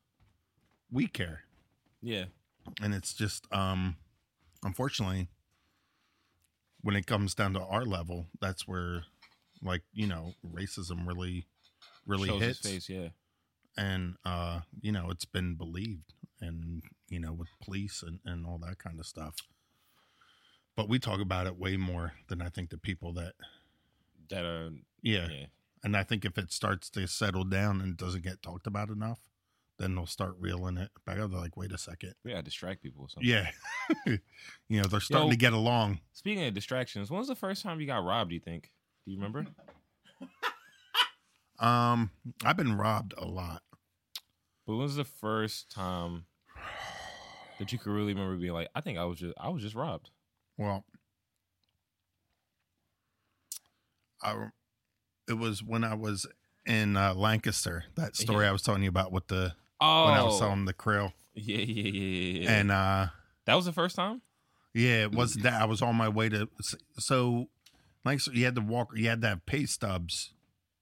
Speaker 5: we care,
Speaker 2: Yeah,
Speaker 5: and it's just um, unfortunately, when it comes down to our level, that's where like you know racism really really
Speaker 2: shows
Speaker 5: hits
Speaker 2: his face. Yeah,
Speaker 5: and uh you know it's been believed and you know with police and, and all that kind of stuff but we talk about it way more than i think the people that
Speaker 2: that are
Speaker 5: yeah,
Speaker 2: yeah.
Speaker 5: and i think if it starts to settle down and doesn't get talked about enough then they'll start reeling it back up they're like wait a second
Speaker 2: We gotta distract people. Or something.
Speaker 5: yeah you know they're starting
Speaker 2: Yo.
Speaker 5: to get along
Speaker 2: Speaking of distractions, when was the first time you got robbed? Do you think? Do you remember?
Speaker 5: um i've been robbed a lot
Speaker 2: But when was the first time that you could really remember being like, I think I was just I was just robbed.
Speaker 5: Well, I it was when I was in uh, Lancaster. That story
Speaker 2: Yeah.
Speaker 5: I was telling you about with the
Speaker 2: Oh,
Speaker 5: when I was selling the krill,
Speaker 2: yeah, yeah, yeah, yeah, yeah.
Speaker 5: and uh,
Speaker 2: that was the first time.
Speaker 5: yeah, it was that I was on my way to so Lancaster. You had to walk. You had to have pay stubs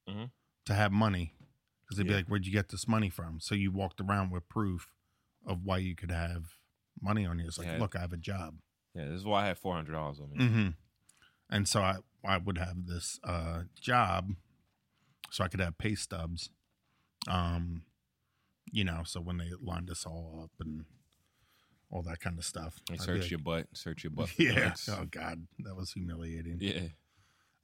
Speaker 2: Mhm.
Speaker 5: to have money because they'd be
Speaker 2: Yeah.
Speaker 5: like, "Where'd you get this money from?" So you walked around with proof of why you could have money on you. It's like,
Speaker 2: Yeah.
Speaker 5: look, I have a job.
Speaker 2: Yeah, this is why I had four hundred dollars on me.
Speaker 5: hmm And so I, I would have this uh, job so I could have pay stubs. Um, you know, so when they lined us all up and all that kind of stuff.
Speaker 2: They
Speaker 5: I'd be
Speaker 2: search
Speaker 5: like,
Speaker 2: your butt, search your butt. for
Speaker 5: Yeah.
Speaker 2: drugs.
Speaker 5: Oh God, that was humiliating.
Speaker 2: yeah.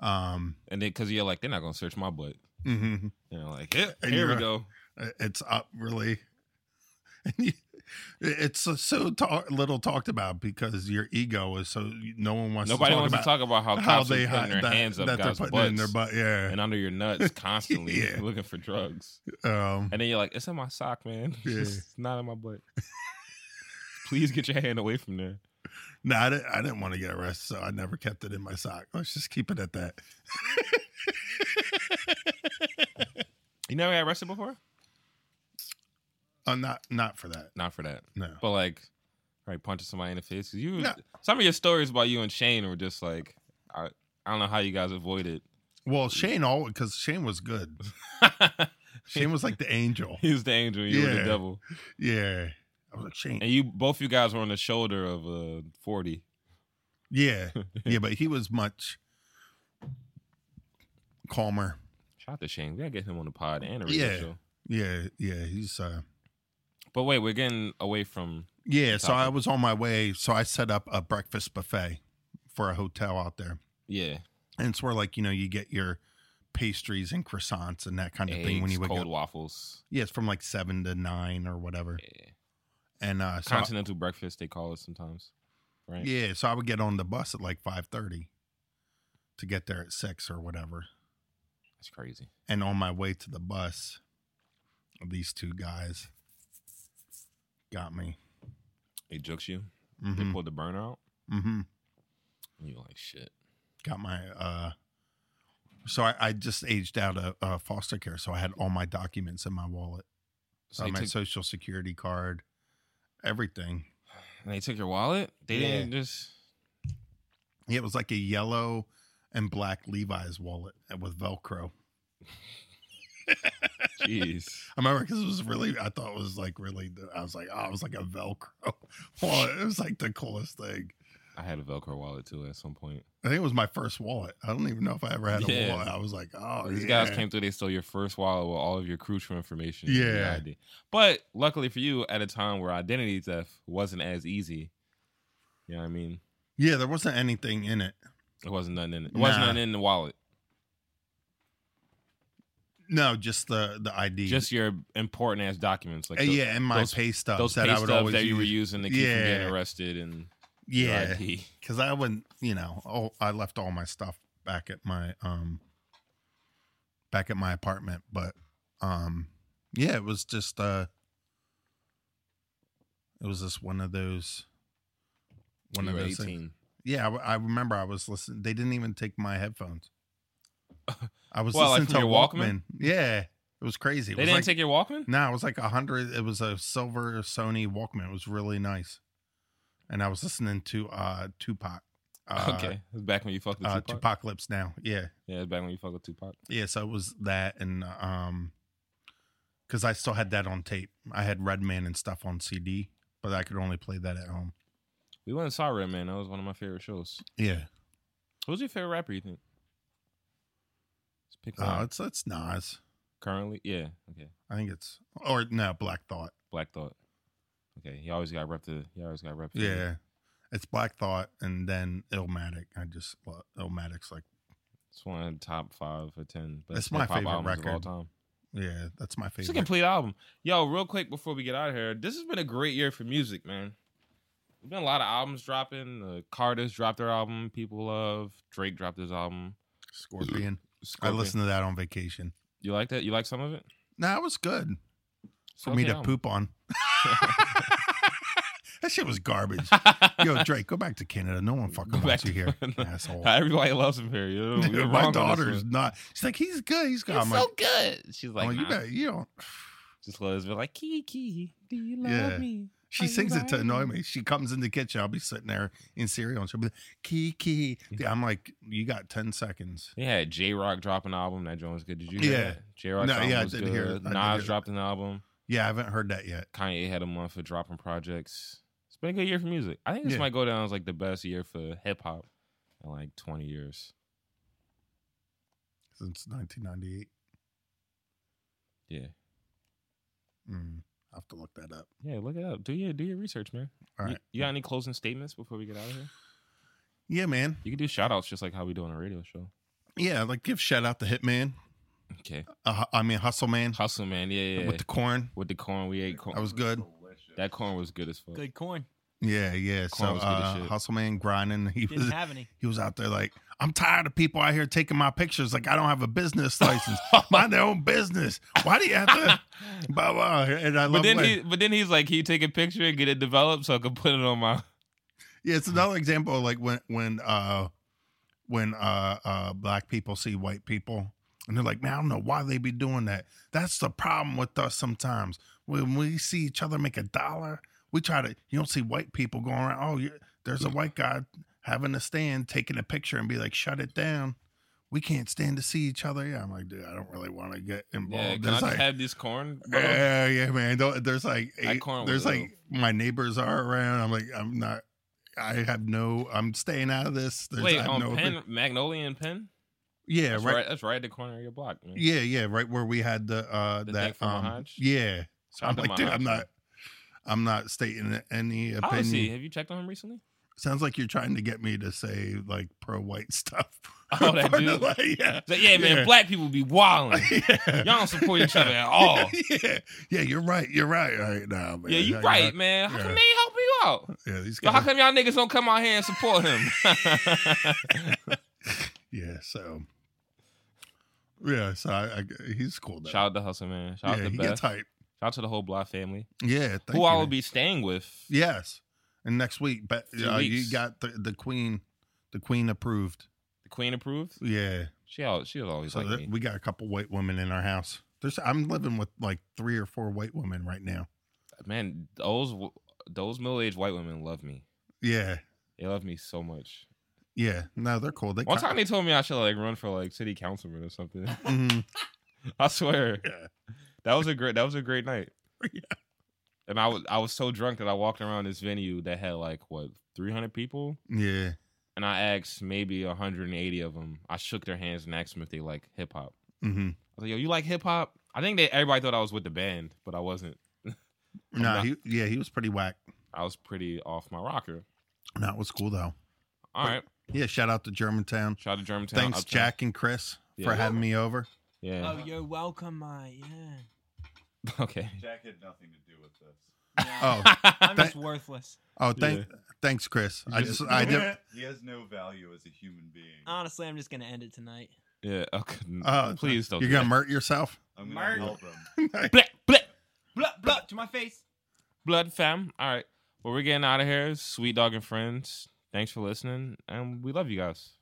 Speaker 5: Um,
Speaker 2: And then because you're like, they're not gonna search my butt.
Speaker 5: mhm.
Speaker 2: You know, like "Yep,
Speaker 5: And
Speaker 2: here we
Speaker 5: you're-
Speaker 2: go.
Speaker 5: Uh, It's up really. And you- It's so, so ta- little talked about because your ego is so no one wants
Speaker 2: Nobody
Speaker 5: to talk
Speaker 2: wants
Speaker 5: about
Speaker 2: to talk about how cops
Speaker 5: how they
Speaker 2: are putting
Speaker 5: hide
Speaker 2: their
Speaker 5: that,
Speaker 2: hands up
Speaker 5: that they're
Speaker 2: guys'
Speaker 5: putting
Speaker 2: butts
Speaker 5: in their butt. Yeah,
Speaker 2: and under your nuts constantly
Speaker 5: Yeah.
Speaker 2: looking for drugs.
Speaker 5: um,
Speaker 2: And then you're like, it's in my sock, man. It's
Speaker 5: Yeah.
Speaker 2: just not in my butt. Please get your hand away from there.
Speaker 5: No, I didn't, I didn't want to get arrested, so I never kept it in my sock. Let's just keep it at that.
Speaker 2: You never got arrested before?
Speaker 5: Uh, not not for that.
Speaker 2: Not for that.
Speaker 5: No.
Speaker 2: But like, right, punching somebody in the face. 'Cause You,
Speaker 5: No.
Speaker 2: some of your stories about you and Shane were just like, I, I don't know how you guys avoided.
Speaker 5: Well, Shane all because Shane was good. Shane was like the angel.
Speaker 2: He was the angel, you were the
Speaker 5: Yeah.
Speaker 2: devil,
Speaker 5: Yeah. I was like Shane.
Speaker 2: and you both you guys were on the shoulder of uh forty.
Speaker 5: Yeah. Yeah, but he was much calmer.
Speaker 2: Shout out to Shane. We gotta get him on the pod and a
Speaker 5: Yeah.
Speaker 2: radio show.
Speaker 5: Yeah, yeah, he's uh
Speaker 2: But wait, we're getting away from
Speaker 5: yeah, so I
Speaker 2: Topic.
Speaker 5: was on my way, so I set up a breakfast buffet for a hotel out there.
Speaker 2: yeah,
Speaker 5: And it's where like, you know, you get your pastries and croissants and that kind of thing when
Speaker 2: eggs,
Speaker 5: you wake
Speaker 2: cold
Speaker 5: up.
Speaker 2: waffles,
Speaker 5: Yeah, it's from like 7 to 9 or whatever.
Speaker 2: yeah.
Speaker 5: And uh so I-
Speaker 2: continental breakfast they call it sometimes, right?
Speaker 5: Yeah, so I would get on the bus at like five thirty to get there at six or whatever.
Speaker 2: That's crazy.
Speaker 5: And on my way to the bus, these two guys got me.
Speaker 2: They jukes you. They
Speaker 5: hmm
Speaker 2: pulled the burner out.
Speaker 5: hmm
Speaker 2: And you're like shit.
Speaker 5: Got my. uh So I, I just aged out of uh, foster care, so I had all my documents in my wallet,
Speaker 2: So
Speaker 5: uh,
Speaker 2: they
Speaker 5: my
Speaker 2: took,
Speaker 5: social security card, everything.
Speaker 2: and they took your wallet. They
Speaker 5: Yeah.
Speaker 2: didn't just.
Speaker 5: It was like a yellow and black Levi's wallet with Velcro.
Speaker 2: Jeez.
Speaker 5: I remember because it was really, I thought it was like really, I was like, oh, it was like a Velcro. wallet. it was like the coolest thing.
Speaker 2: I had a Velcro wallet too at some point.
Speaker 5: I think it was my first wallet. I don't even know if I ever had a
Speaker 2: Yeah.
Speaker 5: wallet. I was like, oh,
Speaker 2: These
Speaker 5: yeah.
Speaker 2: guys came through. They stole your first wallet with all of your crucial information. and
Speaker 5: Yeah.
Speaker 2: your ID. But luckily for you, at a time where identity theft wasn't as easy. You know what I mean?
Speaker 5: Yeah, there wasn't anything in it.
Speaker 2: It wasn't nothing in it. It wasn't
Speaker 5: Nah.
Speaker 2: nothing in the wallet.
Speaker 5: No, just the the ID.
Speaker 2: Just your important ass documents, like
Speaker 5: Uh,
Speaker 2: tho-
Speaker 5: yeah, and my
Speaker 2: those-
Speaker 5: pay stubs
Speaker 2: those
Speaker 5: that
Speaker 2: pay
Speaker 5: I would
Speaker 2: stubs
Speaker 5: always
Speaker 2: that you were
Speaker 5: use.
Speaker 2: using to keep from getting
Speaker 5: Yeah.
Speaker 2: arrested and your
Speaker 5: Yeah,
Speaker 2: ID.
Speaker 5: because I wouldn't, you know, oh, I left all my stuff back at my um back at my apartment, but um yeah, it was just uh it was just one of those one
Speaker 2: You
Speaker 5: of
Speaker 2: were
Speaker 5: those things. Yeah, I, I remember I was listening. They didn't even take my headphones. I was
Speaker 2: Well, like
Speaker 5: listening
Speaker 2: from
Speaker 5: to
Speaker 2: your
Speaker 5: Walkman.
Speaker 2: Walkman?
Speaker 5: Yeah, it was crazy. It
Speaker 2: They
Speaker 5: was
Speaker 2: didn't
Speaker 5: like,
Speaker 2: take your Walkman.
Speaker 5: No, it was like a hundred. It was a silver Sony Walkman. It was really nice, and I was listening to uh Tupac. Uh,
Speaker 2: okay, it was back when you fucked with
Speaker 5: uh,
Speaker 2: Tupac.
Speaker 5: Tupacalypse now. Yeah,
Speaker 2: Yeah, it was back when you fucked with Tupac.
Speaker 5: yeah. So it was that, and um, because I still had that on tape. I had Redman and stuff on CD, but I could only play that at home.
Speaker 2: We went and saw Red Man. That was one of my favorite shows.
Speaker 5: Yeah,
Speaker 2: Who's your favorite rapper? You think? Just pick
Speaker 5: uh,
Speaker 2: one.
Speaker 5: it's it's Nas.
Speaker 2: Currently, yeah, okay.
Speaker 5: I think it's or no Black Thought.
Speaker 2: Black Thought. Okay, he always got rep to. He always got rep. to-
Speaker 5: Yeah, it's Black Thought and then Illmatic. I just well, Illmatic's like
Speaker 2: it's one of the top five or ten. But
Speaker 5: That's my favorite
Speaker 2: albums of all
Speaker 5: record.
Speaker 2: time.
Speaker 5: yeah, that's my
Speaker 2: It's a
Speaker 5: favorite.
Speaker 2: complete album. Yo, real quick before we get out of here, this has been a great year for music, man. There's been a lot of albums dropping. Uh, Carter's dropped their album, People Love. Drake dropped his album.
Speaker 5: Scorpion. I
Speaker 2: Scorpion.
Speaker 5: listened to that on vacation.
Speaker 2: You like that? You like some of it?
Speaker 5: Nah, it was good
Speaker 2: It's
Speaker 5: for
Speaker 2: an
Speaker 5: me
Speaker 2: okay
Speaker 5: to
Speaker 2: album.
Speaker 5: poop on. that shit was garbage. Yo, Drake, go back to Canada. No one fucking
Speaker 2: Go back
Speaker 5: wants you
Speaker 2: to
Speaker 5: here,
Speaker 2: Canada.
Speaker 5: asshole.
Speaker 2: Everybody loves him here. You're,
Speaker 5: Dude,
Speaker 2: you're wrong
Speaker 5: my
Speaker 2: on this
Speaker 5: daughter's
Speaker 2: one.
Speaker 5: not. She's like, he's good. He's good.
Speaker 4: It's
Speaker 5: I'm
Speaker 4: so
Speaker 5: like,
Speaker 4: good.
Speaker 2: She's
Speaker 5: I'm
Speaker 2: like,
Speaker 5: like, you
Speaker 2: nah.
Speaker 5: better, you don't.
Speaker 2: just loves it. Like Kiki, do you love
Speaker 5: Yeah.
Speaker 2: me?
Speaker 5: She
Speaker 2: Are you
Speaker 5: sings it to annoy
Speaker 2: riding?
Speaker 5: me. She comes in the kitchen. I'll be sitting there in cereal, and she'll be like, "Kiki." I'm like, "You got ten seconds."
Speaker 2: They had J Rock drop an album. That joint was good. Did you hear
Speaker 5: Yeah.
Speaker 2: that? J Rock
Speaker 5: No,
Speaker 2: album
Speaker 5: yeah, I
Speaker 2: was
Speaker 5: did
Speaker 2: good.
Speaker 5: hear it. I did hear
Speaker 2: Nas
Speaker 5: it.
Speaker 2: dropped an album.
Speaker 5: Yeah, I haven't heard that yet.
Speaker 2: Kanye had a month for dropping projects. It's been a good year for music. I think this
Speaker 5: Yeah.
Speaker 2: might go down as like the best year for hip hop in like twenty years.
Speaker 5: since 1998.
Speaker 2: Yeah,
Speaker 5: Mm, I have to look that up.
Speaker 2: yeah. Look it up. Do your do your research, man.
Speaker 5: All
Speaker 2: You-
Speaker 5: right.
Speaker 2: You, got any closing statements before we get out of here?
Speaker 5: Yeah, man.
Speaker 2: You can do shout outs just like how we do on a radio show.
Speaker 5: Yeah, like give shout out to Hitman.
Speaker 2: Okay,
Speaker 5: Uh, hu- I mean Hustle Man
Speaker 2: hustle, man. Yeah, yeah.
Speaker 5: with the corn.
Speaker 2: With the corn, we ate corn.
Speaker 5: That was good.
Speaker 2: that corn was good as fuck.
Speaker 6: Good corn.
Speaker 5: Yeah, yeah.
Speaker 2: Corn was
Speaker 5: so
Speaker 2: good as
Speaker 5: uh,
Speaker 2: shit.
Speaker 5: Hustle Man grinding. He
Speaker 6: Didn't
Speaker 5: was
Speaker 6: have any.
Speaker 5: he was out there like I'm tired of people out here taking my pictures. Like I don't have a business license. Mind their own business. Why do you have to? blah blah. And I
Speaker 2: But
Speaker 5: love
Speaker 2: then
Speaker 5: when-
Speaker 2: he, but then he's like, he take a picture and get it developed so I can put it on my.
Speaker 5: Yeah,
Speaker 2: Hmm.
Speaker 5: it's another example of like when when uh when uh uh black people see white people and they're like, Man, I don't know why they be doing that. That's the problem with us sometimes. When we see each other make a dollar, we try to you don't see white people going around, oh you there's a white guy having a stand, taking a picture and be like, Shut it down. We can't stand to see each other. Yeah, I'm like, dude, I don't really want to get
Speaker 2: Yeah,
Speaker 5: involved.
Speaker 2: can I
Speaker 5: There's
Speaker 2: just
Speaker 5: like-
Speaker 2: have this corn? bro?
Speaker 5: yeah, yeah, man. Don't, there's like eight,
Speaker 2: corn was
Speaker 5: there's
Speaker 2: ill.
Speaker 5: like my neighbors are around. I'm like I'm not. I have no. I'm staying out of this. There's, I
Speaker 2: Wait,
Speaker 5: have
Speaker 2: on
Speaker 5: no,
Speaker 2: Penn, Magnolia and Penn?
Speaker 5: Yeah,
Speaker 2: That's
Speaker 5: right.
Speaker 2: right. That's right at the corner of your block. Man.
Speaker 5: Yeah, yeah, right where we had the uh
Speaker 2: The thing
Speaker 5: that
Speaker 2: from
Speaker 5: um
Speaker 2: Hodge?
Speaker 5: yeah. So
Speaker 2: Shout
Speaker 5: I'm
Speaker 2: out to
Speaker 5: like, dude, I'm
Speaker 2: Mahaj.
Speaker 5: not I'm not stating any
Speaker 2: How is he?
Speaker 5: opinion.
Speaker 2: Have you checked on him recently?
Speaker 5: Sounds like you're trying to get me to say like pro white stuff.
Speaker 2: Oh, that dude.
Speaker 5: yeah.
Speaker 2: He's like, yeah, man.
Speaker 5: Yeah.
Speaker 2: Black people be wilding.
Speaker 5: yeah.
Speaker 2: Y'all don't support each other at all.
Speaker 5: yeah. Yeah, you're right. You're right. Right now, man.
Speaker 2: Yeah, you
Speaker 5: I got-
Speaker 2: right, man. How come
Speaker 5: yeah.
Speaker 2: they ain't helping you out?
Speaker 5: Yeah, these
Speaker 2: Yo, how
Speaker 5: guys.
Speaker 2: come y'all niggas don't come out here and support him?
Speaker 5: yeah, so yeah, so I, I he's cool though.
Speaker 2: Shout out to Hustle, man. Shout
Speaker 5: yeah,
Speaker 2: out
Speaker 5: he
Speaker 2: to Beth.
Speaker 5: gets
Speaker 2: Shout
Speaker 5: hype.
Speaker 2: out to the whole Block family.
Speaker 5: Yeah, thank
Speaker 2: Who
Speaker 5: you,
Speaker 2: I
Speaker 5: man.
Speaker 2: will be staying with.
Speaker 5: Yes, and next week, but
Speaker 2: Three
Speaker 5: uh, you
Speaker 2: weeks.
Speaker 5: got the, the queen, the queen approved.
Speaker 2: The Queen approved.
Speaker 5: Yeah,
Speaker 2: She always, she always
Speaker 5: so
Speaker 2: like
Speaker 5: that-
Speaker 2: me.
Speaker 5: we got a couple white women in our house. There's I'm living with like three or four white women right now.
Speaker 2: man, those those middle aged white women love me.
Speaker 5: Yeah,
Speaker 2: They love me so much.
Speaker 5: yeah. No, they're cool. They
Speaker 2: One
Speaker 5: ki-
Speaker 2: time they told me I should like run for like city councilman or something.
Speaker 5: Mhm.
Speaker 2: I swear.
Speaker 5: Yeah.
Speaker 2: That was a great that was a great night.
Speaker 5: Yeah.
Speaker 2: And I was I was so drunk that I walked around this venue that had like what 300 people
Speaker 5: yeah,
Speaker 2: and I asked maybe 180 of them. I shook their hands and asked them if they like hip hop.
Speaker 5: hmm
Speaker 2: I was like, "Yo, you like hip hop?" I think they everybody thought I was with the band, but I wasn't.
Speaker 5: No,
Speaker 2: not-
Speaker 5: he, yeah, he was pretty whack.
Speaker 2: I was pretty off my rocker.
Speaker 5: That was cool though.
Speaker 2: All right.
Speaker 5: Yeah, shout out to Germantown.
Speaker 2: Shout out to Germantown.
Speaker 5: Thanks,
Speaker 2: Uptown.
Speaker 5: Jack and Chris,
Speaker 2: Yeah.
Speaker 5: for having me over.
Speaker 2: Yeah.
Speaker 6: Oh, you're welcome, my yeah.
Speaker 2: Okay.
Speaker 3: Jack had nothing to do with this.
Speaker 5: Oh,
Speaker 6: I'm
Speaker 5: Thank-
Speaker 6: just worthless.
Speaker 5: oh, thank, thanks, Chris. I just, I did.
Speaker 3: He has no value as a human being.
Speaker 6: Honestly, I'm just gonna end it tonight.
Speaker 2: yeah. Okay.
Speaker 5: Oh,
Speaker 2: Please don't.
Speaker 5: You're
Speaker 2: do
Speaker 5: gonna
Speaker 2: that.
Speaker 5: murder yourself.
Speaker 3: I'm
Speaker 1: Mark-
Speaker 3: gonna help him.
Speaker 2: Blah, blah.
Speaker 1: Blah, blah, to my face.
Speaker 2: Blood fam. All right. Well, we're getting out of here. Sweet dog and friends. Thanks for listening, and we love you guys.